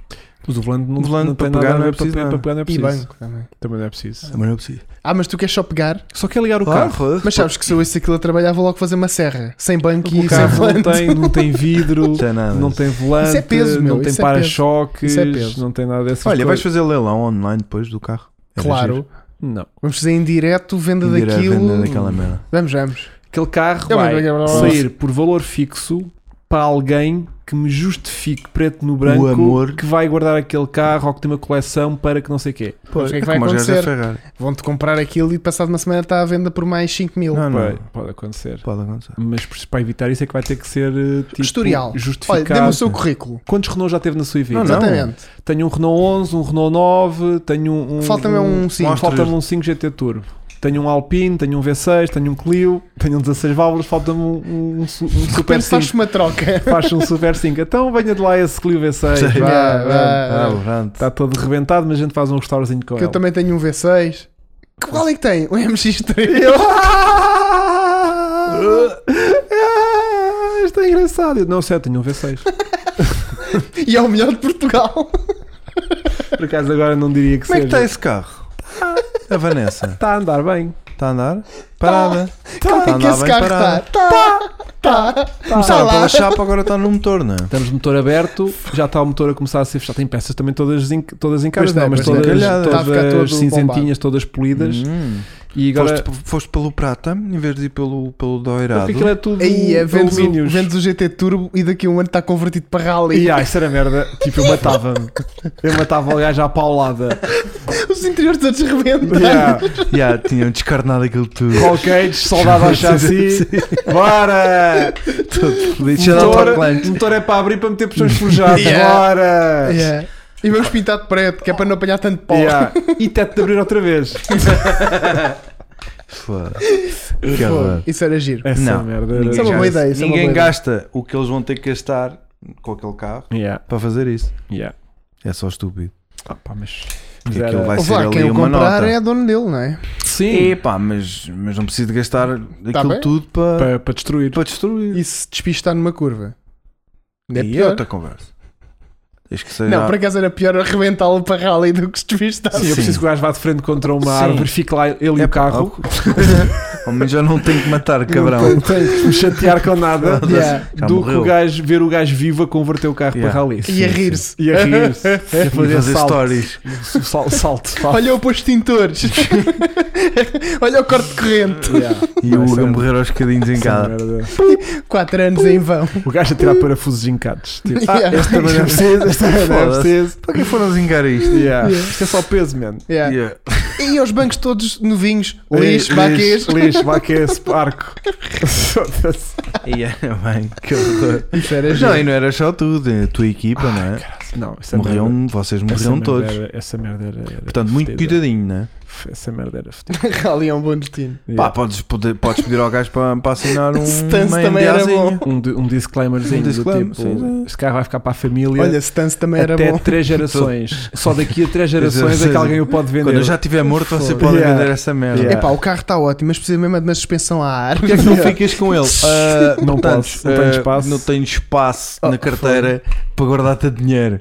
[SPEAKER 1] Mas o volante não,
[SPEAKER 2] O volante
[SPEAKER 1] não tem
[SPEAKER 2] para pegar
[SPEAKER 1] nada a
[SPEAKER 2] não é
[SPEAKER 1] ver para,
[SPEAKER 2] preciso
[SPEAKER 1] pegar,
[SPEAKER 2] nada.
[SPEAKER 1] para pegar não é
[SPEAKER 3] E
[SPEAKER 1] preciso.
[SPEAKER 3] banco também.
[SPEAKER 1] Também não é preciso.
[SPEAKER 2] Mas não é preciso.
[SPEAKER 3] Ah, mas tu queres só pegar?
[SPEAKER 1] Só quer ligar o
[SPEAKER 2] Claro,
[SPEAKER 1] carro.
[SPEAKER 2] foda-se.
[SPEAKER 3] Mas sabes que se eu isso aquilo eu trabalhava logo fazer uma serra. Sem banco
[SPEAKER 1] O
[SPEAKER 3] e sem
[SPEAKER 1] carro não
[SPEAKER 3] é volante.
[SPEAKER 1] tem, não tem vidro,
[SPEAKER 2] Não tem nada.
[SPEAKER 1] não tem volante,
[SPEAKER 3] Isso é peso, meu,
[SPEAKER 1] não tem
[SPEAKER 3] isso é peso.
[SPEAKER 1] para-choques,
[SPEAKER 3] Isso é peso.
[SPEAKER 1] não tem nada dessas
[SPEAKER 2] Olha, vais
[SPEAKER 1] coisas.
[SPEAKER 2] fazer leilão online depois do carro? Era É giro.
[SPEAKER 3] Claro.
[SPEAKER 1] Não.
[SPEAKER 3] Vamos fazer em direto venda
[SPEAKER 2] Vender a
[SPEAKER 3] daquilo.
[SPEAKER 2] venda daquela merda.
[SPEAKER 3] Vamos, vamos.
[SPEAKER 1] Aquele carro
[SPEAKER 3] Eu
[SPEAKER 1] vai
[SPEAKER 3] vou-
[SPEAKER 1] sair por valor fixo para alguém que me justifique preto no branco
[SPEAKER 2] O amor.
[SPEAKER 1] que vai guardar aquele carro ou que tem uma coleção para que não sei o quê.
[SPEAKER 3] Pois, o que é que vai
[SPEAKER 2] como os gajos da
[SPEAKER 3] acontecer?
[SPEAKER 2] Ferrari.
[SPEAKER 3] Vão-te comprar aquilo e passado uma semana está à venda por mais 5 mil.
[SPEAKER 2] Ah, Não, não.
[SPEAKER 1] Pá, Pode acontecer.
[SPEAKER 2] Pode acontecer.
[SPEAKER 1] Mas por- para evitar isso é que vai ter que ser eh, tipo,
[SPEAKER 3] Historial. Olha,
[SPEAKER 1] justificado.
[SPEAKER 3] dê-me o seu currículo.
[SPEAKER 1] Quantos Renault já teve na sua vida?
[SPEAKER 2] Não, não.
[SPEAKER 3] Exatamente.
[SPEAKER 1] Tenho um Renault 11, um Renault 9, tenho um. um
[SPEAKER 3] Falta-me um 5.
[SPEAKER 2] Mostra.
[SPEAKER 1] Falta-me um 5 GT Turbo. Tenho um Alpine, tenho um V6, tenho um Clio, tenho um 16 válvulas, falta-me um, um, um su- um Super
[SPEAKER 3] Super
[SPEAKER 1] 5.
[SPEAKER 3] faz uma troca.
[SPEAKER 1] Faz um Super 5. Então venha de lá esse Clio V6.
[SPEAKER 2] Sim.
[SPEAKER 1] vá,
[SPEAKER 3] Vá,
[SPEAKER 1] vá.
[SPEAKER 3] vá.
[SPEAKER 2] Ah, o
[SPEAKER 3] Tá.
[SPEAKER 2] Rante.
[SPEAKER 1] Está todo rebentado, mas a gente faz um restaurozinho com
[SPEAKER 3] Que
[SPEAKER 1] ele.
[SPEAKER 3] eu também tenho um V6. Que- Qual é que tem? Um MX3.
[SPEAKER 1] Eu... Ah, Isto é engraçado. Eu, não sei, eu tenho um V6.
[SPEAKER 3] E é o melhor de Portugal.
[SPEAKER 1] Por acaso agora não diria que
[SPEAKER 2] Como é que
[SPEAKER 1] seja.
[SPEAKER 3] tá
[SPEAKER 2] está esse carro? Ah, A Vanessa.
[SPEAKER 1] Está a andar bem.
[SPEAKER 2] Está a andar? Parada. Tá.
[SPEAKER 3] Como é que esse carro está? Tá, tá.
[SPEAKER 2] Começaram
[SPEAKER 3] lá.
[SPEAKER 2] pela chapa, agora está no motor, não é?
[SPEAKER 1] Temos motor aberto, já está o motor a começar a ser fechado. Tem peças também todas, em, todas em casa,
[SPEAKER 3] Pois Tá tem,
[SPEAKER 1] não, mas
[SPEAKER 3] pois tem.
[SPEAKER 1] todas,
[SPEAKER 2] Calhada.
[SPEAKER 1] todas
[SPEAKER 3] Está a ficar todo Uhum.
[SPEAKER 1] cinzentinhas, todas polidas.
[SPEAKER 2] Hum.
[SPEAKER 1] E agora.
[SPEAKER 2] Foste, foste pelo prata em vez de ir pelo, pelo
[SPEAKER 1] Não,
[SPEAKER 2] doirado.
[SPEAKER 1] porque aquilo é tudo
[SPEAKER 3] Aí é, vendes o,
[SPEAKER 1] alumínios.
[SPEAKER 3] vendes o GT Turbo e daqui a um ano está convertido para rally.
[SPEAKER 1] E ah, isso era merda. Tipo, eu matava-me. Eu matava o gajo à paulada.
[SPEAKER 3] Os interiores todos rebentam.
[SPEAKER 1] Yeah.
[SPEAKER 2] Yeah, tinham descarnado aquilo tudo.
[SPEAKER 1] Rockades, soldado ao chassi. Bora!
[SPEAKER 2] Todo fodido, cheio de
[SPEAKER 1] Motor,
[SPEAKER 2] autocolantes.
[SPEAKER 1] motor é para abrir para meter puxões forjados.
[SPEAKER 3] Yeah.
[SPEAKER 1] Bora!
[SPEAKER 3] Yeah. E vamos pintar de preto, que é para não apanhar tanto pó.
[SPEAKER 1] Yeah. E teto de abrir outra vez.
[SPEAKER 2] Foda.
[SPEAKER 3] Pô,
[SPEAKER 2] Que horror.
[SPEAKER 3] Isso era giro.
[SPEAKER 1] Essa
[SPEAKER 2] Não.
[SPEAKER 1] merda.
[SPEAKER 2] Ninguém
[SPEAKER 3] Isso é uma boa
[SPEAKER 2] gasta-
[SPEAKER 3] ideia, isso é uma
[SPEAKER 2] Ninguém
[SPEAKER 3] boa ideia.
[SPEAKER 2] gasta o que eles vão ter que gastar com aquele carro
[SPEAKER 1] Yeah,
[SPEAKER 2] para fazer isso.
[SPEAKER 1] yeah.
[SPEAKER 2] É só estúpido.
[SPEAKER 1] Ah, pá, mas.
[SPEAKER 2] Porque
[SPEAKER 1] Zero.
[SPEAKER 2] aquilo vai
[SPEAKER 3] Ou
[SPEAKER 2] ser
[SPEAKER 3] vá, quem
[SPEAKER 2] ali
[SPEAKER 3] o
[SPEAKER 2] uma
[SPEAKER 3] comprar
[SPEAKER 2] nota.
[SPEAKER 3] é dono dele, não é?
[SPEAKER 1] Sim.
[SPEAKER 2] Epá, mas, mas não preciso de gastar aquilo
[SPEAKER 3] Tá bem.
[SPEAKER 2] tudo para,
[SPEAKER 1] Para, para destruir.
[SPEAKER 2] para destruir.
[SPEAKER 3] E se despistar numa curva? Ainda É
[SPEAKER 2] E
[SPEAKER 3] pior.
[SPEAKER 2] outra conversa. Diz que seja.
[SPEAKER 3] Não, por acaso era pior arrebentá-lo para rally do que se despistar.
[SPEAKER 1] Sim, eu preciso que o gajo vá de frente contra uma
[SPEAKER 2] Sim.
[SPEAKER 1] árvore, fique lá ele e
[SPEAKER 2] É
[SPEAKER 1] o
[SPEAKER 2] pá,
[SPEAKER 1] carro.
[SPEAKER 2] Ao menos já não tenho que matar,
[SPEAKER 1] Não
[SPEAKER 2] cabrão.
[SPEAKER 1] tem que me chatear com nada.
[SPEAKER 2] Foda-se.
[SPEAKER 3] Yeah.
[SPEAKER 2] Já
[SPEAKER 1] Do que
[SPEAKER 2] morreu.
[SPEAKER 1] o gajo, ver o gajo vivo a converter o carro
[SPEAKER 2] Yeah.
[SPEAKER 1] para rally.
[SPEAKER 3] E a
[SPEAKER 2] Sim,
[SPEAKER 3] rir-se.
[SPEAKER 1] E a rir-se. E a
[SPEAKER 2] E fazer stories.
[SPEAKER 1] Sal- salto. salto.
[SPEAKER 3] Olha o posto de tintores. Olha o corte de corrente.
[SPEAKER 1] Yeah.
[SPEAKER 3] é
[SPEAKER 2] E
[SPEAKER 1] Essa
[SPEAKER 2] o Hugo a
[SPEAKER 1] merda.
[SPEAKER 2] morrer aos bocadinhos em
[SPEAKER 1] Essa
[SPEAKER 2] casa.
[SPEAKER 1] merda.
[SPEAKER 3] 4 anos em vão.
[SPEAKER 1] O gajo a tirar parafusos encados. Tipo, ah,
[SPEAKER 3] Yeah.
[SPEAKER 1] este também não é preciso, este também não é
[SPEAKER 2] Foda-se.
[SPEAKER 1] preciso.
[SPEAKER 2] Para que foram zingar isto?
[SPEAKER 1] Yeah.
[SPEAKER 3] Yeah.
[SPEAKER 1] Isto é só peso, man.
[SPEAKER 3] Yeah.
[SPEAKER 2] Yeah.
[SPEAKER 3] E os bancos todos novinhos, lixo, baquês.
[SPEAKER 1] Lixo, lixo, baquês, parco. Foda-se.
[SPEAKER 2] E
[SPEAKER 1] é,
[SPEAKER 2] era bem, que horror.
[SPEAKER 3] Isso era
[SPEAKER 2] Mas não, e
[SPEAKER 3] giro.
[SPEAKER 2] não era só tu, de- a tua equipa, não é?
[SPEAKER 1] não, essa merda-
[SPEAKER 2] Morriam, vocês
[SPEAKER 1] Ah, essa
[SPEAKER 2] morriam
[SPEAKER 1] merda
[SPEAKER 2] um- todos.
[SPEAKER 1] era- essa merda era. era
[SPEAKER 2] Portanto, muito
[SPEAKER 1] fedida.
[SPEAKER 2] cuidadinho, né?
[SPEAKER 1] Essa merda era fedida.
[SPEAKER 3] Rally é um bom destino.
[SPEAKER 2] Pá, podes, poder- podes pedir ao gajo para, para assinar um.
[SPEAKER 3] Stance
[SPEAKER 2] uma
[SPEAKER 3] também era
[SPEAKER 2] NDAzinho.
[SPEAKER 1] um, di- um disclaimerzinho
[SPEAKER 2] Um disclaimer,
[SPEAKER 1] do tipo,
[SPEAKER 2] sim, sim.
[SPEAKER 1] este carro vai ficar para a família
[SPEAKER 3] Olha, é Stance também era
[SPEAKER 1] até
[SPEAKER 3] bom.
[SPEAKER 1] três gerações. Só daqui a três gerações é que
[SPEAKER 2] Exato.
[SPEAKER 1] alguém o pode vender.
[SPEAKER 2] Quando eu já estiver morto, você
[SPEAKER 1] Foda-se.
[SPEAKER 2] pode
[SPEAKER 1] Yeah.
[SPEAKER 2] vender essa merda.
[SPEAKER 1] Yeah.
[SPEAKER 3] Epá, o carro está ótimo, mas precisa mesmo de uma suspensão à ar.
[SPEAKER 2] Porquê é que não ficas com ele? Ah,
[SPEAKER 1] Não posso, não tenho
[SPEAKER 2] ah,
[SPEAKER 1] espaço.
[SPEAKER 2] não tenho espaço
[SPEAKER 3] Oh,
[SPEAKER 2] na carteira para guardar teu dinheiro.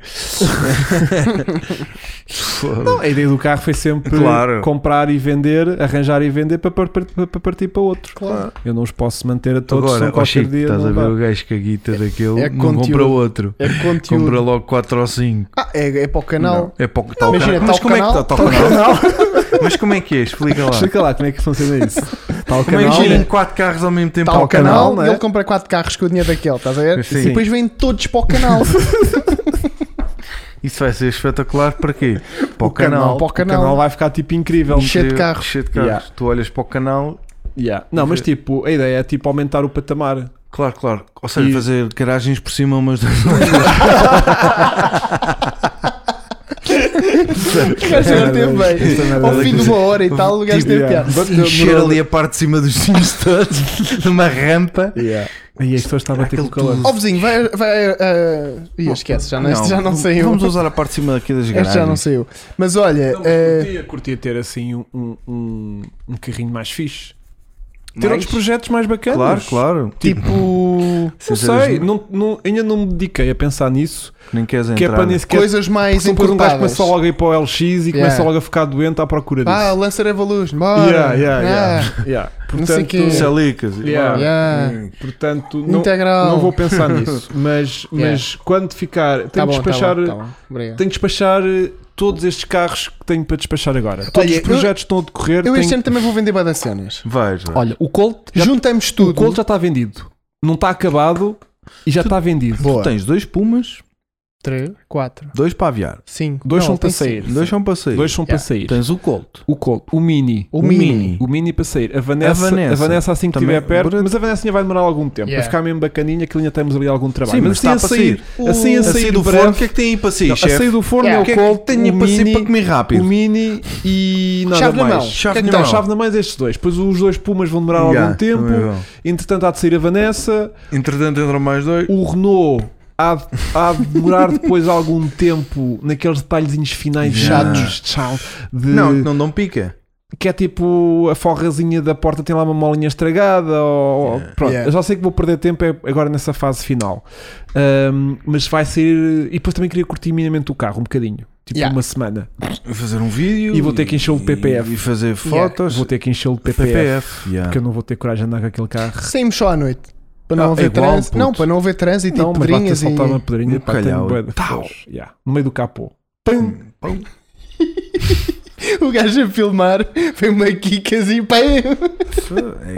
[SPEAKER 1] Não, a ideia do carro foi sempre
[SPEAKER 2] Claro.
[SPEAKER 1] comprar e vender, arranjar e vender para, par- para- para partir para outro.
[SPEAKER 3] Claro.
[SPEAKER 1] Eu não os posso manter a todos,
[SPEAKER 2] Agora,
[SPEAKER 1] são
[SPEAKER 2] ó
[SPEAKER 1] qualquer
[SPEAKER 2] Chico,
[SPEAKER 1] dia.
[SPEAKER 2] estás
[SPEAKER 1] não
[SPEAKER 2] a ver
[SPEAKER 1] dá.
[SPEAKER 2] o gajo que a guita daquele Um
[SPEAKER 3] é
[SPEAKER 2] não
[SPEAKER 3] conteúdo.
[SPEAKER 2] compra outro.
[SPEAKER 3] É conteúdo.
[SPEAKER 2] Compra logo 4 ou 5.
[SPEAKER 3] Ah, é, é para o canal.
[SPEAKER 2] É pouco tal
[SPEAKER 3] imagina,
[SPEAKER 2] canal. Mas
[SPEAKER 3] tal
[SPEAKER 2] como é que
[SPEAKER 3] canal,
[SPEAKER 2] tá- tal canal? Mas como é que é? Explica lá.
[SPEAKER 1] Explica lá como é que funciona isso. Tal
[SPEAKER 2] Como é
[SPEAKER 1] canal,
[SPEAKER 2] que giram 4 carros ao mesmo tempo
[SPEAKER 3] Está ao
[SPEAKER 2] ao canal?
[SPEAKER 3] Tá canal,
[SPEAKER 1] canal, não
[SPEAKER 3] e
[SPEAKER 1] é?
[SPEAKER 3] ele compra quatro carros com o dinheiro daquele, estás a ver?
[SPEAKER 2] Sim.
[SPEAKER 3] E depois vêm todos para o canal.
[SPEAKER 2] Isso vai ser espetacular para quê? Para o, canal.
[SPEAKER 3] para o
[SPEAKER 1] o canal vai ficar tipo incrível.
[SPEAKER 3] Cheio de carros.
[SPEAKER 2] Cheio de carros.
[SPEAKER 1] Yeah.
[SPEAKER 2] Tu olhas para o canal,
[SPEAKER 1] Yeah. Não, mas tipo, a ideia é tipo aumentar o patamar.
[SPEAKER 2] claro, claro. Ou seja,
[SPEAKER 1] E-
[SPEAKER 2] fazer garagens por cima umas das
[SPEAKER 1] Esta merda
[SPEAKER 3] O gajo agora teve bem. Ao fim
[SPEAKER 1] daqui.
[SPEAKER 3] de uma hora e tal, o gajo
[SPEAKER 1] Tipo,
[SPEAKER 3] teve
[SPEAKER 1] yeah.
[SPEAKER 3] piada.
[SPEAKER 1] Vamos-
[SPEAKER 2] encher ali a parte de cima dos cintos todos, numa rampa.
[SPEAKER 1] Yeah. E as pessoas estavam a ter com
[SPEAKER 2] Aquele
[SPEAKER 1] calor.
[SPEAKER 2] tudo.
[SPEAKER 3] Ó vizinho, vai. vai ah, Ih, esquece, já não, este já não saiu.
[SPEAKER 2] Vamos usar a parte de cima daqui das
[SPEAKER 3] este já não
[SPEAKER 2] garagens.
[SPEAKER 3] saiu. Mas olha,
[SPEAKER 1] Não,
[SPEAKER 3] ah,
[SPEAKER 1] mas curtia, curtia ter assim um, um, um, um carrinho mais fixe. Ter
[SPEAKER 2] Mais?
[SPEAKER 1] outros projetos mais bacanas.
[SPEAKER 2] Claro, claro.
[SPEAKER 3] tipo.
[SPEAKER 1] Não sei, não, não- ainda não me dediquei a pensar nisso.
[SPEAKER 2] Nem queres
[SPEAKER 1] Que é para
[SPEAKER 2] entrar.
[SPEAKER 1] nem sequer.
[SPEAKER 3] Coisas mais
[SPEAKER 1] Porque depois um gajo
[SPEAKER 3] encurtadas.
[SPEAKER 1] começa logo a ir para o LX e começa logo a ficar doente à procura disso.
[SPEAKER 3] Ah, Lancer Evolution, bora.
[SPEAKER 1] Yeah, yeah,
[SPEAKER 3] Ah,
[SPEAKER 1] yeah. Yeah.
[SPEAKER 3] Não sei
[SPEAKER 1] Portanto,
[SPEAKER 3] quê.
[SPEAKER 2] Salicas.
[SPEAKER 1] Yeah.
[SPEAKER 2] Claro.
[SPEAKER 3] yeah.
[SPEAKER 1] portanto não,
[SPEAKER 3] Integral. Tá
[SPEAKER 1] não vou pensar nisso. Mas,
[SPEAKER 3] Yeah.
[SPEAKER 1] mas quando ficar. Tenho
[SPEAKER 3] Tá
[SPEAKER 1] que
[SPEAKER 3] bom, tá
[SPEAKER 1] despachar.
[SPEAKER 3] bom, tá bom. Obrigado.
[SPEAKER 1] Tenho que despachar eh, todos estes carros que tenho para despachar agora. Todos
[SPEAKER 3] Olha,
[SPEAKER 1] os projetos estão a decorrer.
[SPEAKER 3] Eu este
[SPEAKER 1] tenho-
[SPEAKER 3] ano também vou vender bué de cenas.
[SPEAKER 2] Vais, vai.
[SPEAKER 1] Olha, o Colt, já,
[SPEAKER 3] Juntamos
[SPEAKER 1] o
[SPEAKER 3] tudo.
[SPEAKER 1] Colt já está vendido. Não está acabado e já está vendido.
[SPEAKER 3] Boa.
[SPEAKER 2] Tens dois pumas,
[SPEAKER 3] 3, 4,
[SPEAKER 2] dois para aviar.
[SPEAKER 3] 5.
[SPEAKER 1] Dois são para sair.
[SPEAKER 2] Dois são para sair.
[SPEAKER 1] Dois são para
[SPEAKER 3] Yeah.
[SPEAKER 1] sair.
[SPEAKER 2] Tens o Colt.
[SPEAKER 1] O Colt, o Mini.
[SPEAKER 3] O
[SPEAKER 2] O
[SPEAKER 3] mini.
[SPEAKER 2] Mini.
[SPEAKER 1] O Mini para sair. A Vanessa,
[SPEAKER 2] A
[SPEAKER 1] a
[SPEAKER 2] Vanessa
[SPEAKER 1] Vanessa, assim que
[SPEAKER 2] também-
[SPEAKER 1] estiver perto.
[SPEAKER 2] Bruno-
[SPEAKER 1] Mas a Vanessa ainda vai demorar algum tempo.
[SPEAKER 3] Yeah.
[SPEAKER 1] Vai ficar mesmo bacaninha, que ainda temos ali algum trabalho.
[SPEAKER 2] Sim, mas está
[SPEAKER 1] assim a
[SPEAKER 2] para
[SPEAKER 1] sair.
[SPEAKER 2] sair.
[SPEAKER 1] Assim a
[SPEAKER 2] A
[SPEAKER 1] sair
[SPEAKER 2] sair do
[SPEAKER 1] de
[SPEAKER 2] forno, o
[SPEAKER 1] breve.
[SPEAKER 2] que é que tem aí para sair,
[SPEAKER 1] Não, a sair
[SPEAKER 2] chefe?
[SPEAKER 1] do forno
[SPEAKER 3] Yeah.
[SPEAKER 1] é
[SPEAKER 2] O
[SPEAKER 1] o
[SPEAKER 2] que é
[SPEAKER 1] Colt,
[SPEAKER 2] que tem aí
[SPEAKER 1] o
[SPEAKER 2] para sair
[SPEAKER 1] Mini,
[SPEAKER 2] para comer
[SPEAKER 1] o
[SPEAKER 2] rápido?
[SPEAKER 1] Mini e nada
[SPEAKER 3] Chave na
[SPEAKER 1] mais. O
[SPEAKER 3] mão.
[SPEAKER 1] que é
[SPEAKER 2] Chave
[SPEAKER 1] que
[SPEAKER 2] na
[SPEAKER 1] está?
[SPEAKER 2] mão.
[SPEAKER 1] Chave na mais estes dois. Pois os dois Pumas vão demorar
[SPEAKER 2] Yeah,
[SPEAKER 1] algum tempo.
[SPEAKER 2] também é vão.
[SPEAKER 1] Entretanto, há de sair a Vanessa.
[SPEAKER 2] Entretanto, entram mais dois.
[SPEAKER 1] o Renault há de, há de demorar depois algum tempo naqueles detalhezinhos finais
[SPEAKER 2] Yeah.
[SPEAKER 1] chatos de, chau, de-
[SPEAKER 2] Não, não dão pica.
[SPEAKER 1] que é tipo a forrazinha da porta tem lá uma molinha estragada ou, ou- pronto,
[SPEAKER 3] Yeah.
[SPEAKER 1] eu já sei que vou perder tempo é agora nessa fase final Ahm, mas vai sair e depois também queria curtir minimamente o carro um bocadinho tipo
[SPEAKER 3] Yeah.
[SPEAKER 1] uma semana
[SPEAKER 2] Vou fazer um vídeo
[SPEAKER 1] E vou ter que encher o
[SPEAKER 2] e-
[SPEAKER 1] PPF.
[SPEAKER 2] e fazer fotos
[SPEAKER 1] vou ter que enchê-lo de PPF,
[SPEAKER 2] PPF, yeah.
[SPEAKER 1] porque eu não vou ter coragem de andar com aquele carro
[SPEAKER 3] Saímos só à noite. Para não
[SPEAKER 2] Ah, é
[SPEAKER 3] haver
[SPEAKER 2] igual,
[SPEAKER 3] trânsito.
[SPEAKER 2] puto.
[SPEAKER 3] Não, para não haver trânsito
[SPEAKER 1] não, mas
[SPEAKER 3] e
[SPEAKER 1] basta
[SPEAKER 3] Tipo pedrinhas e.
[SPEAKER 1] soltar uma pedrinha
[SPEAKER 2] No
[SPEAKER 1] pá, tenho
[SPEAKER 2] calhau.
[SPEAKER 1] bué de
[SPEAKER 2] Tau.
[SPEAKER 1] pessoas. Yeah, no meio do capô Pum.
[SPEAKER 3] o gajo a filmar foi uma Kikas e pá.
[SPEAKER 2] É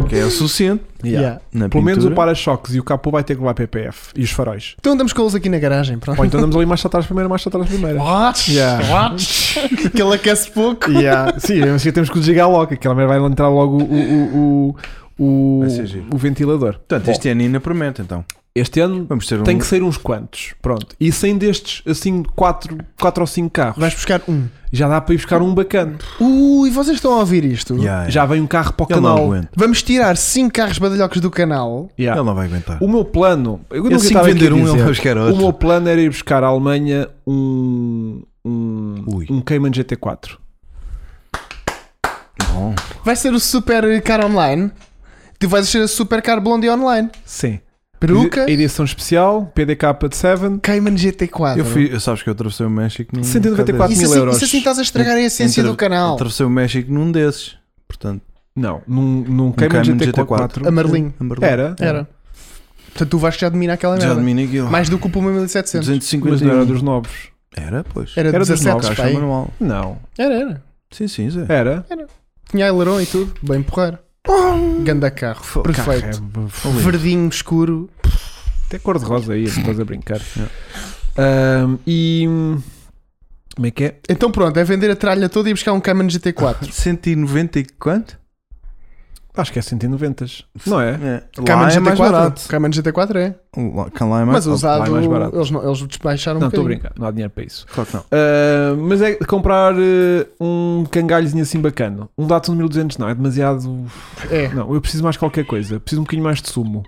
[SPEAKER 2] que é o suficiente.
[SPEAKER 3] Yeah.
[SPEAKER 2] Na
[SPEAKER 1] Pelo menos o
[SPEAKER 2] pintura.
[SPEAKER 1] para-choques e o capô vai ter que levar PPF e os faróis.
[SPEAKER 3] Então andamos com eles aqui na garagem, pronto.
[SPEAKER 1] Ou então damos ali mais atrás primeiro, mais atrás primeiro.
[SPEAKER 3] Watch,
[SPEAKER 1] Yeah.
[SPEAKER 3] watch. que ele aquece pouco.
[SPEAKER 1] Yeah. Sim, mesmo assim temos que desligar logo, aquela merda vai entrar logo o, o, o, o,
[SPEAKER 2] Vai ser giro.
[SPEAKER 1] o ventilador.
[SPEAKER 2] Portanto,
[SPEAKER 1] Bom,
[SPEAKER 2] este ano ainda promete, então.
[SPEAKER 1] este ano
[SPEAKER 2] Vamos ter
[SPEAKER 1] tem
[SPEAKER 2] um.
[SPEAKER 1] que sair uns quantos. Pronto. E sem destes, assim, 4 quatro ou 5 carros,
[SPEAKER 3] Vais buscar um.
[SPEAKER 1] já dá para ir buscar um bacana.
[SPEAKER 3] Ui, vocês estão a ouvir isto?
[SPEAKER 2] Yeah, yeah.
[SPEAKER 1] Já vem um carro para o
[SPEAKER 2] É. Ele não
[SPEAKER 1] canal.
[SPEAKER 2] aguenta.
[SPEAKER 3] Vamos tirar 5 carros badalhocos do canal.
[SPEAKER 1] Yeah.
[SPEAKER 2] Ele não vai aguentar.
[SPEAKER 1] O meu plano. Eu nunca
[SPEAKER 2] Ele se
[SPEAKER 1] estava aqui
[SPEAKER 2] vender
[SPEAKER 1] a
[SPEAKER 2] um, ele
[SPEAKER 1] dizer.
[SPEAKER 2] vai buscar
[SPEAKER 1] O meu
[SPEAKER 2] outro.
[SPEAKER 1] plano era ir buscar à Alemanha um. Um,
[SPEAKER 2] Ui.
[SPEAKER 1] um Cayman GT4.
[SPEAKER 2] Bom.
[SPEAKER 3] Vai ser o super car online. Tu vais ser a super car blondie online.
[SPEAKER 1] Sim.
[SPEAKER 3] Peruca,
[SPEAKER 1] Edi- Edição especial, PDK de 7.
[SPEAKER 3] Cayman
[SPEAKER 1] Ah,
[SPEAKER 3] GT4.
[SPEAKER 1] tá
[SPEAKER 2] Eu fui, sabes que eu atravessei o México num.
[SPEAKER 1] 194
[SPEAKER 3] Isso
[SPEAKER 1] mil
[SPEAKER 3] assim,
[SPEAKER 1] euros.
[SPEAKER 3] isso assim estás a estragar a essência
[SPEAKER 2] Entre-
[SPEAKER 3] do canal.
[SPEAKER 2] Atravessei o México num desses. Portanto,
[SPEAKER 1] Não, num, num Um Cayman,
[SPEAKER 2] Cayman
[SPEAKER 1] GT4.
[SPEAKER 3] A Marlin.
[SPEAKER 2] Amberlin.
[SPEAKER 1] Era.
[SPEAKER 3] Era. Portanto, tu vais já dominar aquela
[SPEAKER 2] Já
[SPEAKER 3] merda.
[SPEAKER 2] domina um aquilo.
[SPEAKER 3] Mais do que o Puma 1700.
[SPEAKER 1] Mas não era
[SPEAKER 2] 250
[SPEAKER 1] dos novos.
[SPEAKER 2] Era, pois.
[SPEAKER 3] Era,
[SPEAKER 1] Era dos
[SPEAKER 3] 17
[SPEAKER 1] novos,
[SPEAKER 2] Caixa
[SPEAKER 3] pá, aí.
[SPEAKER 2] manual.
[SPEAKER 1] Não.
[SPEAKER 3] Era, era.
[SPEAKER 2] Sim, sim, Zé.
[SPEAKER 1] Era.
[SPEAKER 3] Tinha aileron e tudo. Bem porreiro. Ganda carro.
[SPEAKER 2] Fo-
[SPEAKER 3] Perfeito.
[SPEAKER 1] Carro é-
[SPEAKER 3] Verdinho, escuro.
[SPEAKER 1] Até cor de rosa aí, estás a brincar. Ahm, e. hum, Como é que é?
[SPEAKER 3] Então pronto, é vender a tralha toda e buscar um Cayman GT4.
[SPEAKER 2] 190 e quanto?
[SPEAKER 1] Acho que é 190. Não é?
[SPEAKER 2] Lá
[SPEAKER 3] Cayman
[SPEAKER 2] é mais barato.
[SPEAKER 3] GT4. Cayman GT4 é.
[SPEAKER 2] Lá- cá Lá é mais
[SPEAKER 3] Mas
[SPEAKER 2] barato.
[SPEAKER 3] usado,
[SPEAKER 1] é mais barato.
[SPEAKER 3] eles, não- eles desbaixaram um
[SPEAKER 1] não, estou a
[SPEAKER 3] bocadinho.
[SPEAKER 1] brincar. Não há dinheiro para isso.
[SPEAKER 2] Claro que não.
[SPEAKER 1] Ah, mas é comprar eh, um cangalhozinho assim bacana. Um Datsun 1200 não, é demasiado.
[SPEAKER 3] É.
[SPEAKER 1] Não, eu preciso mais qualquer coisa. Preciso um bocadinho mais de sumo.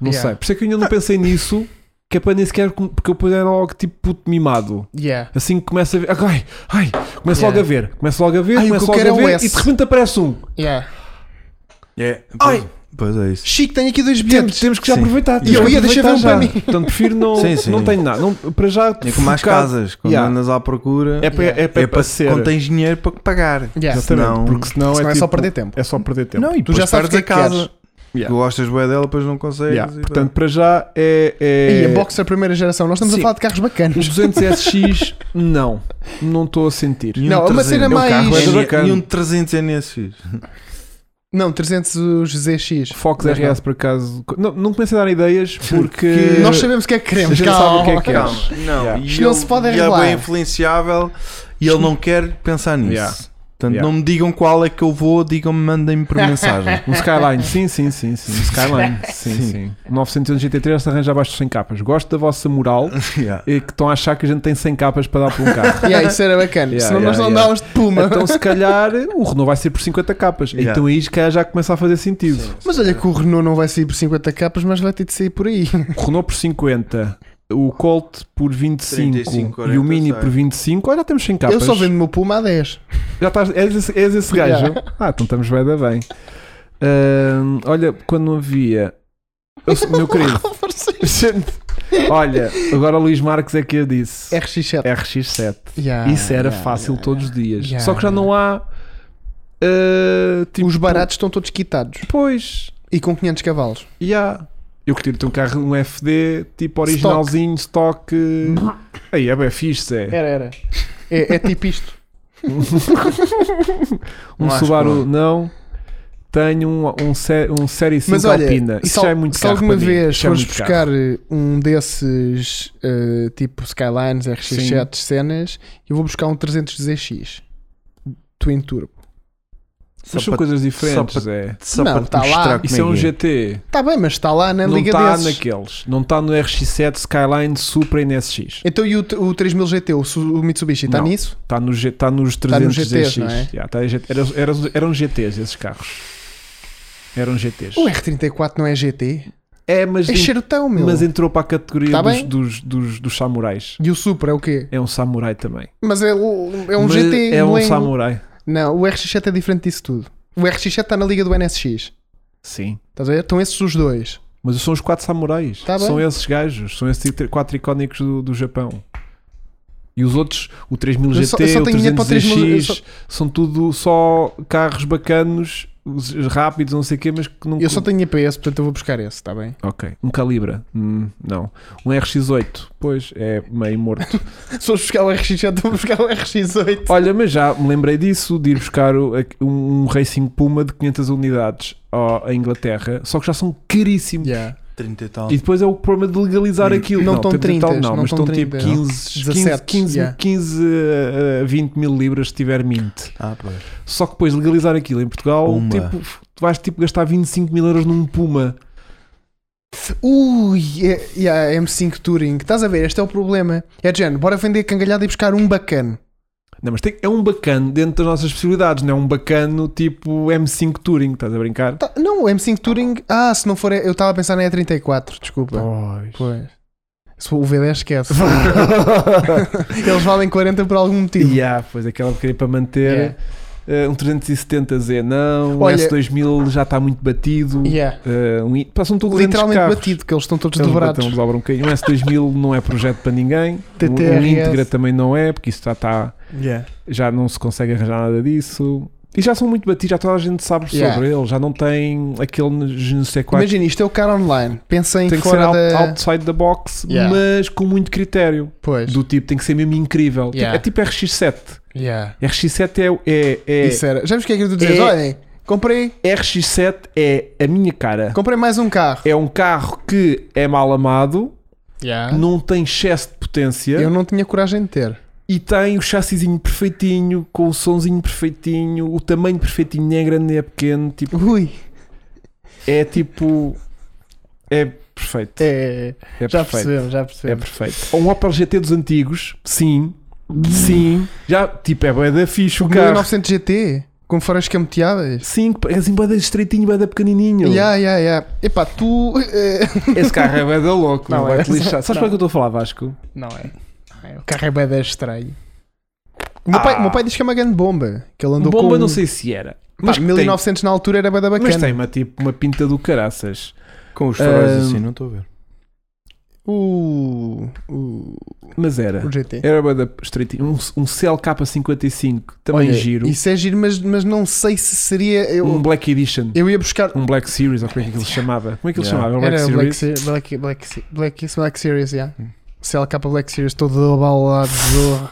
[SPEAKER 1] Não
[SPEAKER 3] Yeah.
[SPEAKER 1] sei. Por isso é que eu ainda não pensei nisso. Que é para nem sequer. com- Porque eu puder era logo tipo puto mimado.
[SPEAKER 3] Yeah.
[SPEAKER 1] Assim que começa a ver. Ai, ai, começa
[SPEAKER 3] Yeah.
[SPEAKER 1] logo a ver. Começa logo a ver,
[SPEAKER 3] Ai, o
[SPEAKER 1] começa
[SPEAKER 3] que eu
[SPEAKER 1] logo
[SPEAKER 3] quero
[SPEAKER 1] a
[SPEAKER 3] é um
[SPEAKER 1] ver.
[SPEAKER 3] S.
[SPEAKER 1] e de repente aparece um.
[SPEAKER 3] Yeah.
[SPEAKER 2] É.
[SPEAKER 1] Ai!
[SPEAKER 2] Pois, pois é isso.
[SPEAKER 3] Chico, tenho aqui dois
[SPEAKER 1] Temos,
[SPEAKER 3] bilhetes.
[SPEAKER 1] temos que já
[SPEAKER 2] Sim.
[SPEAKER 1] aproveitar.
[SPEAKER 2] E
[SPEAKER 1] temos
[SPEAKER 3] eu
[SPEAKER 1] que
[SPEAKER 3] ia deixar
[SPEAKER 1] aproveitar
[SPEAKER 3] ver um
[SPEAKER 1] já.
[SPEAKER 3] para mim.
[SPEAKER 1] Portanto, prefiro não,
[SPEAKER 2] Sim, sim.
[SPEAKER 1] não tenho nada. Não, para já.
[SPEAKER 2] É com mais
[SPEAKER 1] focar-
[SPEAKER 2] casas. Quando
[SPEAKER 1] Yeah.
[SPEAKER 2] andas à procura,
[SPEAKER 1] É para,
[SPEAKER 3] Yeah.
[SPEAKER 1] é para,
[SPEAKER 2] é para
[SPEAKER 1] ser.
[SPEAKER 2] quando tens dinheiro para pagar.
[SPEAKER 3] Yeah.
[SPEAKER 1] Exatamente,
[SPEAKER 2] Senão-
[SPEAKER 1] porque senão,
[SPEAKER 3] Senão é só
[SPEAKER 1] tipo-
[SPEAKER 3] perder tempo.
[SPEAKER 1] É só perder tempo.
[SPEAKER 2] Não, e
[SPEAKER 3] Tu já
[SPEAKER 2] depois
[SPEAKER 3] sabes o
[SPEAKER 2] perdes
[SPEAKER 3] que é
[SPEAKER 2] a
[SPEAKER 3] que
[SPEAKER 2] casa.
[SPEAKER 1] Yeah.
[SPEAKER 2] Gostas bem dela, depois não consegues.
[SPEAKER 1] Yeah.
[SPEAKER 2] e
[SPEAKER 1] Portanto, para já é. é... um
[SPEAKER 3] E a Boxer primeira geração, nós estamos
[SPEAKER 1] Sim.
[SPEAKER 3] a falar de carros
[SPEAKER 1] O
[SPEAKER 3] bacanas.
[SPEAKER 1] 200 SX, não. Não estou a sentir.
[SPEAKER 2] E um
[SPEAKER 3] Não, uma cena
[SPEAKER 2] 300.
[SPEAKER 3] mais-
[SPEAKER 2] É um carro
[SPEAKER 1] É
[SPEAKER 2] N-
[SPEAKER 1] bacana.
[SPEAKER 2] E um 300 NSX.
[SPEAKER 3] Não, 300 os ZX.
[SPEAKER 1] Fox
[SPEAKER 3] Mas
[SPEAKER 1] RS, por acaso. Não, não comecei a dar ideias porque.
[SPEAKER 3] Nós sabemos o que é que
[SPEAKER 1] A
[SPEAKER 3] queremos.
[SPEAKER 1] gente
[SPEAKER 3] Calma.
[SPEAKER 1] sabe o que é que é.
[SPEAKER 2] Calma, não.
[SPEAKER 1] Yeah.
[SPEAKER 2] e
[SPEAKER 3] Isto não
[SPEAKER 2] ele-
[SPEAKER 3] se pode
[SPEAKER 2] e
[SPEAKER 3] arreglar.
[SPEAKER 2] É bem influenciável e ele não quer pensar nisso.
[SPEAKER 1] Yeah.
[SPEAKER 2] Portanto,
[SPEAKER 1] Yeah.
[SPEAKER 2] não me digam qual é que eu vou, digam-me, mandem-me por mensagem.
[SPEAKER 1] Um Skyline, sim, sim, sim, sim. Um Skyline, sim,
[SPEAKER 2] Sim.
[SPEAKER 1] sim. Um 911 GT3 se arranja abaixo de 100 capas. Gosto da vossa moral
[SPEAKER 2] Yeah.
[SPEAKER 1] e que estão a achar que a gente tem 100 capas para dar por um carro.
[SPEAKER 3] Yeah, isso era bacana.
[SPEAKER 1] Yeah,
[SPEAKER 3] Senão
[SPEAKER 1] yeah,
[SPEAKER 3] nós não
[SPEAKER 1] yeah.
[SPEAKER 3] andávamos de puma.
[SPEAKER 1] Então, se calhar, o Renault vai ser por 50 capas.
[SPEAKER 2] Yeah.
[SPEAKER 1] Então, aí, se calhar, já começa a fazer sentido.
[SPEAKER 3] Mas olha que o Renault não vai sair por 50 capas, mas vai ter de sair por aí.
[SPEAKER 1] O Renault por 50, o Colt por 25
[SPEAKER 2] 35, 40,
[SPEAKER 1] e o Mini
[SPEAKER 2] sei.
[SPEAKER 1] por 25. Olha, temos 100 capas.
[SPEAKER 3] Eu só vendo o meu Puma a 10.
[SPEAKER 1] Já estás, és, esse, és esse gajo? Ah, então estamos bem da bem. Ahn, olha, quando não havia. Eu- meu querido. gente, olha, agora o Luís Marques é que eu disse.
[SPEAKER 3] RX7.
[SPEAKER 1] RX7.
[SPEAKER 3] Yeah,
[SPEAKER 1] É. Isso é era
[SPEAKER 3] yeah,
[SPEAKER 1] fácil
[SPEAKER 3] yeah,
[SPEAKER 1] todos
[SPEAKER 3] yeah.
[SPEAKER 1] os dias.
[SPEAKER 3] Yeah,
[SPEAKER 1] Só que já não há. ah, tipo,
[SPEAKER 3] Os baratos estão todos quitados.
[SPEAKER 1] Pois.
[SPEAKER 3] E com 500 cavalos.
[SPEAKER 1] Yeah. Eu curti ter um carro, um FD, tipo originalzinho, stock. Aí é bem fixe, é.
[SPEAKER 3] Era, era. É, é tipo isto.
[SPEAKER 1] Um
[SPEAKER 2] Não acho
[SPEAKER 1] Subaru,
[SPEAKER 2] que
[SPEAKER 1] não. Tenho um, um, sé- um Série 5
[SPEAKER 3] Mas olha,
[SPEAKER 1] Alpina.
[SPEAKER 3] se,
[SPEAKER 1] Isso já é
[SPEAKER 3] al-
[SPEAKER 1] muito
[SPEAKER 3] se
[SPEAKER 1] caro
[SPEAKER 3] alguma
[SPEAKER 1] para mim.
[SPEAKER 3] vez
[SPEAKER 1] Isso já é
[SPEAKER 3] fores
[SPEAKER 1] muito caro.
[SPEAKER 3] buscar eh, um desses eh, tipo Skylines, RX7, cenas, eu vou buscar um 300 ZX Twin Turbo.
[SPEAKER 2] Só
[SPEAKER 1] Mas são
[SPEAKER 2] para-
[SPEAKER 1] coisas diferentes,
[SPEAKER 2] só
[SPEAKER 1] é.
[SPEAKER 2] Só
[SPEAKER 3] Não,
[SPEAKER 2] para te
[SPEAKER 3] tá lá.
[SPEAKER 2] mostrar como
[SPEAKER 1] Isso é um
[SPEAKER 2] que
[SPEAKER 1] GT.
[SPEAKER 3] Está Tá bem, mas está lá na
[SPEAKER 1] não tá
[SPEAKER 3] liga
[SPEAKER 1] está
[SPEAKER 3] desses.
[SPEAKER 1] naqueles. Não está no RX7 Skyline Supra e NSX.
[SPEAKER 3] Então e o, t- o 3000 GT, o, Su- o Mitsubishi, está
[SPEAKER 1] Não.
[SPEAKER 3] nisso?
[SPEAKER 1] Está Tá no, G- está nos
[SPEAKER 3] nos
[SPEAKER 1] 300
[SPEAKER 3] GTs,
[SPEAKER 1] GX.
[SPEAKER 3] não é?
[SPEAKER 1] Yeah, está em GT. Eram- eram- eram GTs esses carros. Eram GTs.
[SPEAKER 3] O R34 não é GT?
[SPEAKER 1] É, mas,
[SPEAKER 3] É
[SPEAKER 1] em-
[SPEAKER 3] charutão, meu.
[SPEAKER 1] mas entrou para a categoria
[SPEAKER 3] Tá
[SPEAKER 1] dos,
[SPEAKER 3] bem.
[SPEAKER 1] dos, dos, dos samurais.
[SPEAKER 3] E o Supra é o quê?
[SPEAKER 1] É um samurai também.
[SPEAKER 3] Mas é, o- é um
[SPEAKER 1] Mas
[SPEAKER 3] GT.
[SPEAKER 1] É um
[SPEAKER 3] lengo.
[SPEAKER 1] samurai.
[SPEAKER 3] Não, o RX7 é diferente disso tudo. O RX7 está tá na liga do NSX.
[SPEAKER 1] Sim.
[SPEAKER 3] Estás a ver? Estão esses os dois.
[SPEAKER 1] Mas são os quatro samurais.
[SPEAKER 3] Tá bem.
[SPEAKER 1] são esses gajos. São esses quatro icónicos do, do Japão. E os outros, o 3000
[SPEAKER 3] Eu
[SPEAKER 1] GT,
[SPEAKER 3] só- eu só
[SPEAKER 1] o
[SPEAKER 3] tenho dinheiro para o
[SPEAKER 1] 300
[SPEAKER 3] 3000, eu
[SPEAKER 1] X,
[SPEAKER 3] só-
[SPEAKER 1] são tudo só carros bacanos os rápidos, não sei o quê, mas que não.
[SPEAKER 3] Eu só tenho EPS, portanto eu vou buscar esse, está bem?
[SPEAKER 1] Ok. Um Calibra. Hum, não. Um RX8. Pois, é meio morto.
[SPEAKER 3] Se for buscar o RX, já estou a buscar o RX8.
[SPEAKER 1] Olha, mas já me lembrei disso, de ir buscar o- a- um Racing Puma de 500 unidades ó, à Inglaterra, só que já são caríssimos.
[SPEAKER 3] Yeah.
[SPEAKER 2] 30 e tal.
[SPEAKER 1] E depois é o problema de legalizar
[SPEAKER 2] Não-
[SPEAKER 1] aquilo.
[SPEAKER 3] não estão
[SPEAKER 1] temos e tal,
[SPEAKER 3] 30,
[SPEAKER 1] não,
[SPEAKER 3] não
[SPEAKER 1] mas
[SPEAKER 3] estão
[SPEAKER 1] estão tipo
[SPEAKER 3] 30.
[SPEAKER 1] 15,
[SPEAKER 3] 17,
[SPEAKER 1] 15,
[SPEAKER 3] yeah.
[SPEAKER 1] 15 a 20 eh, mil libras se tiver mint.
[SPEAKER 2] Ah, pois.
[SPEAKER 1] Só que depois legalizar aquilo em Portugal,
[SPEAKER 2] Puma.
[SPEAKER 1] tipo, tu vais tipo gastar 25 mil euros num Puma.
[SPEAKER 3] Ui, é, yeah, M5 Touring. Estás a ver? Este é o problema. É de género, bora vender cangalhada e buscar um bacano.
[SPEAKER 1] Não, mas tem- é um bacano dentro das nossas possibilidades, não é um bacano tipo M5 Touring, estás a brincar?
[SPEAKER 3] Tá- não, o M5 Touring. Ah, se não for. Eu estava a pensar na E34, desculpa.
[SPEAKER 1] Pois.
[SPEAKER 3] Pois. Se for o V10, esquece. Eles valem 40 por algum motivo.
[SPEAKER 1] yeah, ah, pois aquela que queria para manter.
[SPEAKER 3] Yeah.
[SPEAKER 1] Eh, um 370Z, não. Um
[SPEAKER 3] Olha-
[SPEAKER 1] S2000 já está muito batido.
[SPEAKER 3] Yeah.
[SPEAKER 1] Eh, um i- pá, são todos grandes
[SPEAKER 3] Literalmente
[SPEAKER 1] carros.
[SPEAKER 3] batido, que eles estão todos
[SPEAKER 1] Eles
[SPEAKER 3] dobrados.
[SPEAKER 1] batem, dobram um bocadinho. Um S2000 não é projeto para ninguém. Um- Um
[SPEAKER 3] TTRS.
[SPEAKER 1] íntegra também não é, porque isso já está.
[SPEAKER 3] Yeah.
[SPEAKER 1] Já não se consegue arranjar nada disso. E já são muito batidos, já toda a gente sabe
[SPEAKER 3] Yeah.
[SPEAKER 1] sobre ele. Já não tem aquele je ne sais quoi.
[SPEAKER 3] Imagina, isto é o cara online. Pensem
[SPEAKER 1] Tem que ser
[SPEAKER 3] fora
[SPEAKER 1] out-
[SPEAKER 3] da.
[SPEAKER 1] outside the box,
[SPEAKER 3] Yeah.
[SPEAKER 1] mas com muito critério.
[SPEAKER 3] Pois.
[SPEAKER 1] Do tipo, tem que ser mesmo incrível.
[SPEAKER 3] Yeah.
[SPEAKER 1] Tipo, é tipo RX7.
[SPEAKER 3] Yeah.
[SPEAKER 1] RX7 é. é, é-
[SPEAKER 3] Isso era. Já vos que é que tu dizes?
[SPEAKER 1] É-
[SPEAKER 3] Olhem, comprei,
[SPEAKER 1] RX7 é a minha cara.
[SPEAKER 3] comprei mais um carro.
[SPEAKER 1] É um carro que é mal amado, não tem excesso de potência.
[SPEAKER 3] Ah. Eu não tinha coragem de ter.
[SPEAKER 1] e tem o chassizinho perfeitinho, com o sonzinho perfeitinho, o tamanho perfeitinho, nem é grande nem é pequeno, tipo,
[SPEAKER 3] Ui.
[SPEAKER 1] é tipo. É perfeito.
[SPEAKER 3] É.
[SPEAKER 1] é
[SPEAKER 3] Já
[SPEAKER 1] perfeito.
[SPEAKER 3] percebemos, já
[SPEAKER 1] É
[SPEAKER 3] percebemos.
[SPEAKER 1] perfeito. Ou um Opel GT dos antigos, sim, sim, já, tipo, é bué da fixe o
[SPEAKER 3] O
[SPEAKER 1] carro.
[SPEAKER 3] 1900 GT, com faróis escamoteáveis.
[SPEAKER 1] Sim, que é assim, bué da estreitinho, bué da pequenininho.
[SPEAKER 3] Ya, ya, ya. Epá, tu. eh,
[SPEAKER 1] Esse carro é bué da louco,
[SPEAKER 3] Não,
[SPEAKER 1] não, vai
[SPEAKER 3] é-
[SPEAKER 1] te lixar. Sabes para que eu estou a falar, Vasco?
[SPEAKER 3] Não é. Não é. O carro é bem estranho. O meu, pai, o meu pai diz que é uma grande bomba. Que ele andou
[SPEAKER 1] Ah. Bomba
[SPEAKER 3] com. um,
[SPEAKER 1] não sei se era.
[SPEAKER 3] Pá,
[SPEAKER 1] Mas que
[SPEAKER 3] 1900 na altura era bem
[SPEAKER 1] tem, mas
[SPEAKER 3] bacana.
[SPEAKER 1] tem uma, tipo, uma pinta do caraças.
[SPEAKER 2] Com os faróis
[SPEAKER 1] Ahm,
[SPEAKER 2] assim, não estou a ver.
[SPEAKER 3] O. O,
[SPEAKER 1] Mas era.
[SPEAKER 3] o GT.
[SPEAKER 1] Era bué da estreitinho. Um, um CLK55, também
[SPEAKER 3] Olha,
[SPEAKER 1] giro.
[SPEAKER 3] Isso é giro, mas, mas não sei se seria. Eu,
[SPEAKER 1] Um Black Edition.
[SPEAKER 3] eu ia buscar.
[SPEAKER 1] Um Black Series, ou como é que ele se chamava? Como é que ele se
[SPEAKER 2] Yeah.
[SPEAKER 1] chamava? Um Black
[SPEAKER 3] Era Black,
[SPEAKER 1] Series?
[SPEAKER 3] Series. Black, Black, Se- Black, isso, Black Series, yeah. CLK Black Series todo abalado, zorro.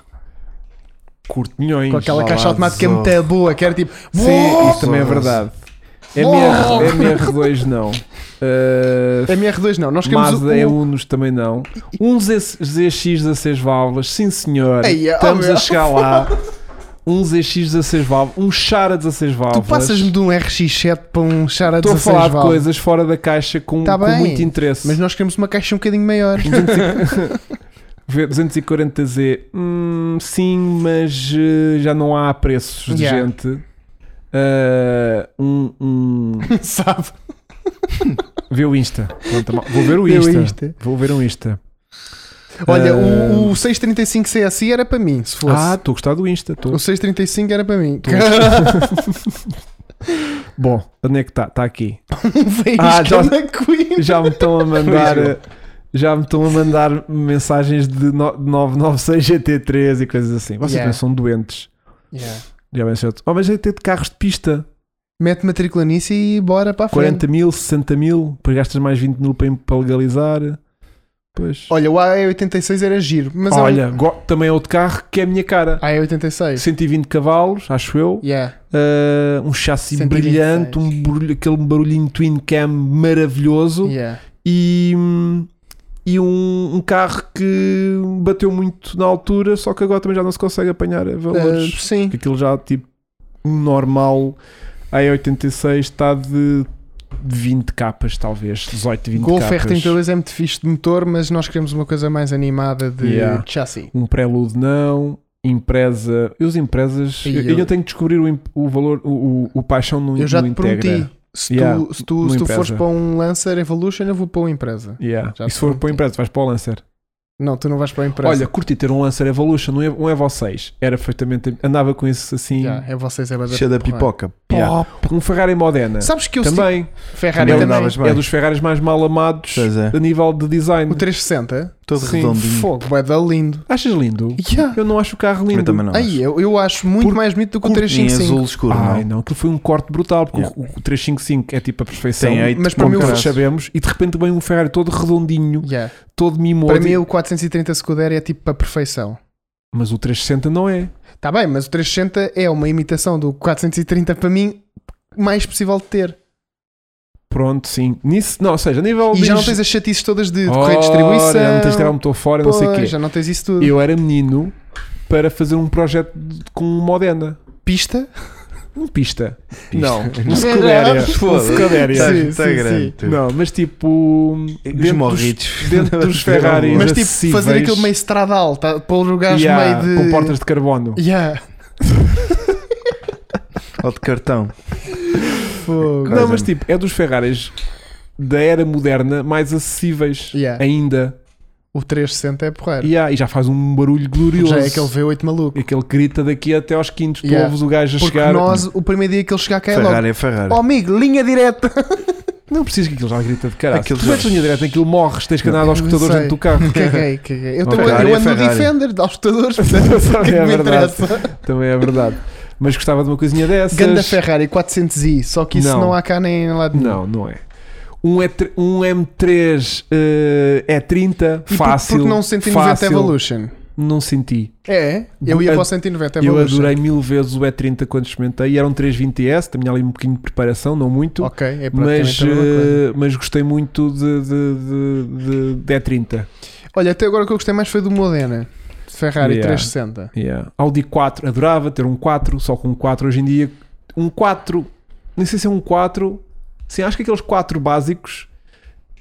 [SPEAKER 1] Curto milhões.
[SPEAKER 3] com aquela
[SPEAKER 2] abalado,
[SPEAKER 3] caixa automática
[SPEAKER 2] zorro.
[SPEAKER 3] muito boa, que era tipo.
[SPEAKER 1] Sim,
[SPEAKER 3] "Uou!"
[SPEAKER 1] isso também é verdade.
[SPEAKER 3] Uou!
[SPEAKER 1] MR, MR2 não.
[SPEAKER 3] É
[SPEAKER 1] Uh,
[SPEAKER 3] MR2 não, nós queremos
[SPEAKER 1] Mazda é
[SPEAKER 3] o, o...
[SPEAKER 1] E1 também não. Um ZX 16 válvulas, sim senhor.
[SPEAKER 3] Eia, oh,
[SPEAKER 1] Estamos a
[SPEAKER 3] meu.
[SPEAKER 1] chegar lá. Um ZX 16 válvulas, um Chara 16
[SPEAKER 3] Tu
[SPEAKER 1] válvulas.
[SPEAKER 3] passas-me de um RX7 para um Chara
[SPEAKER 1] Estou a
[SPEAKER 3] 16
[SPEAKER 1] falar de
[SPEAKER 3] válvulas.
[SPEAKER 1] coisas fora da caixa com,
[SPEAKER 3] Tá
[SPEAKER 1] com
[SPEAKER 3] bem,
[SPEAKER 1] muito interesse.
[SPEAKER 3] Mas nós queremos uma caixa um bocadinho maior.
[SPEAKER 1] 240Z, hum, sim, mas eh, já não há preços de
[SPEAKER 3] Yeah.
[SPEAKER 1] gente. Ah, um, um-
[SPEAKER 3] Sabe?
[SPEAKER 1] Vê o Insta. Pronto, tá mal. vou ver o
[SPEAKER 3] Vê o
[SPEAKER 1] Insta.
[SPEAKER 3] Insta.
[SPEAKER 1] Vou ver um Insta.
[SPEAKER 3] Olha,
[SPEAKER 1] Ah,
[SPEAKER 3] o, o 635 CSI era para mim, se fosse.
[SPEAKER 1] Ah, estou a gostar do Insta. tô.
[SPEAKER 3] o 635 era para mim.
[SPEAKER 1] Tô- Bom, onde é que está? Está aqui.
[SPEAKER 3] Veio
[SPEAKER 1] Ah, já-
[SPEAKER 3] cada Queen.
[SPEAKER 1] Já me estão a mandar.
[SPEAKER 2] Pois
[SPEAKER 1] eh, Já me estão a mandar mensagens de no- de 996 GT3 e coisas assim. Vocês
[SPEAKER 3] Yeah.
[SPEAKER 1] não são doentes.
[SPEAKER 3] Yeah.
[SPEAKER 1] Já bem certo. Oh, mas é ter de carros de pista.
[SPEAKER 3] Mete matrícula nisso e bora para a frente.
[SPEAKER 1] 40 mil, 60 mil, depois gastas mais 20 mil para, para legalizar. Pois.
[SPEAKER 3] Olha, o AE86 era giro, mas é um-
[SPEAKER 1] Olha, go- também é outro carro que é a minha cara.
[SPEAKER 3] AE86.
[SPEAKER 1] 120 cavalos, acho eu.
[SPEAKER 3] Yeah.
[SPEAKER 1] Ah, um chassi
[SPEAKER 3] 126.
[SPEAKER 1] brilhante, um barulho- aquele barulhinho twin cam maravilhoso.
[SPEAKER 3] Yeah.
[SPEAKER 1] E, hum, e um, um carro que bateu muito na altura, só que agora também já não se consegue apanhar a valores.
[SPEAKER 3] Ah, sim.
[SPEAKER 1] Porque aquilo já, tipo, um normal A86 está de 20 capas, talvez, 18, 20
[SPEAKER 3] Golf
[SPEAKER 1] capas.
[SPEAKER 3] R32 é muito fixe de motor, mas nós queremos uma coisa mais animada de
[SPEAKER 1] Yeah.
[SPEAKER 3] chassi.
[SPEAKER 1] Um Prelude não, Impresa... E os Impresas...
[SPEAKER 3] E
[SPEAKER 1] Eu,
[SPEAKER 3] eu-
[SPEAKER 1] eu tenho que descobrir o, imp- o valor, o, o, o paixão no
[SPEAKER 3] Eu já
[SPEAKER 1] no
[SPEAKER 3] te
[SPEAKER 1] Integra.
[SPEAKER 3] prometi, se,
[SPEAKER 1] Yeah,
[SPEAKER 3] tu, se, tu,
[SPEAKER 1] no
[SPEAKER 3] se tu
[SPEAKER 1] Impreza.
[SPEAKER 3] fores para um Lancer Evolution, eu vou para uma empresa.
[SPEAKER 1] Yeah.
[SPEAKER 3] Já
[SPEAKER 1] e
[SPEAKER 3] te
[SPEAKER 1] se for
[SPEAKER 3] prometi.
[SPEAKER 1] para o Impresa, vais para o Lancer.
[SPEAKER 3] Não, tu não vais para a empresa.
[SPEAKER 1] Olha, curti ter um Lancer Evolution, um Evo, um Evo 6. Era perfeitamente... Andava com isso assim...
[SPEAKER 3] Já, é vocês, é bada-
[SPEAKER 2] Cheia da
[SPEAKER 3] porra.
[SPEAKER 2] pipoca.
[SPEAKER 1] Yeah. Um Ferrari Modena.
[SPEAKER 3] Sabes que eu
[SPEAKER 1] Também.
[SPEAKER 3] Ferrari
[SPEAKER 1] Não
[SPEAKER 3] também.
[SPEAKER 2] andavas bem.
[SPEAKER 1] É dos Ferraris mais mal amados
[SPEAKER 2] Pois é.
[SPEAKER 1] a nível de design.
[SPEAKER 3] O 360
[SPEAKER 2] Todo
[SPEAKER 1] Sim,
[SPEAKER 2] redondinho.
[SPEAKER 3] Fogo, vai dar lindo.
[SPEAKER 1] Achas lindo?
[SPEAKER 3] Yeah.
[SPEAKER 1] Eu não acho o carro lindo.
[SPEAKER 2] Eu também não.
[SPEAKER 3] Aí, eu, eu acho muito
[SPEAKER 1] Por-
[SPEAKER 3] mais bonito do que o
[SPEAKER 2] Em
[SPEAKER 3] 355.
[SPEAKER 2] azul escuro,
[SPEAKER 1] Ai
[SPEAKER 2] não.
[SPEAKER 1] não, aquilo foi um corte brutal, porque
[SPEAKER 2] Yeah.
[SPEAKER 1] o, o 355 é tipo a perfeição.
[SPEAKER 2] Tem eight
[SPEAKER 3] Mas para
[SPEAKER 1] como
[SPEAKER 3] mim, o-
[SPEAKER 1] todos sabemos, e de repente vem um Ferrari todo redondinho,
[SPEAKER 3] Yeah.
[SPEAKER 1] todo mimoso.
[SPEAKER 3] Para mim, é o 430 Scuderia é tipo a perfeição.
[SPEAKER 1] Mas o 360 não é.
[SPEAKER 3] Está bem, mas o 360 é uma imitação do 430 para mim mais possível de ter.
[SPEAKER 1] Pronto, sim. Nisso, não, ou seja, a nível
[SPEAKER 3] E
[SPEAKER 1] de
[SPEAKER 3] já não
[SPEAKER 1] eng-
[SPEAKER 3] tens as chatices todas de
[SPEAKER 1] Oh, Ora,
[SPEAKER 3] correio de distribuição.
[SPEAKER 1] Já não tens de tirar o motor fora, não sei o
[SPEAKER 3] pois,
[SPEAKER 1] quê.
[SPEAKER 3] Já não tens isso tudo.
[SPEAKER 1] Eu era menino para fazer um projeto de- com um Modena.
[SPEAKER 3] Pista?
[SPEAKER 1] Um pista.
[SPEAKER 2] Pista.
[SPEAKER 1] Não, um Scuderia. um
[SPEAKER 2] Foda-se.
[SPEAKER 1] Scuderia.
[SPEAKER 2] Tá-
[SPEAKER 3] Sim,
[SPEAKER 2] tá
[SPEAKER 3] sim,
[SPEAKER 2] grande,
[SPEAKER 3] sim.
[SPEAKER 2] tu.
[SPEAKER 1] Não, mas tipo.
[SPEAKER 2] Os
[SPEAKER 1] Dentro dos,
[SPEAKER 2] morritos.
[SPEAKER 1] dentro dos Ferraris.
[SPEAKER 3] Mas tipo,
[SPEAKER 1] acessíveis,
[SPEAKER 3] fazer aquilo meio estradal, tá? pôr o gajo
[SPEAKER 1] yeah,
[SPEAKER 3] meio de.
[SPEAKER 1] Com portas de carbono.
[SPEAKER 3] Yeah.
[SPEAKER 2] Ou de cartão.
[SPEAKER 3] Fogo.
[SPEAKER 1] Não,
[SPEAKER 2] Quase.
[SPEAKER 1] mas tipo, é dos Ferraris da era moderna mais acessíveis
[SPEAKER 3] Yeah.
[SPEAKER 1] ainda.
[SPEAKER 3] O 360 é porreiro.
[SPEAKER 1] Yeah, e já faz um barulho glorioso.
[SPEAKER 3] Já é aquele V8 maluco.
[SPEAKER 1] Aquele grita daqui até aos quintos. Tu
[SPEAKER 3] Yeah.
[SPEAKER 1] ouves o gajo a
[SPEAKER 3] Porque
[SPEAKER 1] chegar.
[SPEAKER 3] nós, o primeiro dia que ele chegar cá é logo.
[SPEAKER 2] Ferrari é Ferrari.
[SPEAKER 3] Oh amigo, linha direta!
[SPEAKER 1] Não precisas que aquilo já grita de caralho.
[SPEAKER 2] Aquilo
[SPEAKER 1] Tu
[SPEAKER 2] já-
[SPEAKER 1] metes linha direta, aquilo morres, tens que andar aos
[SPEAKER 3] Eu
[SPEAKER 1] escutadores
[SPEAKER 3] sei.
[SPEAKER 1] dentro do carro.
[SPEAKER 3] Caguei, caguei. Eu,
[SPEAKER 1] Não,
[SPEAKER 3] também,
[SPEAKER 2] Ferrari
[SPEAKER 3] eu
[SPEAKER 2] é
[SPEAKER 3] ando no
[SPEAKER 2] Ferrari.
[SPEAKER 3] Defender, aos escutadores, portanto, o que é que
[SPEAKER 1] É
[SPEAKER 3] me
[SPEAKER 1] verdade.
[SPEAKER 3] interessa?
[SPEAKER 1] Também é verdade. Mas gostava de uma coisinha dessas.
[SPEAKER 3] Ganda Ferrari 400i, só que isso
[SPEAKER 1] Não.
[SPEAKER 3] não, há cá nem lá de
[SPEAKER 1] Não, não é. Um, é tr- um M3 eh, é 30
[SPEAKER 3] E por-
[SPEAKER 1] fácil.
[SPEAKER 3] porque não 190
[SPEAKER 1] fácil.
[SPEAKER 3] Evolution?
[SPEAKER 1] Não senti.
[SPEAKER 3] É, eu ia
[SPEAKER 1] Eu
[SPEAKER 3] para o 190
[SPEAKER 1] Eu
[SPEAKER 3] Evolution.
[SPEAKER 1] adorei mil vezes o E30 quando experimentei. Era um 320S, também ali um pouquinho de preparação, não muito.
[SPEAKER 3] Ok, é
[SPEAKER 1] mas,
[SPEAKER 3] praticamente a mesma coisa.
[SPEAKER 1] eh, mas gostei muito de, de, de, de, de E30.
[SPEAKER 3] Olha, até agora o que eu gostei mais foi do Modena. de Ferrari
[SPEAKER 1] Yeah.
[SPEAKER 3] 360.
[SPEAKER 1] Yeah. Audi 4, adorava ter um 4, só com um 4 hoje em dia. Um 4, nem sei se é um 4. Sim, acho que aqueles 4 básicos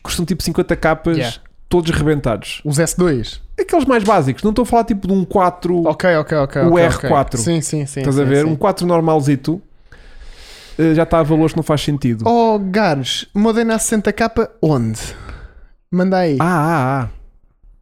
[SPEAKER 1] custam tipo 50 capas,
[SPEAKER 3] Yeah.
[SPEAKER 1] todos rebentados.
[SPEAKER 3] Os S2.
[SPEAKER 1] Aqueles mais básicos, não estou a falar tipo de um 4,
[SPEAKER 3] Ok, ok, ok.
[SPEAKER 1] O
[SPEAKER 3] ok,
[SPEAKER 1] R4.
[SPEAKER 3] ok. Sim, sim, sim.
[SPEAKER 1] estás
[SPEAKER 3] sim,
[SPEAKER 1] a ver?
[SPEAKER 3] sim.
[SPEAKER 1] Um 4 normalzito eh, já está a valores que não faz sentido.
[SPEAKER 3] Oh, Gares, Modena a 60k onde? Manda aí.
[SPEAKER 1] Ah, ah, ah.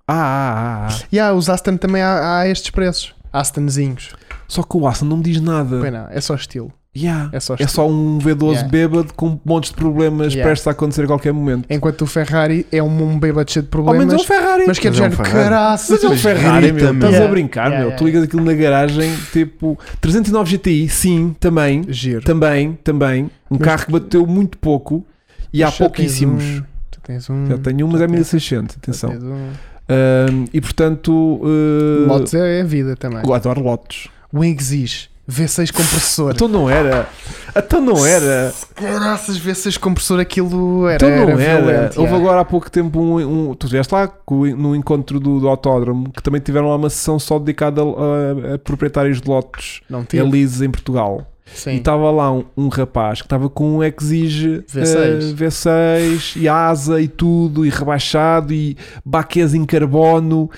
[SPEAKER 1] Ah, ah, ah, ah.
[SPEAKER 3] E há os Aston também há, há estes preços. Astonzinhos.
[SPEAKER 1] Só que o Aston não me diz nada.
[SPEAKER 3] Bem, não, é só estilo.
[SPEAKER 1] Yeah.
[SPEAKER 3] É só
[SPEAKER 1] É
[SPEAKER 3] estilo.
[SPEAKER 1] só um V12
[SPEAKER 3] Yeah.
[SPEAKER 1] bêbado com montes de problemas
[SPEAKER 3] Yeah.
[SPEAKER 1] prestes a acontecer a qualquer momento.
[SPEAKER 3] Enquanto o Ferrari é um, um bêbado cheio de
[SPEAKER 1] Ao menos
[SPEAKER 3] problemas.
[SPEAKER 1] é um Ferrari.
[SPEAKER 3] mas que é do
[SPEAKER 2] Mas é um
[SPEAKER 3] género,
[SPEAKER 2] Ferrari.
[SPEAKER 3] caraças.
[SPEAKER 1] Mas é um
[SPEAKER 2] Mas
[SPEAKER 1] Ferrari,
[SPEAKER 2] grita,
[SPEAKER 1] meu.
[SPEAKER 2] meu.
[SPEAKER 1] Estás a
[SPEAKER 3] Yeah.
[SPEAKER 1] brincar,
[SPEAKER 3] Yeah,
[SPEAKER 1] meu.
[SPEAKER 3] yeah,
[SPEAKER 1] tu ligas aquilo na garagem, tipo. 309 GTI, sim, também.
[SPEAKER 3] Giro.
[SPEAKER 1] Também, também. Um
[SPEAKER 3] Mas-
[SPEAKER 1] carro que bateu muito pouco e há
[SPEAKER 3] Mas já
[SPEAKER 1] pouquíssimos.
[SPEAKER 3] tens um, Já tens um.
[SPEAKER 1] Já tenho um, mas
[SPEAKER 3] já
[SPEAKER 1] é
[SPEAKER 3] tens-
[SPEAKER 1] 1600,
[SPEAKER 3] já
[SPEAKER 1] atenção.
[SPEAKER 3] tens um.
[SPEAKER 1] Ahm, e portanto. eh,
[SPEAKER 3] Lotus é a vida também.
[SPEAKER 1] eu adoro Lotus.
[SPEAKER 3] Wingsis. V6 compressor.
[SPEAKER 1] Então não era. Então não era.
[SPEAKER 3] Caraças, V6 compressor aquilo era.
[SPEAKER 1] Então não
[SPEAKER 3] era.
[SPEAKER 1] era.
[SPEAKER 3] violento,
[SPEAKER 1] Houve
[SPEAKER 3] já.
[SPEAKER 1] agora há pouco tempo um. um- tu estiveste lá com o- no encontro do, do Autódromo que também tiveram lá uma sessão só dedicada uh, a, a- a proprietários de Lotus
[SPEAKER 3] Não tinha.
[SPEAKER 1] Elises em Portugal. E
[SPEAKER 3] Sim.
[SPEAKER 1] estava lá um, um rapaz que estava com um Exige
[SPEAKER 3] V6.
[SPEAKER 1] eh, V6 e asa e tudo, e rebaixado, e baquês em carbono.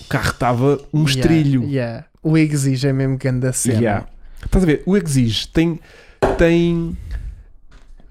[SPEAKER 1] O carro estava um
[SPEAKER 3] Yeah,
[SPEAKER 1] estrilho.
[SPEAKER 3] yeah. O Exige é mesmo grande cena.
[SPEAKER 1] Yeah. Estás a ver? O Exige tem, tem,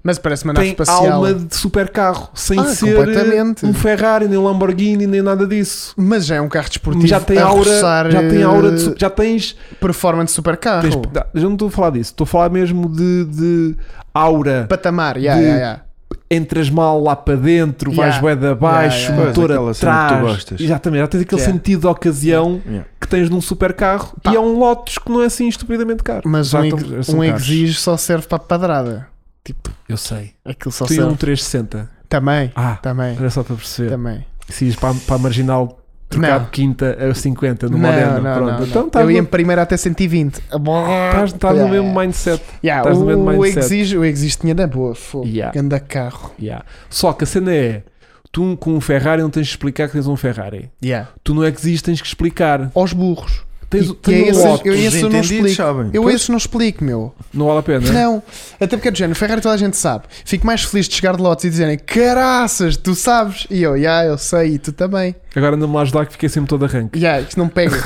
[SPEAKER 3] Mas parece uma nave
[SPEAKER 1] tem
[SPEAKER 3] espacial.
[SPEAKER 1] alma de super carro, sem
[SPEAKER 3] Ah,
[SPEAKER 1] ser
[SPEAKER 3] completamente.
[SPEAKER 1] um Ferrari, nem Lamborghini, nem nada disso.
[SPEAKER 3] Mas já é um carro desportivo.
[SPEAKER 1] Já tem,
[SPEAKER 3] a
[SPEAKER 1] aura,
[SPEAKER 3] roçar,
[SPEAKER 1] já tem aura de,
[SPEAKER 3] eh,
[SPEAKER 1] su- já tens
[SPEAKER 3] performance super carro.
[SPEAKER 1] Tens- não, eu não estou a falar disso, estou a falar mesmo de, de aura
[SPEAKER 3] Patamar, yeah,
[SPEAKER 1] de-
[SPEAKER 3] yeah, yeah.
[SPEAKER 1] entras mal lá para dentro,
[SPEAKER 3] Yeah.
[SPEAKER 1] vais bué de abaixo,
[SPEAKER 3] Yeah, yeah.
[SPEAKER 1] motor
[SPEAKER 2] Pois, aquela cena que tu
[SPEAKER 1] atrás.
[SPEAKER 2] gostas.
[SPEAKER 1] Exatamente, já tens aquele
[SPEAKER 3] Yeah.
[SPEAKER 1] sentido de ocasião
[SPEAKER 2] Yeah.
[SPEAKER 1] que tens num super carro
[SPEAKER 3] Pá.
[SPEAKER 1] e é um Lotus que não é assim estupidamente caro.
[SPEAKER 3] Mas
[SPEAKER 1] Já
[SPEAKER 3] um,
[SPEAKER 1] estão-
[SPEAKER 3] ex-
[SPEAKER 1] são
[SPEAKER 3] um
[SPEAKER 1] caros.
[SPEAKER 3] exige só serve para padrada. Tipo,
[SPEAKER 1] Eu sei.
[SPEAKER 3] aquilo só
[SPEAKER 1] Tu e um É.
[SPEAKER 3] serve.
[SPEAKER 1] 360.
[SPEAKER 3] Também,
[SPEAKER 1] Ah,
[SPEAKER 3] também,
[SPEAKER 1] era só para perceber.
[SPEAKER 3] também.
[SPEAKER 1] Se ires para, para a marginal trocar
[SPEAKER 3] Não.
[SPEAKER 1] de quinta a 50 no
[SPEAKER 3] Não,
[SPEAKER 1] Moderna,
[SPEAKER 3] não,
[SPEAKER 1] pronto.
[SPEAKER 3] não, não.
[SPEAKER 1] Então estás
[SPEAKER 3] Eu ia É. em
[SPEAKER 1] no,
[SPEAKER 3] primeiro até 120.
[SPEAKER 1] estás- estás no
[SPEAKER 3] Yeah.
[SPEAKER 1] mesmo mindset.
[SPEAKER 3] Yeah,
[SPEAKER 1] estás no mesmo
[SPEAKER 3] o,
[SPEAKER 1] mindset.
[SPEAKER 3] exige, o exige tinha na boa. Fogo.
[SPEAKER 1] Yeah.
[SPEAKER 3] Ganda carro.
[SPEAKER 1] Yeah. Só que a cena é: tu com um Ferrari não tens de explicar que tens um Ferrari.
[SPEAKER 3] Yeah.
[SPEAKER 1] Tu no Exige tens que explicar.
[SPEAKER 3] Aos burros.
[SPEAKER 1] Tens,
[SPEAKER 3] E-
[SPEAKER 1] tens
[SPEAKER 3] e é
[SPEAKER 1] um
[SPEAKER 3] esse-
[SPEAKER 1] Lotus.
[SPEAKER 3] eu-
[SPEAKER 2] Os
[SPEAKER 3] esse não
[SPEAKER 2] entendidos
[SPEAKER 3] explico.
[SPEAKER 2] sabem.
[SPEAKER 3] Eu
[SPEAKER 1] Pois.
[SPEAKER 3] esses não explico, meu.
[SPEAKER 1] Não vale a pena.
[SPEAKER 3] Não. Até porque é do género. Ferrari toda a gente sabe. Fico mais feliz de chegar de lotes e dizerem caraças, tu sabes. E eu, yeah, eu sei. E tu também.
[SPEAKER 1] Agora anda-me lá ajudar que fiquei sempre todo arranque.
[SPEAKER 3] Yeah, isto não pega.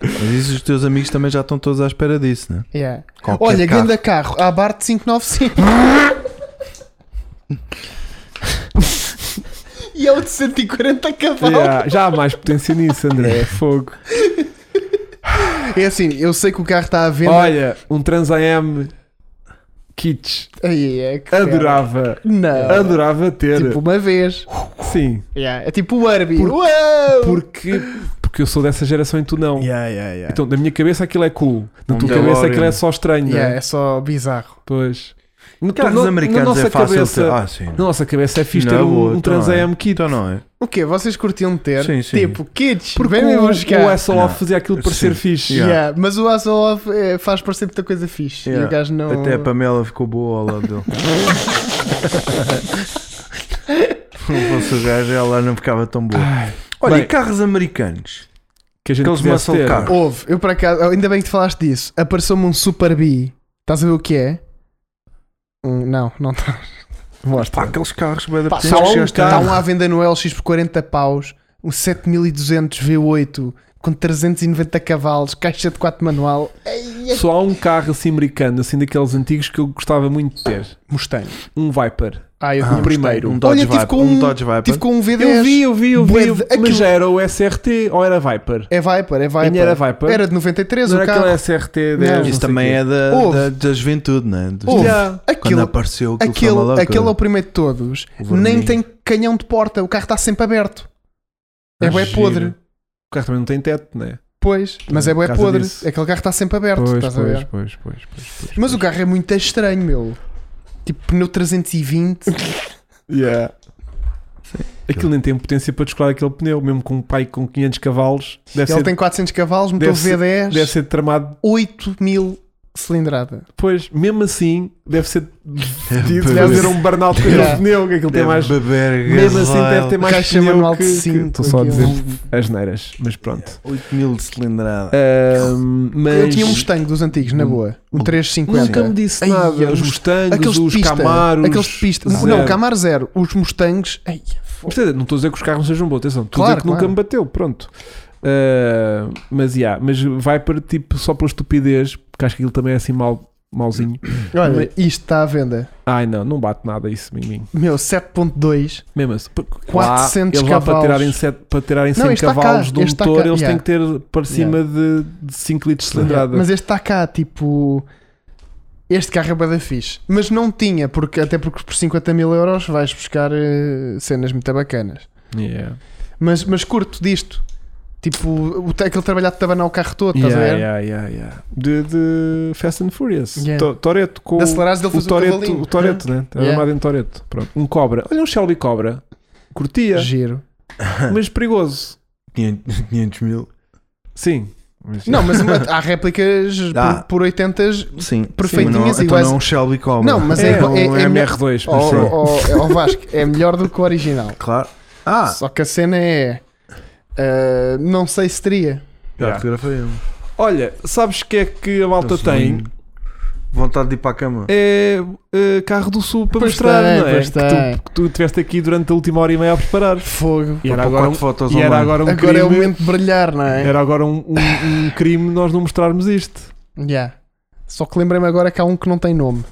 [SPEAKER 2] Mas isso os teus amigos também já estão todos à espera disso, né?
[SPEAKER 3] Yeah.
[SPEAKER 2] Qualquer
[SPEAKER 3] Olha,
[SPEAKER 2] carro.
[SPEAKER 3] grande carro, a Bart 595. e é o de 140 cavalos.
[SPEAKER 1] Yeah, já há mais potência nisso, André. É fogo.
[SPEAKER 3] É assim, eu sei que o carro está à venda.
[SPEAKER 1] Olha, um Trans AM Kits.
[SPEAKER 3] Ai, é que
[SPEAKER 1] Adorava.
[SPEAKER 3] Não.
[SPEAKER 1] Adorava ter.
[SPEAKER 3] Tipo uma vez.
[SPEAKER 1] Sim,
[SPEAKER 3] Yeah, É tipo o Herbie.
[SPEAKER 1] Por-
[SPEAKER 3] Uou!
[SPEAKER 1] porque, porque eu sou dessa geração e tu não.
[SPEAKER 2] Yeah, yeah, yeah.
[SPEAKER 1] Então, na minha cabeça aquilo é cool, na
[SPEAKER 2] Um
[SPEAKER 1] tua
[SPEAKER 2] DeLorean.
[SPEAKER 1] cabeça aquilo é só estranho. não é?
[SPEAKER 3] Yeah, é só bizarro.
[SPEAKER 1] Pois. No,
[SPEAKER 2] Carros
[SPEAKER 1] no- na
[SPEAKER 2] americanos
[SPEAKER 1] nossa
[SPEAKER 2] é fácil
[SPEAKER 1] cabeça,
[SPEAKER 2] ter. Ah, sim.
[SPEAKER 1] Na nossa cabeça é fixe
[SPEAKER 2] Não,
[SPEAKER 1] ter um,
[SPEAKER 2] boa,
[SPEAKER 1] um
[SPEAKER 2] então
[SPEAKER 1] Trans
[SPEAKER 2] não é.
[SPEAKER 1] Am kit.
[SPEAKER 3] Tá.
[SPEAKER 2] Então não é.
[SPEAKER 3] O quê? Vocês curtiam de ter?
[SPEAKER 2] Sim, sim.
[SPEAKER 3] Tipo, kids,
[SPEAKER 1] Porque
[SPEAKER 3] vem-me
[SPEAKER 1] o,
[SPEAKER 3] buscar.
[SPEAKER 1] o Hasselhoff
[SPEAKER 2] Não.
[SPEAKER 1] fazia aquilo parecer
[SPEAKER 2] Sim.
[SPEAKER 1] fixe.
[SPEAKER 2] Yeah.
[SPEAKER 3] Yeah, mas o Hasselhoff eh, faz parecer muita coisa fixe. E
[SPEAKER 2] Yeah.
[SPEAKER 3] o gajo não.
[SPEAKER 2] Até a Pamela ficou boa ao lado dele. Se fosse o gajo, ela não ficava tão boa.
[SPEAKER 1] Ai,
[SPEAKER 2] Olha,
[SPEAKER 1] Bem.
[SPEAKER 2] e carros americanos?
[SPEAKER 1] que a gente
[SPEAKER 2] Aqueles
[SPEAKER 1] quisesse
[SPEAKER 2] muscle
[SPEAKER 1] ter.
[SPEAKER 2] cars.
[SPEAKER 3] Houve, eu por acaso, oh, ainda bem que te falaste disso. Apareceu-me um Super B. Estás a ver o que é? Um- não, não
[SPEAKER 2] Pá,
[SPEAKER 3] estás. Mostra.
[SPEAKER 2] aqueles carros bem da
[SPEAKER 3] Está um, tá um
[SPEAKER 2] carro.
[SPEAKER 3] à venda no LX por 40 paus, um 7200 V8 com 390 cavalos, caixa de 4 manual. é
[SPEAKER 1] Só há um carro assim americano, assim daqueles antigos que eu gostava muito de ter.
[SPEAKER 3] Mustang.
[SPEAKER 1] Um Viper.
[SPEAKER 3] Ah, eu
[SPEAKER 2] Ah,
[SPEAKER 3] tinha
[SPEAKER 1] o
[SPEAKER 3] Mustang.
[SPEAKER 1] primeiro.
[SPEAKER 2] Um Dodge
[SPEAKER 3] Olha, tive
[SPEAKER 2] Viper.
[SPEAKER 3] com
[SPEAKER 2] um
[SPEAKER 3] um-
[SPEAKER 2] Dodge Viper.
[SPEAKER 3] Tive com um V10.
[SPEAKER 1] Eu vi, eu vi, eu vi.
[SPEAKER 3] Bué de-
[SPEAKER 1] eu- Mas
[SPEAKER 3] aquilo-
[SPEAKER 1] já era o SRT ou era Viper?
[SPEAKER 3] É Viper, é Viper.
[SPEAKER 1] Ainda era Viper?
[SPEAKER 3] Era de 93
[SPEAKER 1] não
[SPEAKER 3] o
[SPEAKER 1] era
[SPEAKER 3] carro.
[SPEAKER 1] aquele SRT 10.
[SPEAKER 3] Não.
[SPEAKER 1] não
[SPEAKER 2] Isso
[SPEAKER 1] sei
[SPEAKER 2] também
[SPEAKER 1] quê.
[SPEAKER 2] é da,
[SPEAKER 3] Houve.
[SPEAKER 2] da, da juventude, né? Dos-
[SPEAKER 3] Houve.
[SPEAKER 1] Já.
[SPEAKER 2] Quando
[SPEAKER 3] Aquilo,
[SPEAKER 2] apareceu aquilo, foi uma
[SPEAKER 3] aquele,
[SPEAKER 2] loucura.
[SPEAKER 3] aquele é o primeiro de todos.
[SPEAKER 2] O vermelho.
[SPEAKER 3] Nem tem canhão de porta, o carro está sempre aberto. É
[SPEAKER 1] Ah,
[SPEAKER 3] bué
[SPEAKER 1] giro.
[SPEAKER 3] podre.
[SPEAKER 1] O carro também não tem teto, né?
[SPEAKER 3] Pois, mas é
[SPEAKER 1] Por
[SPEAKER 3] bué
[SPEAKER 1] causa
[SPEAKER 3] podre.
[SPEAKER 1] disso.
[SPEAKER 3] Aquele carro está sempre aberto,
[SPEAKER 1] Pois,
[SPEAKER 3] estás a
[SPEAKER 1] pois,
[SPEAKER 3] ver?
[SPEAKER 1] pois, pois, pois, pois.
[SPEAKER 3] Mas o carro é muito estranho, meu. Tipo, pneu 320.
[SPEAKER 1] Yeah. Aquilo nem tem potência para descolar aquele pneu, mesmo com um pai com 500 cavalos. Deve,
[SPEAKER 3] Ele
[SPEAKER 1] ser,
[SPEAKER 3] tem 400 cavalos, motor
[SPEAKER 1] deve ser-
[SPEAKER 3] V10,
[SPEAKER 1] deve ser tramado.
[SPEAKER 3] 8 mil cilindrada.
[SPEAKER 1] Pois, mesmo assim, deve ser.
[SPEAKER 2] Deve
[SPEAKER 1] deve ter um burnout com aquele
[SPEAKER 3] Yeah.
[SPEAKER 1] pneu, que aquilo tem
[SPEAKER 2] Deve
[SPEAKER 1] mais.
[SPEAKER 2] é beber
[SPEAKER 1] Mesmo assim,
[SPEAKER 2] gasoil.
[SPEAKER 1] deve ter mais
[SPEAKER 3] Caixa
[SPEAKER 1] pneu
[SPEAKER 3] manual
[SPEAKER 1] que,
[SPEAKER 3] de
[SPEAKER 1] que-
[SPEAKER 3] cinto,
[SPEAKER 1] Estou só a
[SPEAKER 3] aquilo.
[SPEAKER 1] dizer as neiras, mas pronto.
[SPEAKER 2] 8 mil de
[SPEAKER 1] É.
[SPEAKER 2] cilindrada.
[SPEAKER 1] Ahm, mas
[SPEAKER 3] Eu tinha um Mustang dos antigos, na boa.
[SPEAKER 1] nunca
[SPEAKER 3] Um
[SPEAKER 1] me
[SPEAKER 3] 350.
[SPEAKER 1] disse
[SPEAKER 3] Ai,
[SPEAKER 1] nada. Os
[SPEAKER 3] os-
[SPEAKER 1] Mustangs,
[SPEAKER 3] Aqueles de
[SPEAKER 1] os
[SPEAKER 3] pista.
[SPEAKER 1] Camaros.
[SPEAKER 3] Aqueles de pista. Não,
[SPEAKER 1] zero.
[SPEAKER 3] o Camaro zero. Os Mustangs. Ai, fo-
[SPEAKER 1] Mas, quer dizer, Não estou a dizer que os carros não sejam bons, atenção. Estou a
[SPEAKER 3] Claro,
[SPEAKER 1] dizer que nunca
[SPEAKER 3] claro.
[SPEAKER 1] me bateu, pronto. Ah, mas, yeah, mas vai para tipo só pela estupidez, porque acho que aquilo também é assim mal, malzinho.
[SPEAKER 3] Olha, isto está à venda.
[SPEAKER 1] Ai não, não bate nada isso em mim.
[SPEAKER 3] Meu, 7.2
[SPEAKER 1] Mesmo assim, porque lá,
[SPEAKER 3] 400
[SPEAKER 1] eles lá para
[SPEAKER 3] cavalos.
[SPEAKER 1] tirarem, sete, para tirarem
[SPEAKER 3] Não,
[SPEAKER 1] 100
[SPEAKER 3] este está
[SPEAKER 1] cavalos
[SPEAKER 3] cá,
[SPEAKER 1] de um
[SPEAKER 3] este está
[SPEAKER 1] motor,
[SPEAKER 3] cá,
[SPEAKER 1] eles têm
[SPEAKER 3] yeah.
[SPEAKER 1] que ter para cima de, de 5 litros de cilindrada.
[SPEAKER 3] Mas este está cá, tipo. Este carro é bué da fixe. Mas não tinha, porque, até porque por 50 mil euros vais buscar eh, cenas muito bacanas.
[SPEAKER 1] Yeah.
[SPEAKER 3] Mas, mas curto disto. Tipo, o, aquele trabalhado de tabanar o carro todo, estás
[SPEAKER 1] Yeah,
[SPEAKER 3] a ver?
[SPEAKER 1] yeah, yeah, yeah. De, de Fast and Furious.
[SPEAKER 3] Yeah.
[SPEAKER 1] To- Toreto com
[SPEAKER 3] De acelerares dele
[SPEAKER 1] o
[SPEAKER 3] fazer o
[SPEAKER 1] Toreto,
[SPEAKER 3] um cavalinho.
[SPEAKER 1] o Toreto, né? Era
[SPEAKER 3] Yeah.
[SPEAKER 1] armado em Toreto. Pronto. Um cobra. Olha um Shelby Cobra. Curtia,
[SPEAKER 3] Giro.
[SPEAKER 1] mas perigoso.
[SPEAKER 2] 500, 500 mil.
[SPEAKER 1] Sim. Mas-
[SPEAKER 3] Não, mas uma- há réplicas
[SPEAKER 2] Ah.
[SPEAKER 3] por, por 80
[SPEAKER 2] Sim.
[SPEAKER 3] Perfeitinhas
[SPEAKER 2] Sim, mas não- então
[SPEAKER 3] iguais.
[SPEAKER 2] não é um Shelby Cobra.
[SPEAKER 3] Não, mas
[SPEAKER 1] é,
[SPEAKER 3] é,
[SPEAKER 1] um
[SPEAKER 3] é, é,
[SPEAKER 1] MR2.
[SPEAKER 3] Ó
[SPEAKER 1] mas sim.
[SPEAKER 3] ó- ó- ó Vasco, é melhor do que o original.
[SPEAKER 2] Claro. Ah,
[SPEAKER 3] Só que a cena é. ah, não sei se teria.
[SPEAKER 2] já
[SPEAKER 1] Yeah.
[SPEAKER 2] fotografei um.
[SPEAKER 1] Olha, sabes o que é que a malta
[SPEAKER 2] Nossa,
[SPEAKER 1] tem?
[SPEAKER 2] não- Vontade de ir para a cama.
[SPEAKER 1] é uh, carro do sul para
[SPEAKER 3] Pois
[SPEAKER 1] mostrar,
[SPEAKER 3] tem,
[SPEAKER 1] não é?
[SPEAKER 3] pois
[SPEAKER 1] Que
[SPEAKER 3] tem.
[SPEAKER 1] tu, que tu tiveste aqui durante a última hora e meia a preparar.
[SPEAKER 3] Fogo.
[SPEAKER 1] E
[SPEAKER 2] Para
[SPEAKER 1] era
[SPEAKER 2] pôr
[SPEAKER 1] agora
[SPEAKER 2] quatro
[SPEAKER 1] um,
[SPEAKER 2] fotos
[SPEAKER 1] e era
[SPEAKER 2] online.
[SPEAKER 1] agora um
[SPEAKER 3] Agora
[SPEAKER 1] crime,
[SPEAKER 3] é o momento de brilhar, não é?
[SPEAKER 1] era agora um, um- um crime nós não mostrarmos isto.
[SPEAKER 3] Yeah. Só que lembrei-me agora que há um que não tem nome.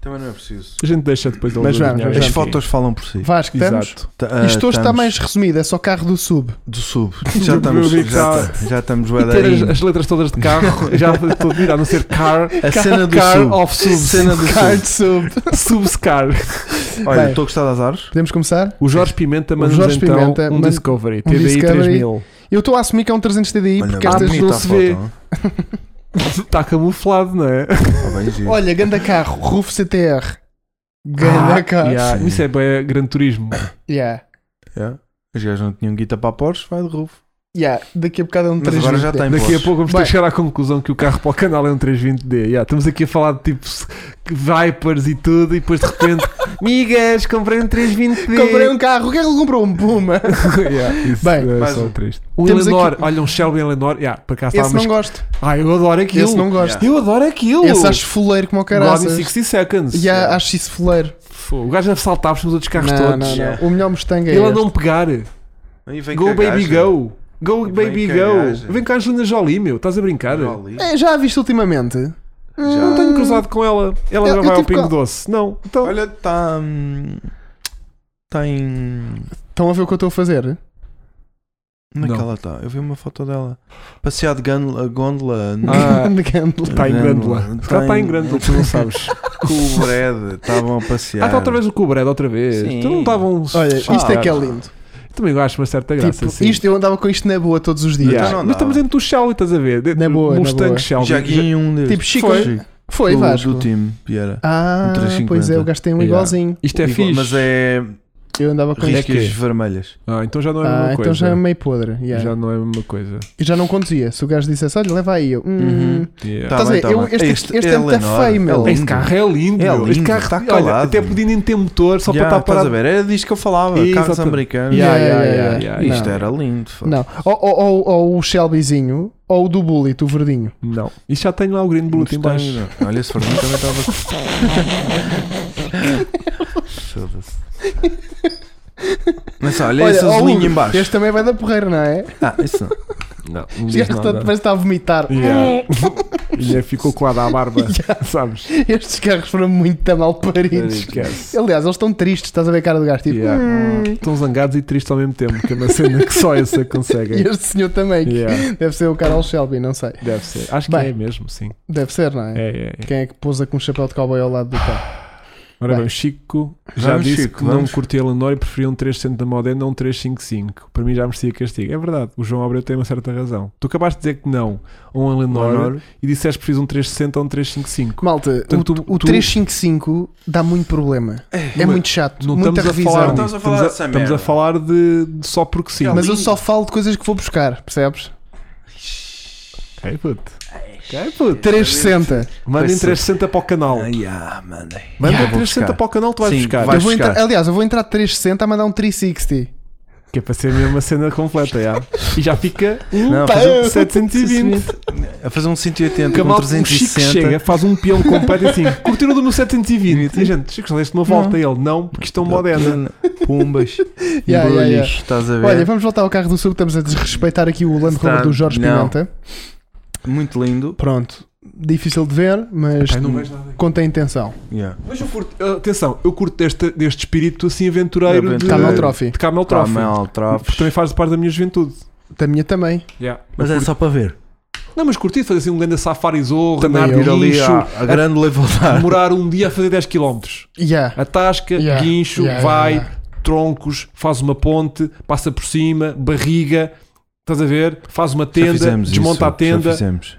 [SPEAKER 2] Também não é preciso.
[SPEAKER 1] A gente deixa depois de
[SPEAKER 3] Mas vamos, vamos,
[SPEAKER 2] As
[SPEAKER 3] Sim.
[SPEAKER 2] fotos falam por si.
[SPEAKER 3] Vasco, estamos?
[SPEAKER 1] Exato.
[SPEAKER 2] T- ah,
[SPEAKER 3] Isto hoje está
[SPEAKER 2] estamos
[SPEAKER 3] mais resumido, é só carro do sub.
[SPEAKER 2] Do sub.
[SPEAKER 1] Eu
[SPEAKER 2] Já estamos.
[SPEAKER 1] vi que
[SPEAKER 2] Já,
[SPEAKER 1] tá-
[SPEAKER 2] ta- já estamos.
[SPEAKER 1] E ter as,
[SPEAKER 2] badalhinho.
[SPEAKER 1] as letras todas de carro, já estou a vir, a não ser car,
[SPEAKER 2] A cena do
[SPEAKER 1] car
[SPEAKER 2] sub.
[SPEAKER 1] of sub,
[SPEAKER 2] Cena do
[SPEAKER 3] Carro
[SPEAKER 2] sub.
[SPEAKER 3] de sub.
[SPEAKER 1] subscar.
[SPEAKER 2] Olha,
[SPEAKER 3] Bem.
[SPEAKER 2] estou a gostar das árvores.
[SPEAKER 3] Podemos começar?
[SPEAKER 1] O Jorge Pimenta
[SPEAKER 3] O
[SPEAKER 1] manda
[SPEAKER 3] Jorge
[SPEAKER 1] então
[SPEAKER 3] Pimenta
[SPEAKER 1] um
[SPEAKER 3] manda-
[SPEAKER 1] Discovery,
[SPEAKER 3] um
[SPEAKER 1] TDI
[SPEAKER 3] Discovery.
[SPEAKER 1] 3000.
[SPEAKER 3] Eu estou a assumir que é um 300 TDI
[SPEAKER 2] Olha,
[SPEAKER 3] porque
[SPEAKER 2] bem
[SPEAKER 1] estas
[SPEAKER 3] estas.
[SPEAKER 2] bonita
[SPEAKER 1] não
[SPEAKER 2] a
[SPEAKER 1] se
[SPEAKER 2] foto,
[SPEAKER 1] vê.
[SPEAKER 2] ó.
[SPEAKER 1] Está Tá camuflado, não é?
[SPEAKER 2] Tá bem giro.
[SPEAKER 3] Olha, ganda carro, Rufo CTR. Ganda carro. Yeah.
[SPEAKER 1] yeah,
[SPEAKER 2] Sim.
[SPEAKER 1] Isso é bem grande turismo.
[SPEAKER 2] Yeah. Os gajos não tinham guita para a Porsche, vai de rufo.
[SPEAKER 3] Yeah. Daqui a bocado é um
[SPEAKER 2] Mas agora já
[SPEAKER 3] 320.
[SPEAKER 2] tem
[SPEAKER 1] Daqui a
[SPEAKER 2] Porsche.
[SPEAKER 1] pouco vamos ter
[SPEAKER 3] Bem.
[SPEAKER 1] que chegar à conclusão que o carro para o canal é um 320D. Yeah, estamos aqui a falar de tipo s- que Vipers e tudo, e depois de repente, migas, comprei um 320D.
[SPEAKER 3] Comprei um carro, o que é que ele comprou? Um Puma.
[SPEAKER 1] yeah, isso
[SPEAKER 3] Bem,
[SPEAKER 1] é
[SPEAKER 2] mais
[SPEAKER 1] só
[SPEAKER 2] um.
[SPEAKER 1] triste. Um
[SPEAKER 3] Temos
[SPEAKER 1] Eleanor,
[SPEAKER 3] aqui-
[SPEAKER 1] olha, um Shelby Eleanor. Yeah, para cá
[SPEAKER 3] Esse
[SPEAKER 1] estava
[SPEAKER 3] não
[SPEAKER 1] mas...
[SPEAKER 3] gosto.
[SPEAKER 1] Ah, eu adoro aquilo.
[SPEAKER 3] Esse não gosto.
[SPEAKER 2] Yeah.
[SPEAKER 1] Eu adoro aquilo.
[SPEAKER 3] Esse acho fuleiro como o
[SPEAKER 1] God in
[SPEAKER 3] caraças.
[SPEAKER 1] 60 Seconds.
[SPEAKER 3] E yeah, acho isso fuleiro.
[SPEAKER 1] Fogo, O gajo saltava nos outros carros
[SPEAKER 3] não,
[SPEAKER 1] todos.
[SPEAKER 3] não, não.
[SPEAKER 2] Yeah.
[SPEAKER 3] O melhor Mustang é
[SPEAKER 1] Ele a
[SPEAKER 3] este.
[SPEAKER 1] não pegar.
[SPEAKER 2] Aí vem
[SPEAKER 1] Go
[SPEAKER 2] com a
[SPEAKER 1] baby
[SPEAKER 2] gaja.
[SPEAKER 1] go. Go
[SPEAKER 2] E vem
[SPEAKER 1] baby
[SPEAKER 2] com a
[SPEAKER 1] go.
[SPEAKER 2] gaja.
[SPEAKER 1] Vem cá a Angelina Jolie, meu. Estás a brincar?
[SPEAKER 2] Olha ali.
[SPEAKER 3] É, já a viste ultimamente?
[SPEAKER 1] Não tenho cruzado com ela. Ela
[SPEAKER 3] Eu-
[SPEAKER 1] não
[SPEAKER 3] eu
[SPEAKER 1] vai ao
[SPEAKER 3] tive
[SPEAKER 1] Pingo
[SPEAKER 3] com-
[SPEAKER 1] Doce. Não. Então,
[SPEAKER 2] Olha, tá, hum, está. Está em.
[SPEAKER 3] Estão a ver o que eu estou a fazer?
[SPEAKER 2] Naquela está. Eu vi uma foto dela. Passear de gân- gôndola. no-
[SPEAKER 1] Ah,
[SPEAKER 3] De gândola.
[SPEAKER 1] está em
[SPEAKER 2] Gândola.
[SPEAKER 1] grândola. Se calhar está em grândola, tu não sabes.
[SPEAKER 2] Com o Brad. Estavam a passear.
[SPEAKER 1] Ah, está outra vez o Cobred, outra vez.
[SPEAKER 2] Sim.
[SPEAKER 1] Tu não estavam. uns-
[SPEAKER 3] Olha, isto é
[SPEAKER 1] Ah,
[SPEAKER 3] que é lindo.
[SPEAKER 1] Também eu acho uma certa graça.
[SPEAKER 3] Tipo,
[SPEAKER 1] sim.
[SPEAKER 3] isto eu andava com isto na boa todos os dias.
[SPEAKER 1] Yeah.
[SPEAKER 2] Então não
[SPEAKER 1] Mas
[SPEAKER 2] dá.
[SPEAKER 1] estamos dentro do Shelby, estás a ver?
[SPEAKER 3] Na boa, na
[SPEAKER 1] Mustang
[SPEAKER 3] boa.
[SPEAKER 1] Shelby.
[SPEAKER 2] Jaguinho um deles.
[SPEAKER 3] Tipo, Chico.
[SPEAKER 1] Foi. tipo,
[SPEAKER 2] Chico.
[SPEAKER 3] Foi,
[SPEAKER 2] do,
[SPEAKER 3] Vasco.
[SPEAKER 2] do time, Piera.
[SPEAKER 3] Ah,
[SPEAKER 2] Um 350.
[SPEAKER 3] pois é, eu gastei um
[SPEAKER 1] Yeah.
[SPEAKER 3] igualzinho.
[SPEAKER 1] Isto é
[SPEAKER 2] Igual-
[SPEAKER 1] fixe.
[SPEAKER 2] Mas é
[SPEAKER 3] Eu andava com isto.
[SPEAKER 1] Risco.
[SPEAKER 2] riscas vermelhas.
[SPEAKER 1] Ah, então já não é a mesma
[SPEAKER 3] Ah, então
[SPEAKER 1] coisa.
[SPEAKER 3] já é meio podre. yeah.
[SPEAKER 1] Já não é a mesma coisa.
[SPEAKER 3] Eu já não conduzia. Se o gajo dissesse, olha, leva aí eu. hum,
[SPEAKER 2] Uhum.
[SPEAKER 1] Yeah.
[SPEAKER 2] Tá
[SPEAKER 3] Estás a
[SPEAKER 2] bem,
[SPEAKER 3] ver,
[SPEAKER 2] tá
[SPEAKER 3] eu-
[SPEAKER 2] bem.
[SPEAKER 3] este- este é muito
[SPEAKER 2] Eleanor,
[SPEAKER 3] feio, meu.
[SPEAKER 2] Eleanor.
[SPEAKER 1] Este carro é lindo,
[SPEAKER 2] É
[SPEAKER 1] meu. Este
[SPEAKER 2] lindo,
[SPEAKER 1] carro
[SPEAKER 2] tá
[SPEAKER 1] olha,
[SPEAKER 2] calado.
[SPEAKER 1] até podido nem ter motor só
[SPEAKER 2] Yeah,
[SPEAKER 1] para estar
[SPEAKER 2] estás
[SPEAKER 1] parado.
[SPEAKER 2] a ver? Era disso que eu falava. Carros
[SPEAKER 1] Exatamente.
[SPEAKER 2] americanos.
[SPEAKER 1] Yeah, yeah, yeah,
[SPEAKER 3] Yeah, yeah,
[SPEAKER 1] yeah,
[SPEAKER 3] yeah.
[SPEAKER 1] yeah.
[SPEAKER 2] Isto
[SPEAKER 3] Não.
[SPEAKER 2] era lindo. fuck.
[SPEAKER 3] Não. Ou, ou- ou- ou o Shelbyzinho, ou o do Bullet, o verdinho.
[SPEAKER 1] Não. Isto já tem lá o Green Bullet em
[SPEAKER 2] Mustang,
[SPEAKER 1] baixo.
[SPEAKER 2] não. Olha, esse Fernando também estava. Foda-se. Mas olha,
[SPEAKER 3] Olha,
[SPEAKER 2] esse
[SPEAKER 3] ó,
[SPEAKER 2] azulinho
[SPEAKER 3] Hugo,
[SPEAKER 2] em baixo.
[SPEAKER 3] Este também vai da porreira, não é?
[SPEAKER 2] Ah, isso não.
[SPEAKER 1] Não, não diz
[SPEAKER 3] Este
[SPEAKER 1] nada.
[SPEAKER 3] parece estar a vomitar.
[SPEAKER 1] Yeah. Já ficou colado à barba, sabes?
[SPEAKER 3] Estes carros foram muito mal paridos.
[SPEAKER 1] Esquece.
[SPEAKER 3] Aliás, eles estão tristes, estás a ver a cara do gajo. Tipo,
[SPEAKER 1] Yeah.
[SPEAKER 3] hum.
[SPEAKER 1] Estão zangados e tristes ao mesmo tempo, que é uma cena que só essa
[SPEAKER 3] E
[SPEAKER 1] consegue.
[SPEAKER 3] este senhor também. que
[SPEAKER 1] Yeah.
[SPEAKER 3] Deve ser o Carol Shelby, não sei.
[SPEAKER 1] Deve ser. Acho que
[SPEAKER 3] Bem.
[SPEAKER 1] é mesmo, sim.
[SPEAKER 3] Deve ser, não é?
[SPEAKER 1] É, é, é.
[SPEAKER 3] Quem é que pousa com um chapéu de cowboy ao lado do carro?
[SPEAKER 1] Ora bem,
[SPEAKER 3] Bem.
[SPEAKER 1] o Chico já
[SPEAKER 2] Vamos,
[SPEAKER 1] disse
[SPEAKER 2] Chico,
[SPEAKER 1] que
[SPEAKER 2] vamos.
[SPEAKER 1] não curtia Eleanor e preferia um 300 da Modena a um 355. Para mim já merecia castigo. É verdade, o João Abreu tem uma certa razão. Tu acabaste de dizer que não a um Eleanor,
[SPEAKER 2] Eleanor.
[SPEAKER 1] e disseste que prefiro um 360 a um 355.
[SPEAKER 3] Malta,
[SPEAKER 1] Portanto,
[SPEAKER 3] o, o
[SPEAKER 1] tu-
[SPEAKER 3] 355 dá muito problema. É,
[SPEAKER 1] mas
[SPEAKER 3] muito chato.
[SPEAKER 1] Não
[SPEAKER 3] muita
[SPEAKER 1] estamos
[SPEAKER 3] revisão.
[SPEAKER 1] a falar, disso.
[SPEAKER 2] Não estamos a falar
[SPEAKER 1] estamos,
[SPEAKER 2] dessa
[SPEAKER 1] a, estamos a
[SPEAKER 2] merda.
[SPEAKER 1] falar de, de só porque sim.
[SPEAKER 3] mas eu só falo de coisas que vou buscar, percebes?
[SPEAKER 1] Ok, puto. Ok, puto.
[SPEAKER 3] 360.
[SPEAKER 1] Manda
[SPEAKER 2] Vai
[SPEAKER 1] em
[SPEAKER 2] ser.
[SPEAKER 1] 360 para o canal.
[SPEAKER 2] Ah, yeah, mandei.
[SPEAKER 1] Manda
[SPEAKER 2] Yeah,
[SPEAKER 1] em
[SPEAKER 2] vou
[SPEAKER 1] 360
[SPEAKER 2] buscar.
[SPEAKER 1] para o canal, tu vais
[SPEAKER 2] Sim,
[SPEAKER 1] buscar.
[SPEAKER 2] vai-
[SPEAKER 3] Eu vou
[SPEAKER 2] buscar.
[SPEAKER 3] entrar- aliás, eu vou entrar 360 a mandar um 360.
[SPEAKER 1] Que é para ser mesmo uma cena completa, já. E já fica um
[SPEAKER 2] Não,
[SPEAKER 1] pá,
[SPEAKER 2] fazer um
[SPEAKER 1] 720.
[SPEAKER 2] A um fazer um 180
[SPEAKER 1] Que a
[SPEAKER 2] com
[SPEAKER 1] malta, o Chico
[SPEAKER 2] 360.
[SPEAKER 1] chega, faz um peão completo e assim, curtiram do meu 720. E a gente, Chico, já deste uma volta?
[SPEAKER 2] Não.
[SPEAKER 1] E ele, não, porque isto é um moderno.
[SPEAKER 2] Pumbas.
[SPEAKER 3] Yeah, yeah,
[SPEAKER 2] embrulhos,
[SPEAKER 3] yeah.
[SPEAKER 2] Estás
[SPEAKER 1] Tá
[SPEAKER 2] a ver?
[SPEAKER 3] Olha, vamos voltar ao carro do Sul, estamos a desrespeitar aqui o Land Rover
[SPEAKER 2] Está-
[SPEAKER 3] do Jorge
[SPEAKER 2] não.
[SPEAKER 3] Pimenta.
[SPEAKER 2] Muito lindo.
[SPEAKER 3] Pronto, difícil de ver, mas
[SPEAKER 1] Pai, não vejo nada aqui.
[SPEAKER 3] conta a intenção.
[SPEAKER 2] Yeah.
[SPEAKER 1] Mas eu curto, eh, atenção, eu curto deste, deste espírito assim aventureiro de,
[SPEAKER 2] Aventureiro.
[SPEAKER 3] Camel
[SPEAKER 1] de
[SPEAKER 3] Trophy,
[SPEAKER 1] Camel
[SPEAKER 2] Tá
[SPEAKER 1] Trophy.
[SPEAKER 2] mal,
[SPEAKER 1] Porque também
[SPEAKER 2] trafes.
[SPEAKER 1] faz parte da minha juventude.
[SPEAKER 3] da minha também.
[SPEAKER 1] Yeah.
[SPEAKER 2] Mas
[SPEAKER 1] Eu
[SPEAKER 2] é
[SPEAKER 1] curto-
[SPEAKER 2] só para ver.
[SPEAKER 1] Não, mas curti fazer assim um grande safari zorro,
[SPEAKER 3] Também
[SPEAKER 1] andar de
[SPEAKER 3] eu. ah.
[SPEAKER 2] Ir ali
[SPEAKER 1] guincho,
[SPEAKER 2] à, à grande levantar.
[SPEAKER 1] demorar um dia a fazer 10 km.
[SPEAKER 3] Yeah.
[SPEAKER 1] Atasca,
[SPEAKER 3] Yeah.
[SPEAKER 1] guincho,
[SPEAKER 3] Yeah,
[SPEAKER 1] vai,
[SPEAKER 3] yeah,
[SPEAKER 1] troncos, faz uma ponte, passa por cima, barriga, estás a ver? Faz uma
[SPEAKER 2] Já
[SPEAKER 1] tenda,
[SPEAKER 2] fizemos
[SPEAKER 1] desmonta
[SPEAKER 2] isso,
[SPEAKER 1] a tenda.
[SPEAKER 2] Já fizemos.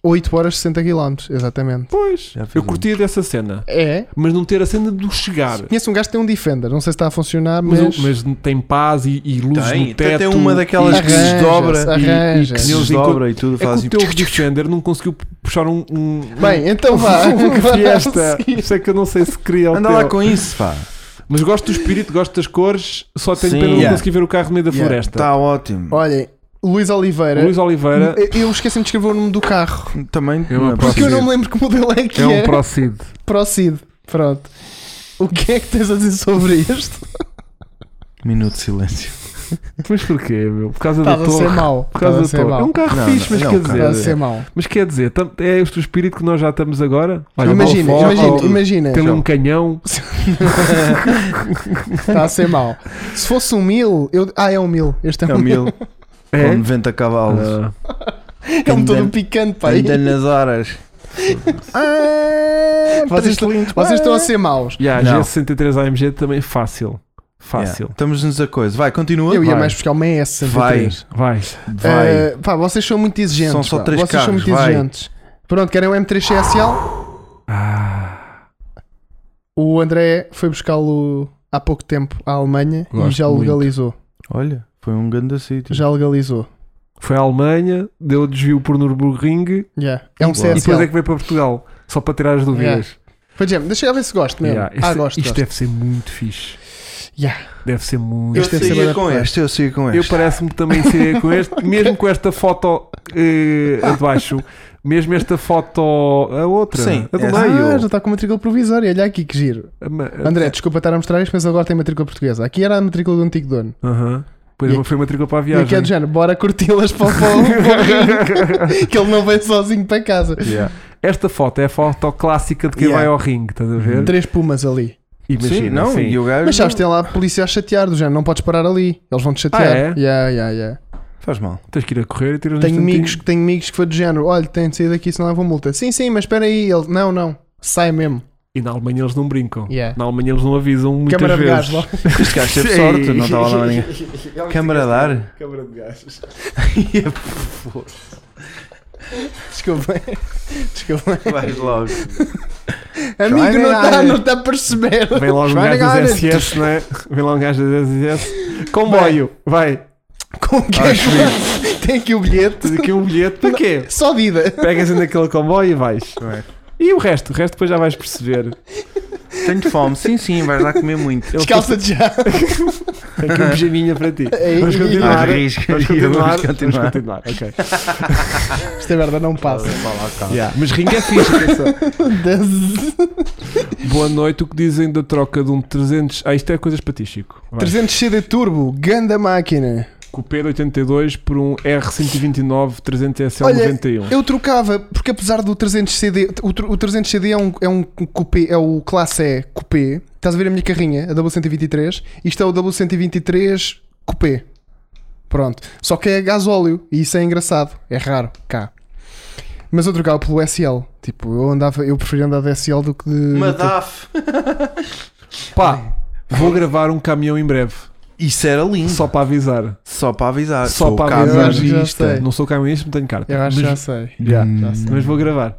[SPEAKER 3] 8 horas 60 km, exatamente.
[SPEAKER 1] Pois,
[SPEAKER 2] Já fizemos.
[SPEAKER 1] eu curtia dessa cena,
[SPEAKER 3] É.
[SPEAKER 1] mas não ter a cena do chegar.
[SPEAKER 3] Conheço um gajo que tem um Defender, não sei se está a funcionar, mas.
[SPEAKER 1] Mas, mas tem paz e, e luzes
[SPEAKER 2] Tem,
[SPEAKER 1] no
[SPEAKER 2] até
[SPEAKER 1] teto.
[SPEAKER 2] tem uma daquelas
[SPEAKER 1] e-
[SPEAKER 2] que se dobra
[SPEAKER 3] arranja.
[SPEAKER 2] Se
[SPEAKER 1] Eles
[SPEAKER 2] dobra e tudo,
[SPEAKER 1] É que
[SPEAKER 2] fazem. tipo-
[SPEAKER 1] o teu Defender não conseguiu puxar um. um
[SPEAKER 3] Bem, então vá.
[SPEAKER 1] um
[SPEAKER 3] agora a
[SPEAKER 1] Fiesta.
[SPEAKER 3] seguir.
[SPEAKER 1] Isso é que eu não sei se queria o
[SPEAKER 2] Anda
[SPEAKER 1] teu.
[SPEAKER 2] lá com isso, pá.
[SPEAKER 1] Mas gosto do espírito, gosto das cores. Só tenho
[SPEAKER 2] Sim,
[SPEAKER 1] pena de não
[SPEAKER 2] yeah.
[SPEAKER 1] conseguir ver o carro no meio da
[SPEAKER 3] Yeah, Tá,
[SPEAKER 1] floresta.
[SPEAKER 2] Está Tá ótimo.
[SPEAKER 3] Olhem, Luís Oliveira.
[SPEAKER 1] Luís Oliveira
[SPEAKER 3] Eu- Eu esqueci-me de escrever o nome do carro.
[SPEAKER 2] Também.
[SPEAKER 1] É uma próxima.
[SPEAKER 2] não
[SPEAKER 3] Porque eu
[SPEAKER 2] preciso.
[SPEAKER 3] não me lembro que modelo é que
[SPEAKER 1] é
[SPEAKER 3] é.
[SPEAKER 1] um Procid.
[SPEAKER 3] Procede. Pronto. O que é que tens a dizer sobre isto?
[SPEAKER 2] Minuto de silêncio.
[SPEAKER 1] Mas porquê, meu? Por causa
[SPEAKER 3] Estava
[SPEAKER 1] da
[SPEAKER 3] a ser
[SPEAKER 1] torre.
[SPEAKER 3] mau.
[SPEAKER 1] Por causa
[SPEAKER 3] Estava a
[SPEAKER 1] da
[SPEAKER 3] ser
[SPEAKER 1] torre. É
[SPEAKER 3] mau.
[SPEAKER 1] um carro
[SPEAKER 2] Não,
[SPEAKER 1] fixe,
[SPEAKER 2] não,
[SPEAKER 1] mas
[SPEAKER 2] não,
[SPEAKER 1] quer
[SPEAKER 2] um
[SPEAKER 3] Estava a
[SPEAKER 1] dizer.
[SPEAKER 3] ser mau.
[SPEAKER 1] Mas quer dizer, tam- é este o espírito que nós já estamos agora. Olha,
[SPEAKER 3] Imagina,
[SPEAKER 1] boa foto,
[SPEAKER 3] imagina, imagina.
[SPEAKER 1] Tem ali um canhão.
[SPEAKER 3] Está a ser mau. Se fosse um mil, eu. Ah, é um mil. Este é
[SPEAKER 2] É
[SPEAKER 3] um
[SPEAKER 2] um
[SPEAKER 3] mil.
[SPEAKER 2] mil
[SPEAKER 1] É?
[SPEAKER 2] com 90 cavalos.
[SPEAKER 1] Ah.
[SPEAKER 3] É um todo picante, pai.
[SPEAKER 2] Anda nas horas.
[SPEAKER 3] Ah,
[SPEAKER 2] Três
[SPEAKER 3] vocês,
[SPEAKER 2] cilindros.
[SPEAKER 3] vocês estão a ser maus.
[SPEAKER 1] Yeah,
[SPEAKER 2] Não.
[SPEAKER 1] G63 AMG também é fácil.
[SPEAKER 2] Yeah.
[SPEAKER 1] Fácil.
[SPEAKER 2] Estamos-nos a coisa. Vai, continua.
[SPEAKER 3] Eu ia É.
[SPEAKER 1] Vai.
[SPEAKER 3] mais buscar uma S.
[SPEAKER 2] Vai.
[SPEAKER 1] Vai.
[SPEAKER 2] Vai.
[SPEAKER 3] Ah, pá, vocês são muito exigentes.
[SPEAKER 2] São só
[SPEAKER 3] pá.
[SPEAKER 2] três
[SPEAKER 3] vocês são
[SPEAKER 2] carros,
[SPEAKER 3] muito
[SPEAKER 2] vai.
[SPEAKER 3] exigentes. Pronto, querem um o M3 CSL?
[SPEAKER 1] Ah,
[SPEAKER 3] O André foi buscá-lo há pouco tempo à Alemanha e
[SPEAKER 1] Gosto
[SPEAKER 3] já
[SPEAKER 1] muito.
[SPEAKER 3] legalizou.
[SPEAKER 2] Olha, foi um grande sítio.
[SPEAKER 3] Já legalizou.
[SPEAKER 1] foi à Alemanha, deu desvio por Nürburgring
[SPEAKER 3] Yeah. É um
[SPEAKER 2] Uau.
[SPEAKER 1] e depois
[SPEAKER 3] CSL.
[SPEAKER 1] é que veio para Portugal. Só para tirar as dúvidas.
[SPEAKER 3] Foi Jam, é, deixa eu ver se gosto mesmo.
[SPEAKER 1] Yeah,
[SPEAKER 3] ah,
[SPEAKER 1] este-
[SPEAKER 3] gosto.
[SPEAKER 1] isto
[SPEAKER 3] gosto.
[SPEAKER 1] deve ser muito fixe.
[SPEAKER 3] Yeah.
[SPEAKER 1] Deve ser muito.
[SPEAKER 2] Eu
[SPEAKER 3] Este é
[SPEAKER 2] saía
[SPEAKER 3] semana
[SPEAKER 2] com
[SPEAKER 3] passada.
[SPEAKER 2] este, eu saía com
[SPEAKER 1] Eu
[SPEAKER 2] este.
[SPEAKER 1] parece-me que também seria com este, mesmo com esta foto eh, a de baixo, mesmo esta foto, a outra,
[SPEAKER 2] Sim,
[SPEAKER 1] a do
[SPEAKER 2] essa.
[SPEAKER 1] meio.
[SPEAKER 3] Ah, já está com matrícula provisória. Olha aqui que giro.
[SPEAKER 1] A ma- a-
[SPEAKER 3] André, desculpa estar a mostrar isto, mas agora tem matrícula portuguesa. Aqui era a matrícula do antigo dono.
[SPEAKER 1] Aham. Depois
[SPEAKER 3] E
[SPEAKER 1] uma- foi matrícula para a
[SPEAKER 3] E aqui é
[SPEAKER 1] viagem.
[SPEAKER 3] do género, bora curti-las para o para o ringue, que ele não vem sozinho para casa.
[SPEAKER 2] Yeah.
[SPEAKER 1] Esta foto é a foto clássica de quem
[SPEAKER 2] Yeah.
[SPEAKER 3] Uhum.
[SPEAKER 1] vai ao ringue, estás a ver?
[SPEAKER 3] Três pumas ali.
[SPEAKER 2] Imagina,
[SPEAKER 1] Sim, não,
[SPEAKER 2] sim.
[SPEAKER 1] e o gajo
[SPEAKER 3] Mas sabes,
[SPEAKER 1] não-
[SPEAKER 3] tem lá a polícia a chatear, do género, não podes parar ali, eles vão te chatear.
[SPEAKER 1] Ah, é?
[SPEAKER 3] Yeah, yeah, yeah.
[SPEAKER 2] Faz mal.
[SPEAKER 1] tens que ir a correr e tiras um
[SPEAKER 3] Tenho,
[SPEAKER 1] instantinho.
[SPEAKER 3] amigos, tenho amigos que foi do género, olha, tem de sair daqui senão levam multa. Sim, sim, mas espera aí, ele, não, não, sai mesmo.
[SPEAKER 1] E na Alemanha eles não brincam.
[SPEAKER 3] Yeah.
[SPEAKER 1] Na Alemanha eles não avisam muitas
[SPEAKER 3] Câmara de
[SPEAKER 1] vezes.
[SPEAKER 3] gás lá.
[SPEAKER 2] Este gajo teve sorte, não estava lá ninguém. Câmara de ar.
[SPEAKER 1] Câmara de gás.
[SPEAKER 3] Desculpem. Desculpem.
[SPEAKER 2] Vais logo.
[SPEAKER 3] Amigo, não está não tá a perceber.
[SPEAKER 1] Vem logo um
[SPEAKER 3] Vai
[SPEAKER 1] gajo das
[SPEAKER 3] negar.
[SPEAKER 1] SS, não é? Vem logo um gajo das SS. Comboio, vai.
[SPEAKER 3] Com quem é que Tem aqui o bilhete.
[SPEAKER 1] Tens aqui um bilhete. Para quê?
[SPEAKER 3] Só vida.
[SPEAKER 1] Pegas naquele comboio e vais. não é? E o resto? O resto depois já vais perceber.
[SPEAKER 2] Tenho fome. Sim, sim, vais lá comer muito.
[SPEAKER 1] Ele
[SPEAKER 3] Descalça-te já.
[SPEAKER 1] Tem aqui um pijaminha para ti.
[SPEAKER 3] Ei,
[SPEAKER 1] Vamos
[SPEAKER 2] Ah,
[SPEAKER 1] continuar.
[SPEAKER 2] risco.
[SPEAKER 1] Vamos continuar.
[SPEAKER 2] Vamos continuar.
[SPEAKER 1] Vamos continuar. Ok.
[SPEAKER 3] Esta merda não passa.
[SPEAKER 1] Yeah. Mas ringue é fixe. atenção.
[SPEAKER 3] Das-
[SPEAKER 1] Boa noite. O que dizem da troca de um 300. Ah, isto é coisas para ti, Chico. Vai.
[SPEAKER 3] 300 CD Turbo, ganda máquina.
[SPEAKER 1] Cooper 82 por um R129 300 SL
[SPEAKER 3] Olha,
[SPEAKER 1] 91.
[SPEAKER 3] Eu trocava, porque apesar do 300 CD, o, tr- o 300 CD é um, é um coupé, é o classe E coupé. Estás a ver a minha carrinha, a W123? Isto é o W123 coupé. Pronto. Só que é gasóleo e isso é engraçado. É raro cá. Mas eu trocava pelo SL. Tipo, eu andava, eu preferia andar de SL do que de.
[SPEAKER 2] Madaf.
[SPEAKER 1] Pá, vou gravar um caminhão em breve.
[SPEAKER 2] Isso era
[SPEAKER 3] Hum.
[SPEAKER 2] lindo. Só,
[SPEAKER 1] Só para avisar.
[SPEAKER 2] para avisar.
[SPEAKER 1] Só
[SPEAKER 2] Sou
[SPEAKER 1] para
[SPEAKER 2] cá
[SPEAKER 1] avisar.
[SPEAKER 2] mesmo.
[SPEAKER 3] Já sei.
[SPEAKER 1] Não sou caminhonista, não tenho carta.
[SPEAKER 3] É. eu acho que já
[SPEAKER 1] mas,
[SPEAKER 3] sei.
[SPEAKER 1] Yeah.
[SPEAKER 3] Já sei.
[SPEAKER 1] mas vou gravar.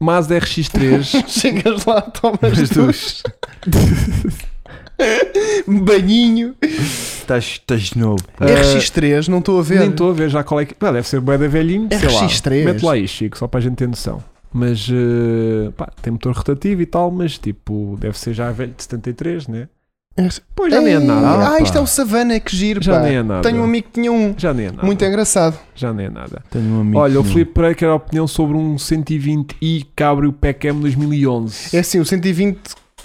[SPEAKER 1] Mazda RX3.
[SPEAKER 3] Chegas lá, tomas
[SPEAKER 2] Mas tu
[SPEAKER 3] duche, um banhinho.
[SPEAKER 2] estás, estás novo.
[SPEAKER 1] Ah,
[SPEAKER 3] RX3, não estou a ver.
[SPEAKER 1] Nem estou a ver já qual é que. Pá, deve ser bué da velhinho.
[SPEAKER 3] É
[SPEAKER 1] Sei
[SPEAKER 3] RX3.
[SPEAKER 1] lá. Mete lá aí, Chico, só para a gente ter noção. Mas eh, pá, tem motor rotativo e tal, mas tipo, deve ser já velho de 73, né? Pois já nem é
[SPEAKER 3] Ei,
[SPEAKER 1] nada.
[SPEAKER 3] Ah,
[SPEAKER 2] pá.
[SPEAKER 3] isto é o Savana, que giro,
[SPEAKER 1] Já
[SPEAKER 3] pá.
[SPEAKER 1] nem é nada.
[SPEAKER 3] Tenho um amigo que tinha um.
[SPEAKER 1] Já nem é nada.
[SPEAKER 3] Muito engraçado.
[SPEAKER 1] Já nem é nada.
[SPEAKER 2] Tenho um amigo.
[SPEAKER 1] Olha, o
[SPEAKER 2] meu.
[SPEAKER 1] Filipe Pereira quer a opinião sobre um 120i Cabrio PECM 2011.
[SPEAKER 3] É assim, o 120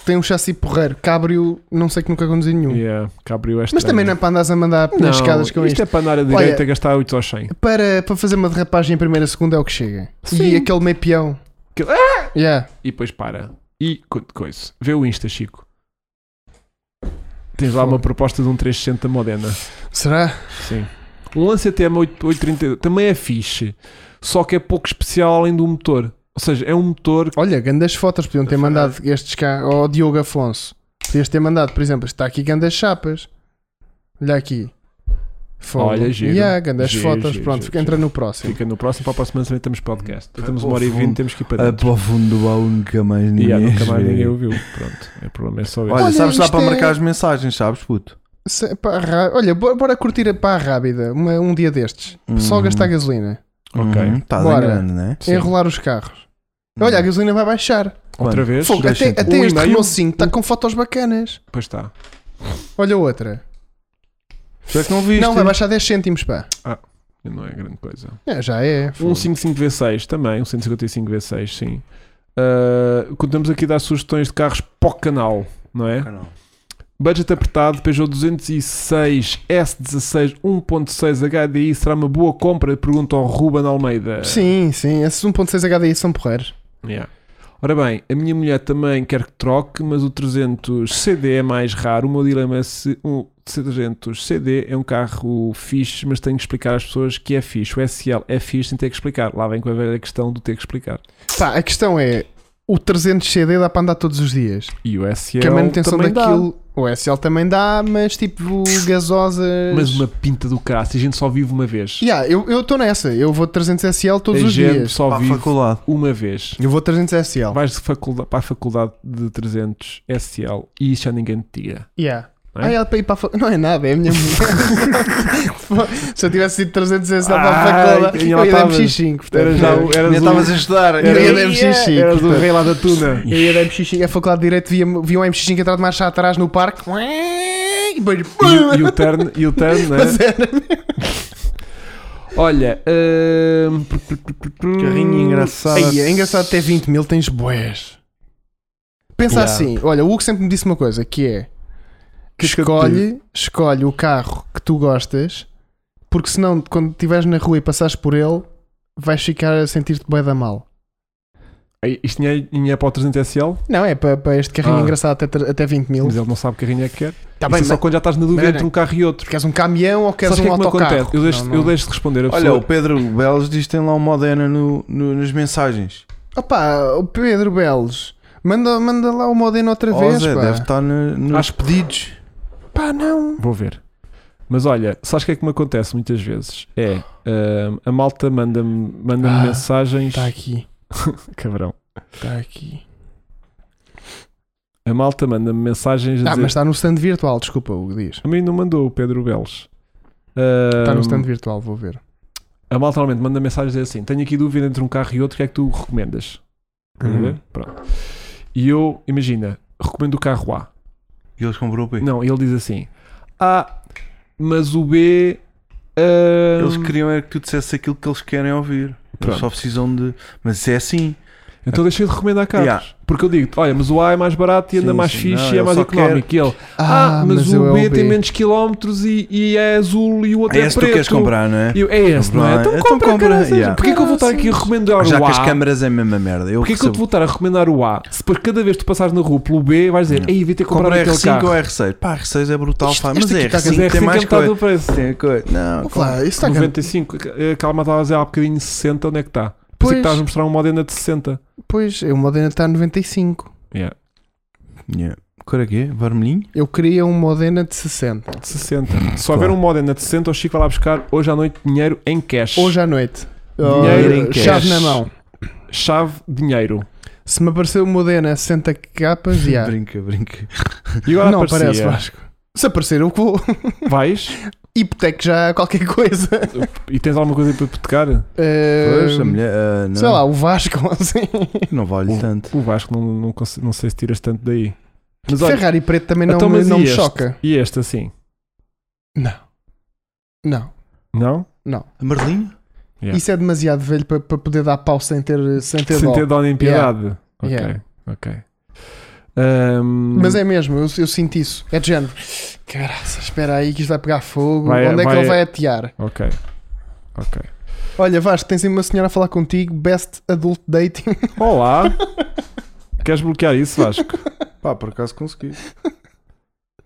[SPEAKER 3] tem um chassi porreiro. Cabrio, não sei que nunca conduzi nenhum.
[SPEAKER 1] Yeah, Cabrio é
[SPEAKER 3] Mas
[SPEAKER 1] estranho.
[SPEAKER 3] também não é para andares a mandar
[SPEAKER 1] Não,
[SPEAKER 3] pelas escadas com
[SPEAKER 1] isto
[SPEAKER 3] isto.
[SPEAKER 1] é para andar a direita
[SPEAKER 3] Olha-
[SPEAKER 1] a gastar 8 aos 100.
[SPEAKER 3] Para, para fazer uma derrapagem em primeira segunda é o que chega.
[SPEAKER 1] Sim.
[SPEAKER 3] E aquele meio peão.
[SPEAKER 1] Que- Ah!
[SPEAKER 3] Yeah.
[SPEAKER 1] E depois para. E co- coisa. Vê o Insta, Chico. Tens lá uma proposta de um 360 moderna.
[SPEAKER 3] Será?
[SPEAKER 1] Sim. Um Lancia TM832 também é fixe, só que é pouco especial além do motor. Ou seja, é um motor que
[SPEAKER 3] Olha, grandes fotos podiam ter mandado estes cá ao Diogo Afonso. Podias ter mandado, por exemplo, está aqui grandes chapas. Olha aqui. Fogo.
[SPEAKER 1] Olha, giro.
[SPEAKER 3] Yeah, grandes
[SPEAKER 1] Giro,
[SPEAKER 3] fotos.
[SPEAKER 1] giro,
[SPEAKER 3] Pronto,
[SPEAKER 1] giro,
[SPEAKER 3] entra no próximo.
[SPEAKER 1] fica no próximo. Para a próxima semana temos podcast. Já Estamos
[SPEAKER 2] Ah,
[SPEAKER 1] uma hora e
[SPEAKER 2] pô,
[SPEAKER 1] vinte, temos que ir para
[SPEAKER 2] Ah,
[SPEAKER 1] dentro.
[SPEAKER 2] para o fundo do baú nunca mais ninguém.
[SPEAKER 1] Yeah, nunca mais
[SPEAKER 2] vê.
[SPEAKER 1] ninguém ouviu. Pronto, o problema é só
[SPEAKER 2] Olha,
[SPEAKER 1] esse.
[SPEAKER 3] Olha,
[SPEAKER 2] sabes, dá
[SPEAKER 3] isto
[SPEAKER 2] para
[SPEAKER 3] é-
[SPEAKER 2] marcar as mensagens, sabes, puto?
[SPEAKER 3] Se- pá, ra- Olha, bora, bora curtir a pá rápida uma- um dia destes. Só
[SPEAKER 2] Uhum.
[SPEAKER 3] gastar gasolina.
[SPEAKER 1] Ok.
[SPEAKER 2] Uhum, Estás em
[SPEAKER 3] Bora.
[SPEAKER 2] grande, né?
[SPEAKER 1] Sim. Uhum.
[SPEAKER 3] Enrolar os carros. Olha, a gasolina vai baixar.
[SPEAKER 1] Outra
[SPEAKER 2] Quando?
[SPEAKER 1] vez?
[SPEAKER 3] Fogo, até
[SPEAKER 2] deixa-te-
[SPEAKER 3] até
[SPEAKER 1] Um
[SPEAKER 3] este
[SPEAKER 1] e-mail?
[SPEAKER 3] Renault 5 está com fotos bacanas.
[SPEAKER 1] Pois está.
[SPEAKER 3] Olha outra.
[SPEAKER 2] Já que não viste.
[SPEAKER 1] é-
[SPEAKER 3] Não, vai baixar 10 cêntimos, pá.
[SPEAKER 1] Não é grande coisa.
[SPEAKER 3] É, já é.
[SPEAKER 1] Um 55V6 também, um 155V6, sim. Ah, contamos aqui dar sugestões de carros para o canal, não é? Budget apertado, Peugeot 206 S16 1.6 HDI será uma boa compra? Pergunta ao Ruben Almeida.
[SPEAKER 3] Sim, sim. Esses 1.6 HDI são porreiros.
[SPEAKER 1] Yeah. Ora bem, a minha mulher também quer que troque, mas o 300 CD é mais raro. O meu dilema é se o 300 CD é um carro fixe, mas tenho que explicar às pessoas que é fixe. O SL é fixe sem ter que explicar. Lá vem com a velha questão do ter que explicar.
[SPEAKER 3] Pá, a questão é: o 300 CD dá para andar todos os dias.
[SPEAKER 1] E é o SL
[SPEAKER 3] que a manutenção
[SPEAKER 1] também dá.
[SPEAKER 3] daquilo. O SL também dá, mas tipo gasosas.
[SPEAKER 1] Mas uma pinta do caraças, a gente só vive uma vez.
[SPEAKER 3] Yeah, eu estou nessa. Eu vou de 300 SL é todos
[SPEAKER 1] a
[SPEAKER 3] os
[SPEAKER 1] É gente
[SPEAKER 3] dias.
[SPEAKER 1] só
[SPEAKER 2] Para a
[SPEAKER 1] vive
[SPEAKER 2] faculdade.
[SPEAKER 1] uma vez.
[SPEAKER 3] Eu vou de 300 SL.
[SPEAKER 1] Vais de faculda- para a faculdade de 300 SL e isso já ninguém te diga.
[SPEAKER 3] Yeah.
[SPEAKER 1] Não é?
[SPEAKER 3] Ah, ela para ir para a faculdade. Não é nada, é a minha mulher. Se eu tivesse sido 300 vezes lá para a
[SPEAKER 1] Ai,
[SPEAKER 3] faculdade,
[SPEAKER 1] e
[SPEAKER 3] eu
[SPEAKER 1] ela
[SPEAKER 3] ia dar
[SPEAKER 1] tava-
[SPEAKER 3] MX5. portanto,
[SPEAKER 1] Era já o- eras
[SPEAKER 2] Ainda
[SPEAKER 1] o-
[SPEAKER 2] estavas a estudar.
[SPEAKER 3] Eu ia
[SPEAKER 1] Era-
[SPEAKER 3] dar MX5.
[SPEAKER 1] Eras o
[SPEAKER 3] portanto.
[SPEAKER 1] rei lá da tuna.
[SPEAKER 3] Eu ia dar MX5. A faculdade de Direito via, via um MX5 entrar de marcha atrás no parque. E depois.
[SPEAKER 1] E, e o turn, e o turn, né?
[SPEAKER 3] Mas é era-
[SPEAKER 1] Olha, hum,
[SPEAKER 2] Carrinho
[SPEAKER 1] Ah.
[SPEAKER 2] engraçado.
[SPEAKER 3] Ai, é engraçado, até 20 mil tens boés. Pensa
[SPEAKER 1] Yeah.
[SPEAKER 3] assim: olha, o Hugo sempre me disse uma coisa que é.
[SPEAKER 1] Que-
[SPEAKER 3] Que
[SPEAKER 1] tipo que-
[SPEAKER 3] escolhe, escolhe o carro que tu gostas, porque senão, quando estiveres na rua e passares por ele, vais ficar a sentir-te bué da mal.
[SPEAKER 1] Ei, Isto tinha, tinha para o 300 SL,
[SPEAKER 3] Não, é para, para este carrinho
[SPEAKER 1] Ah.
[SPEAKER 3] engraçado até, tre- até 20 mil.
[SPEAKER 1] mas ele não sabe que carrinho é que quer.
[SPEAKER 3] Está
[SPEAKER 1] Isso
[SPEAKER 3] Tá bem,
[SPEAKER 1] é só
[SPEAKER 3] mas
[SPEAKER 1] quando já estás na dúvida
[SPEAKER 3] Mas,
[SPEAKER 1] entre um carro e outro.
[SPEAKER 3] queres um caminhão ou queres
[SPEAKER 1] Sabes o
[SPEAKER 3] um
[SPEAKER 1] que é que me
[SPEAKER 3] autocarro?
[SPEAKER 1] acontece? Eu deixo,
[SPEAKER 3] Não, não.
[SPEAKER 1] eu deixo de responder a pessoa.
[SPEAKER 2] Olha, o Pedro Belos diz que tem lá um Modena no, no- nas mensagens.
[SPEAKER 3] Opa, o Pedro Belos, manda, manda lá o Modena outra
[SPEAKER 1] Oh,
[SPEAKER 2] Ó,
[SPEAKER 3] vez.
[SPEAKER 2] Zé,
[SPEAKER 3] pá.
[SPEAKER 2] deve estar no- nos
[SPEAKER 1] Acho-
[SPEAKER 2] pedidos.
[SPEAKER 3] Pá, não.
[SPEAKER 1] Vou ver. Mas olha, sabes o que é que me acontece muitas vezes? É ahm, a malta manda-me manda
[SPEAKER 3] Ah,
[SPEAKER 1] mensagens.
[SPEAKER 3] Está aqui,
[SPEAKER 1] Cabrão.
[SPEAKER 3] está Tá aqui.
[SPEAKER 1] A malta manda-me mensagens a
[SPEAKER 3] Ah,
[SPEAKER 1] dizer.
[SPEAKER 3] mas está no stand virtual, desculpa, Hugo, diz.
[SPEAKER 1] A mim não mandou o Pedro Belos.
[SPEAKER 3] Está Tá no
[SPEAKER 1] Ahm,
[SPEAKER 3] stand virtual, vou ver.
[SPEAKER 1] Ah, A malta normalmente manda mensagens a dizer assim: tenho aqui dúvida entre um carro e outro, o que é que tu recomendas? Estás a
[SPEAKER 3] Uhum.
[SPEAKER 1] ver? Pronto. E eu, imagina, recomendo o carro A.
[SPEAKER 2] E eles comprou o P.
[SPEAKER 1] Não, ele diz assim: Ah, mas o B. ah, ahm,
[SPEAKER 2] Eles queriam era que tu dissesse aquilo que eles querem ouvir.
[SPEAKER 1] Pronto.
[SPEAKER 2] Eles só precisam de. Mas isso é assim.
[SPEAKER 1] Então deixei de recomendar carros.
[SPEAKER 2] Yeah.
[SPEAKER 1] Porque eu digo, olha, mas o A é mais barato e anda
[SPEAKER 2] Sim,
[SPEAKER 1] mais
[SPEAKER 2] sim.
[SPEAKER 1] fixe
[SPEAKER 2] Não,
[SPEAKER 1] e é
[SPEAKER 2] ele
[SPEAKER 1] mais
[SPEAKER 2] só quer-
[SPEAKER 1] económico. E ele, ah, mas,
[SPEAKER 3] eu é
[SPEAKER 1] o B, tem menos quilómetros e, e é azul e o outro
[SPEAKER 2] É
[SPEAKER 1] é,
[SPEAKER 2] esse que
[SPEAKER 1] preto.
[SPEAKER 2] tu queres comprar, não é?
[SPEAKER 1] E eu, é esse, não é? Então
[SPEAKER 2] Então
[SPEAKER 1] compra,
[SPEAKER 2] compra,
[SPEAKER 1] caralho.
[SPEAKER 2] yeah.
[SPEAKER 1] Porquê que eu vou estar aqui a recomendar
[SPEAKER 2] Já
[SPEAKER 1] o
[SPEAKER 2] que as
[SPEAKER 1] A?
[SPEAKER 2] câmaras é a mesma merda. Eu
[SPEAKER 1] Porquê que eu te
[SPEAKER 2] percebo.
[SPEAKER 1] vou estar a recomendar o A? Se por cada vez que tu passares na rua pelo B, vais dizer,
[SPEAKER 2] Yeah.
[SPEAKER 1] ei, devia ter comprado
[SPEAKER 2] Compra
[SPEAKER 1] aquele
[SPEAKER 2] R5
[SPEAKER 1] carro.
[SPEAKER 2] ou R6? Pá, R6 é brutal,
[SPEAKER 3] Isto-
[SPEAKER 2] pá.
[SPEAKER 3] este
[SPEAKER 2] Mas é
[SPEAKER 3] aqui tá-
[SPEAKER 1] Mas é
[SPEAKER 2] R5 tem
[SPEAKER 1] R5 é
[SPEAKER 2] mais
[SPEAKER 1] metade do
[SPEAKER 2] coisa. tá
[SPEAKER 1] preço.
[SPEAKER 2] Tem coisa.
[SPEAKER 1] Ah,
[SPEAKER 2] Não,
[SPEAKER 3] Ouve lá, isso tá está
[SPEAKER 1] 95, a eh, calma estava a dizer há bocadinho 60, onde é que está? Por isso é que
[SPEAKER 3] Pois.
[SPEAKER 1] estás a mostrar um Modena de 60.
[SPEAKER 3] Pois, o Modena tá está a 95.
[SPEAKER 1] Yeah,
[SPEAKER 2] Yeah. Cor aqui? Vermelhinho?
[SPEAKER 3] Eu queria um Modena de 60.
[SPEAKER 1] de 60. Se houver um Modena de 60, o Chico vai lá buscar hoje à noite dinheiro em cash.
[SPEAKER 3] Hoje à noite.
[SPEAKER 1] Dinheiro
[SPEAKER 3] Oh,
[SPEAKER 2] em cash.
[SPEAKER 3] chave na mão.
[SPEAKER 1] chave, dinheiro.
[SPEAKER 3] Se me apareceu o Modena a 60 capas, já.
[SPEAKER 2] Brinca, brinca.
[SPEAKER 1] E agora
[SPEAKER 3] Não aparece,
[SPEAKER 1] aparecia,
[SPEAKER 3] Vasco. Se aparecer, eu vou.
[SPEAKER 1] vais
[SPEAKER 3] Hipoteco já qualquer coisa.
[SPEAKER 1] e tens alguma coisa para hipotecar?
[SPEAKER 2] Pois, a
[SPEAKER 3] Eh,
[SPEAKER 2] mulher. ah, não,
[SPEAKER 1] é?
[SPEAKER 3] sei lá, o Vasco, assim.
[SPEAKER 2] Não vale tanto.
[SPEAKER 1] O Vasco não, não, conse- não sei se tiras tanto daí. Mas olha,
[SPEAKER 3] Ferrari preto também não,
[SPEAKER 1] então,
[SPEAKER 3] me,
[SPEAKER 1] mas
[SPEAKER 3] não
[SPEAKER 1] e
[SPEAKER 3] me
[SPEAKER 1] este?
[SPEAKER 3] choca.
[SPEAKER 1] E este assim?
[SPEAKER 3] Não. Não.
[SPEAKER 1] Não?
[SPEAKER 2] Amarelinho?
[SPEAKER 1] Yeah.
[SPEAKER 3] Isso é demasiado velho para, para poder dar pau sem ter, sem ter
[SPEAKER 1] Sem
[SPEAKER 3] dó.
[SPEAKER 1] ter dó nem piedade. Ok,
[SPEAKER 3] Yeah.
[SPEAKER 1] ok. Ahm,
[SPEAKER 3] Mas é mesmo, eu, eu sinto isso. É de género. Caraca, espera aí que isto vai pegar fogo.
[SPEAKER 1] Vai-
[SPEAKER 3] Onde é
[SPEAKER 1] vai-
[SPEAKER 3] que ele vai atear?
[SPEAKER 1] Ok, ok.
[SPEAKER 3] Olha, Vasco, tens aí uma senhora a falar contigo. Best Adult Dating.
[SPEAKER 1] Olá! Queres bloquear isso, Vasco?
[SPEAKER 2] Pá, por acaso consegui.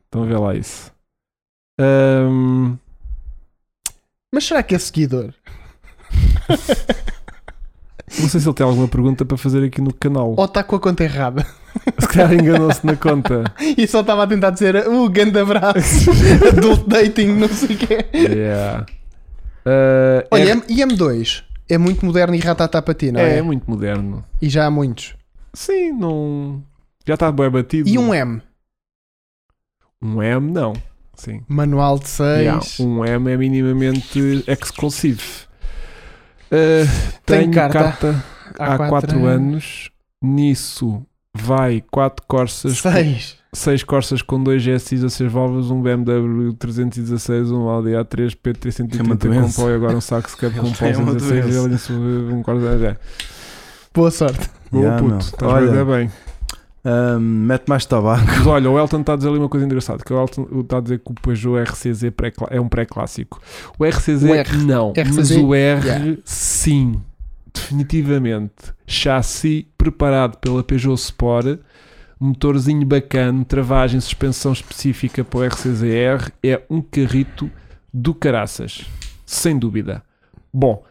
[SPEAKER 1] Então vê lá isso. Ahm,
[SPEAKER 3] Mas será que é seguidor?
[SPEAKER 1] não sei se ele tem alguma pergunta para fazer aqui no canal.
[SPEAKER 3] Ou está com a conta errada? Oh.
[SPEAKER 1] Se calhar enganou-se na conta.
[SPEAKER 3] E só estava a tentar dizer o uh, grande abraço, adult dating, não sei o quê.
[SPEAKER 1] Yeah. Ah,
[SPEAKER 3] Olha,
[SPEAKER 1] é-
[SPEAKER 3] M- e M2? É muito moderno e ratata para ti, não
[SPEAKER 1] é,
[SPEAKER 3] é?
[SPEAKER 1] é muito moderno.
[SPEAKER 3] E já há muitos.
[SPEAKER 1] Sim, não. Já está bem batido.
[SPEAKER 3] E um M?
[SPEAKER 1] Um M, não. Sim.
[SPEAKER 3] Manual de 6.
[SPEAKER 1] Yeah, um M é minimamente exclusivo. Uh,
[SPEAKER 3] Tem
[SPEAKER 1] tenho
[SPEAKER 3] carta.
[SPEAKER 1] há 4 anos. Nisso vai 4 Corsas,
[SPEAKER 3] 6.
[SPEAKER 1] 6 Corsas com 2 GSIs a 6 válvulas, um BMW 316, um Audi A3,
[SPEAKER 2] É uma
[SPEAKER 1] P330 com
[SPEAKER 2] doença.
[SPEAKER 1] pó e agora um Sax Cup
[SPEAKER 2] Ele
[SPEAKER 1] com pó
[SPEAKER 2] tem uma
[SPEAKER 1] 16 e
[SPEAKER 2] doença.
[SPEAKER 1] ele insubir um Corsa.
[SPEAKER 3] Boa sorte.
[SPEAKER 1] Bom
[SPEAKER 2] Yeah,
[SPEAKER 1] puto,
[SPEAKER 2] não.
[SPEAKER 1] estás bem,
[SPEAKER 2] Olha.
[SPEAKER 1] bem.
[SPEAKER 2] Ahm, mete mais tabaco.
[SPEAKER 1] Mas olha, o Elton está a dizer ali uma coisa engraçada, que o Elton está a dizer que o Peugeot RCZ pré é um pré-clássico. O RCZ
[SPEAKER 3] O R.
[SPEAKER 1] não,
[SPEAKER 3] RCZ,
[SPEAKER 1] mas o R
[SPEAKER 3] yeah.
[SPEAKER 1] sim, definitivamente. Chassi preparado pela Peugeot Sport, motorzinho bacana, travagem, suspensão específica para o RCZR, é um carrito do caraças, sem dúvida. Bom,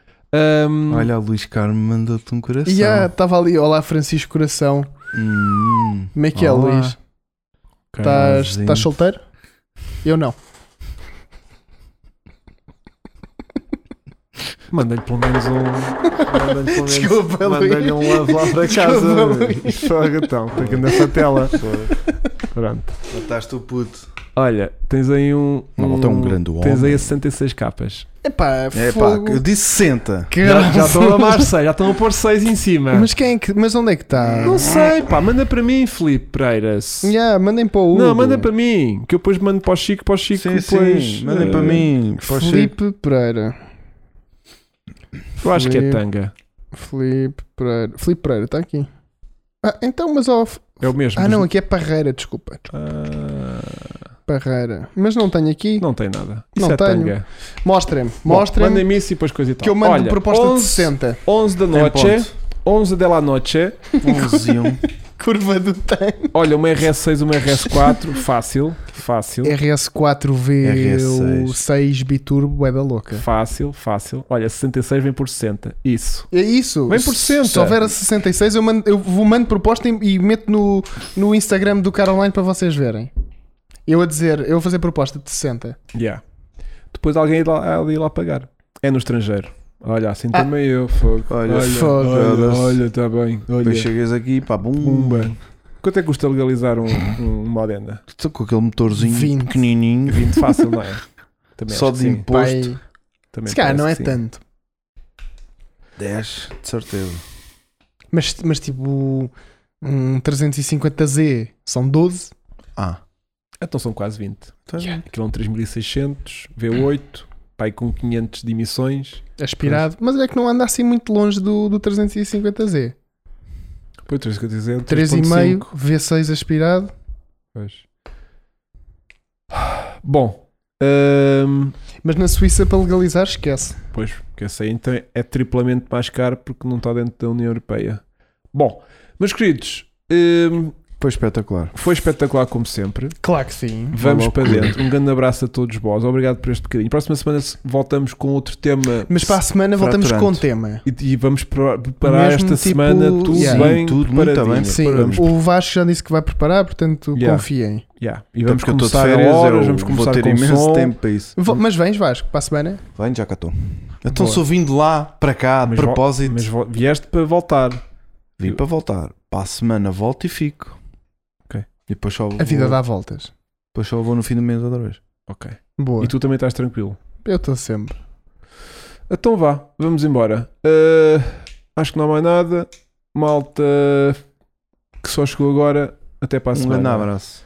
[SPEAKER 1] hum,
[SPEAKER 2] Olha, o Luís Carmo mandou-te um coração.
[SPEAKER 3] E já estava ali, olá Francisco Coração.
[SPEAKER 1] É,
[SPEAKER 2] Hum.
[SPEAKER 3] Como é que é,
[SPEAKER 2] Olá.
[SPEAKER 3] Luís?
[SPEAKER 1] caralho.
[SPEAKER 3] Estás estás solteiro? Eu não.
[SPEAKER 1] manda-lhe pelo menos um... manda-lhe pelo menos-
[SPEAKER 3] Desculpa,
[SPEAKER 1] Manda-lhe
[SPEAKER 3] Luís.
[SPEAKER 1] um love lá para
[SPEAKER 3] Desculpa,
[SPEAKER 1] casa.
[SPEAKER 3] Luís.
[SPEAKER 1] Foga então, tem que andar para a tela. Pronto.
[SPEAKER 2] Mataste o puto.
[SPEAKER 1] Olha, tens aí um.
[SPEAKER 2] Não,
[SPEAKER 1] um
[SPEAKER 2] tu é um grande homem.
[SPEAKER 1] Tens aí a 66 capas.
[SPEAKER 3] Epá,
[SPEAKER 2] É pá,
[SPEAKER 3] fogo.
[SPEAKER 2] eu disse senta.
[SPEAKER 1] Já, já estão a
[SPEAKER 3] Caralho.
[SPEAKER 1] mais 6, já estão a pôr 6 em cima.
[SPEAKER 3] Mas quem é que. Mas onde é que está?
[SPEAKER 1] Não sei, pá, manda para mim, Filipe Pereiras.
[SPEAKER 3] Yeah, mandem para o Hugo.
[SPEAKER 1] Não, manda para mim, que eu depois mando para o Chico, para o Chico,
[SPEAKER 2] Sim,
[SPEAKER 1] depois.
[SPEAKER 2] sim. Mandem
[SPEAKER 1] eh,
[SPEAKER 2] para mim. para o Chico.
[SPEAKER 3] Felipe Pereira.
[SPEAKER 1] Eu acho que é
[SPEAKER 3] Filipe.
[SPEAKER 1] tanga.
[SPEAKER 3] Felipe Pereira. Felipe Pereira, está aqui. Ah, então, mas ó. f-
[SPEAKER 1] É o mesmo.
[SPEAKER 3] Ah, não, aqui é Parreira, desculpa.
[SPEAKER 1] Ah,
[SPEAKER 3] Parreira. Mas não tenho aqui.
[SPEAKER 1] não tem nada. Isso
[SPEAKER 3] Não
[SPEAKER 1] é
[SPEAKER 3] tenho.
[SPEAKER 1] tanga.
[SPEAKER 3] Mostrem-me.
[SPEAKER 1] Bom,
[SPEAKER 3] Mostrem-me
[SPEAKER 1] Mandem-me isso e depois coisa e tal.
[SPEAKER 3] que eu mando
[SPEAKER 1] Olha,
[SPEAKER 3] proposta
[SPEAKER 1] 11,
[SPEAKER 3] de 60.
[SPEAKER 1] 11 da
[SPEAKER 2] Em
[SPEAKER 1] noite.
[SPEAKER 2] ponto.
[SPEAKER 1] 11 de la noche.
[SPEAKER 2] 11 e 1.
[SPEAKER 3] Curva do tanque.
[SPEAKER 1] Olha, uma RS6, uma RS4, fácil, fácil,
[SPEAKER 3] É. RS4V6
[SPEAKER 2] RS6.
[SPEAKER 3] biturbo é da louca.
[SPEAKER 1] fácil, fácil. Olha, 66 vem por 60. Isso.
[SPEAKER 3] É isso.
[SPEAKER 1] Vem por cento. é.
[SPEAKER 3] Se houver a 66, eu mando, eu vou- mando proposta e, e meto no, no Instagram do Caroline para vocês verem. Eu a dizer, eu vou fazer proposta de 60.
[SPEAKER 1] Yeah. Depois alguém ir lá, ali lá pagar. É no estrangeiro. Olha, assim também eu, fogo.
[SPEAKER 2] Olha,
[SPEAKER 1] olha,
[SPEAKER 2] foda-se.
[SPEAKER 1] olha, está bem. Olha.
[SPEAKER 2] Depois chegas aqui, pá, bum,
[SPEAKER 1] Pumba. Quanto é que custa legalizar um, um, uma adenda?
[SPEAKER 2] Tô com aquele motorzinho
[SPEAKER 3] 20.
[SPEAKER 2] pequenininho,
[SPEAKER 1] 20 fácil, não é? Também
[SPEAKER 2] só
[SPEAKER 1] acho que
[SPEAKER 2] de um.
[SPEAKER 1] sim.
[SPEAKER 2] imposto.
[SPEAKER 3] Pai,
[SPEAKER 1] Também
[SPEAKER 3] se
[SPEAKER 1] parece
[SPEAKER 3] calhar não é
[SPEAKER 1] que sim.
[SPEAKER 3] tanto.
[SPEAKER 2] 10, de certeza.
[SPEAKER 3] Mas, mas tipo, um 350Z são 12.
[SPEAKER 2] Ah,
[SPEAKER 1] Então são quase 20.
[SPEAKER 2] então,
[SPEAKER 3] Yeah.
[SPEAKER 1] Aquilo é um 3600, V8, pai com 500 de emissões.
[SPEAKER 3] Aspirado. Mas é que não anda assim muito longe do, do 350Z.
[SPEAKER 1] Depois 3,500.
[SPEAKER 3] 3,5 V6 aspirado.
[SPEAKER 1] Pois. Bom, hum,
[SPEAKER 3] Mas na Suíça, para legalizar, esquece.
[SPEAKER 1] pois, porque essa aí então é triplamente mais caro porque não está dentro da União Europeia. Bom, meus queridos, hum,
[SPEAKER 2] foi espetacular.
[SPEAKER 1] foi espetacular como sempre.
[SPEAKER 3] Claro que sim.
[SPEAKER 1] Vamos
[SPEAKER 2] Uma
[SPEAKER 1] para
[SPEAKER 2] loucura.
[SPEAKER 1] dentro. Um grande abraço a todos vós. Obrigado por este bocadinho. Próxima semana se- voltamos com outro tema
[SPEAKER 3] Mas para a semana voltamos com o
[SPEAKER 2] Fraturante.
[SPEAKER 3] tema.
[SPEAKER 1] e, e vamos pre- preparar
[SPEAKER 3] Mesmo
[SPEAKER 1] esta
[SPEAKER 3] tipo-
[SPEAKER 1] semana tudo
[SPEAKER 3] Yeah.
[SPEAKER 1] bem,
[SPEAKER 2] Sim, tudo muito
[SPEAKER 1] preparadinho.
[SPEAKER 2] bem.
[SPEAKER 3] Sim,
[SPEAKER 1] Preparamos.
[SPEAKER 3] o Vasco já disse que vai preparar, portanto
[SPEAKER 1] Yeah.
[SPEAKER 3] confiem.
[SPEAKER 1] Yeah. E vamos
[SPEAKER 2] Até porque eu
[SPEAKER 1] começar
[SPEAKER 2] estou de férias,
[SPEAKER 1] horas,
[SPEAKER 2] eu
[SPEAKER 1] vamos começar
[SPEAKER 2] vou ter
[SPEAKER 1] com
[SPEAKER 2] imenso
[SPEAKER 1] som.
[SPEAKER 2] tempo para isso.
[SPEAKER 1] Uhum.
[SPEAKER 3] Vo- Mas vens, Vasco, para a semana?
[SPEAKER 2] Vem, já cá estou. Então,
[SPEAKER 3] Boa.
[SPEAKER 2] se eu vim de lá para cá, de
[SPEAKER 1] Mas vo-
[SPEAKER 2] propósito,
[SPEAKER 1] Mas vo- vieste para voltar.
[SPEAKER 2] vim para voltar. Para a semana volto e fico.
[SPEAKER 1] Ok.
[SPEAKER 2] E depois só,
[SPEAKER 3] A vida
[SPEAKER 1] Uhum.
[SPEAKER 2] vou,
[SPEAKER 3] dá voltas.
[SPEAKER 2] depois só vou no fim do mês outra vez.
[SPEAKER 1] Ok.
[SPEAKER 3] Boa.
[SPEAKER 1] E tu também estás tranquilo.
[SPEAKER 3] Eu estou sempre.
[SPEAKER 1] Então vá, vamos embora. Uh, acho que não há mais nada. Malta que só chegou agora. Até para a
[SPEAKER 2] Um
[SPEAKER 1] semana. é?
[SPEAKER 2] grande abraço.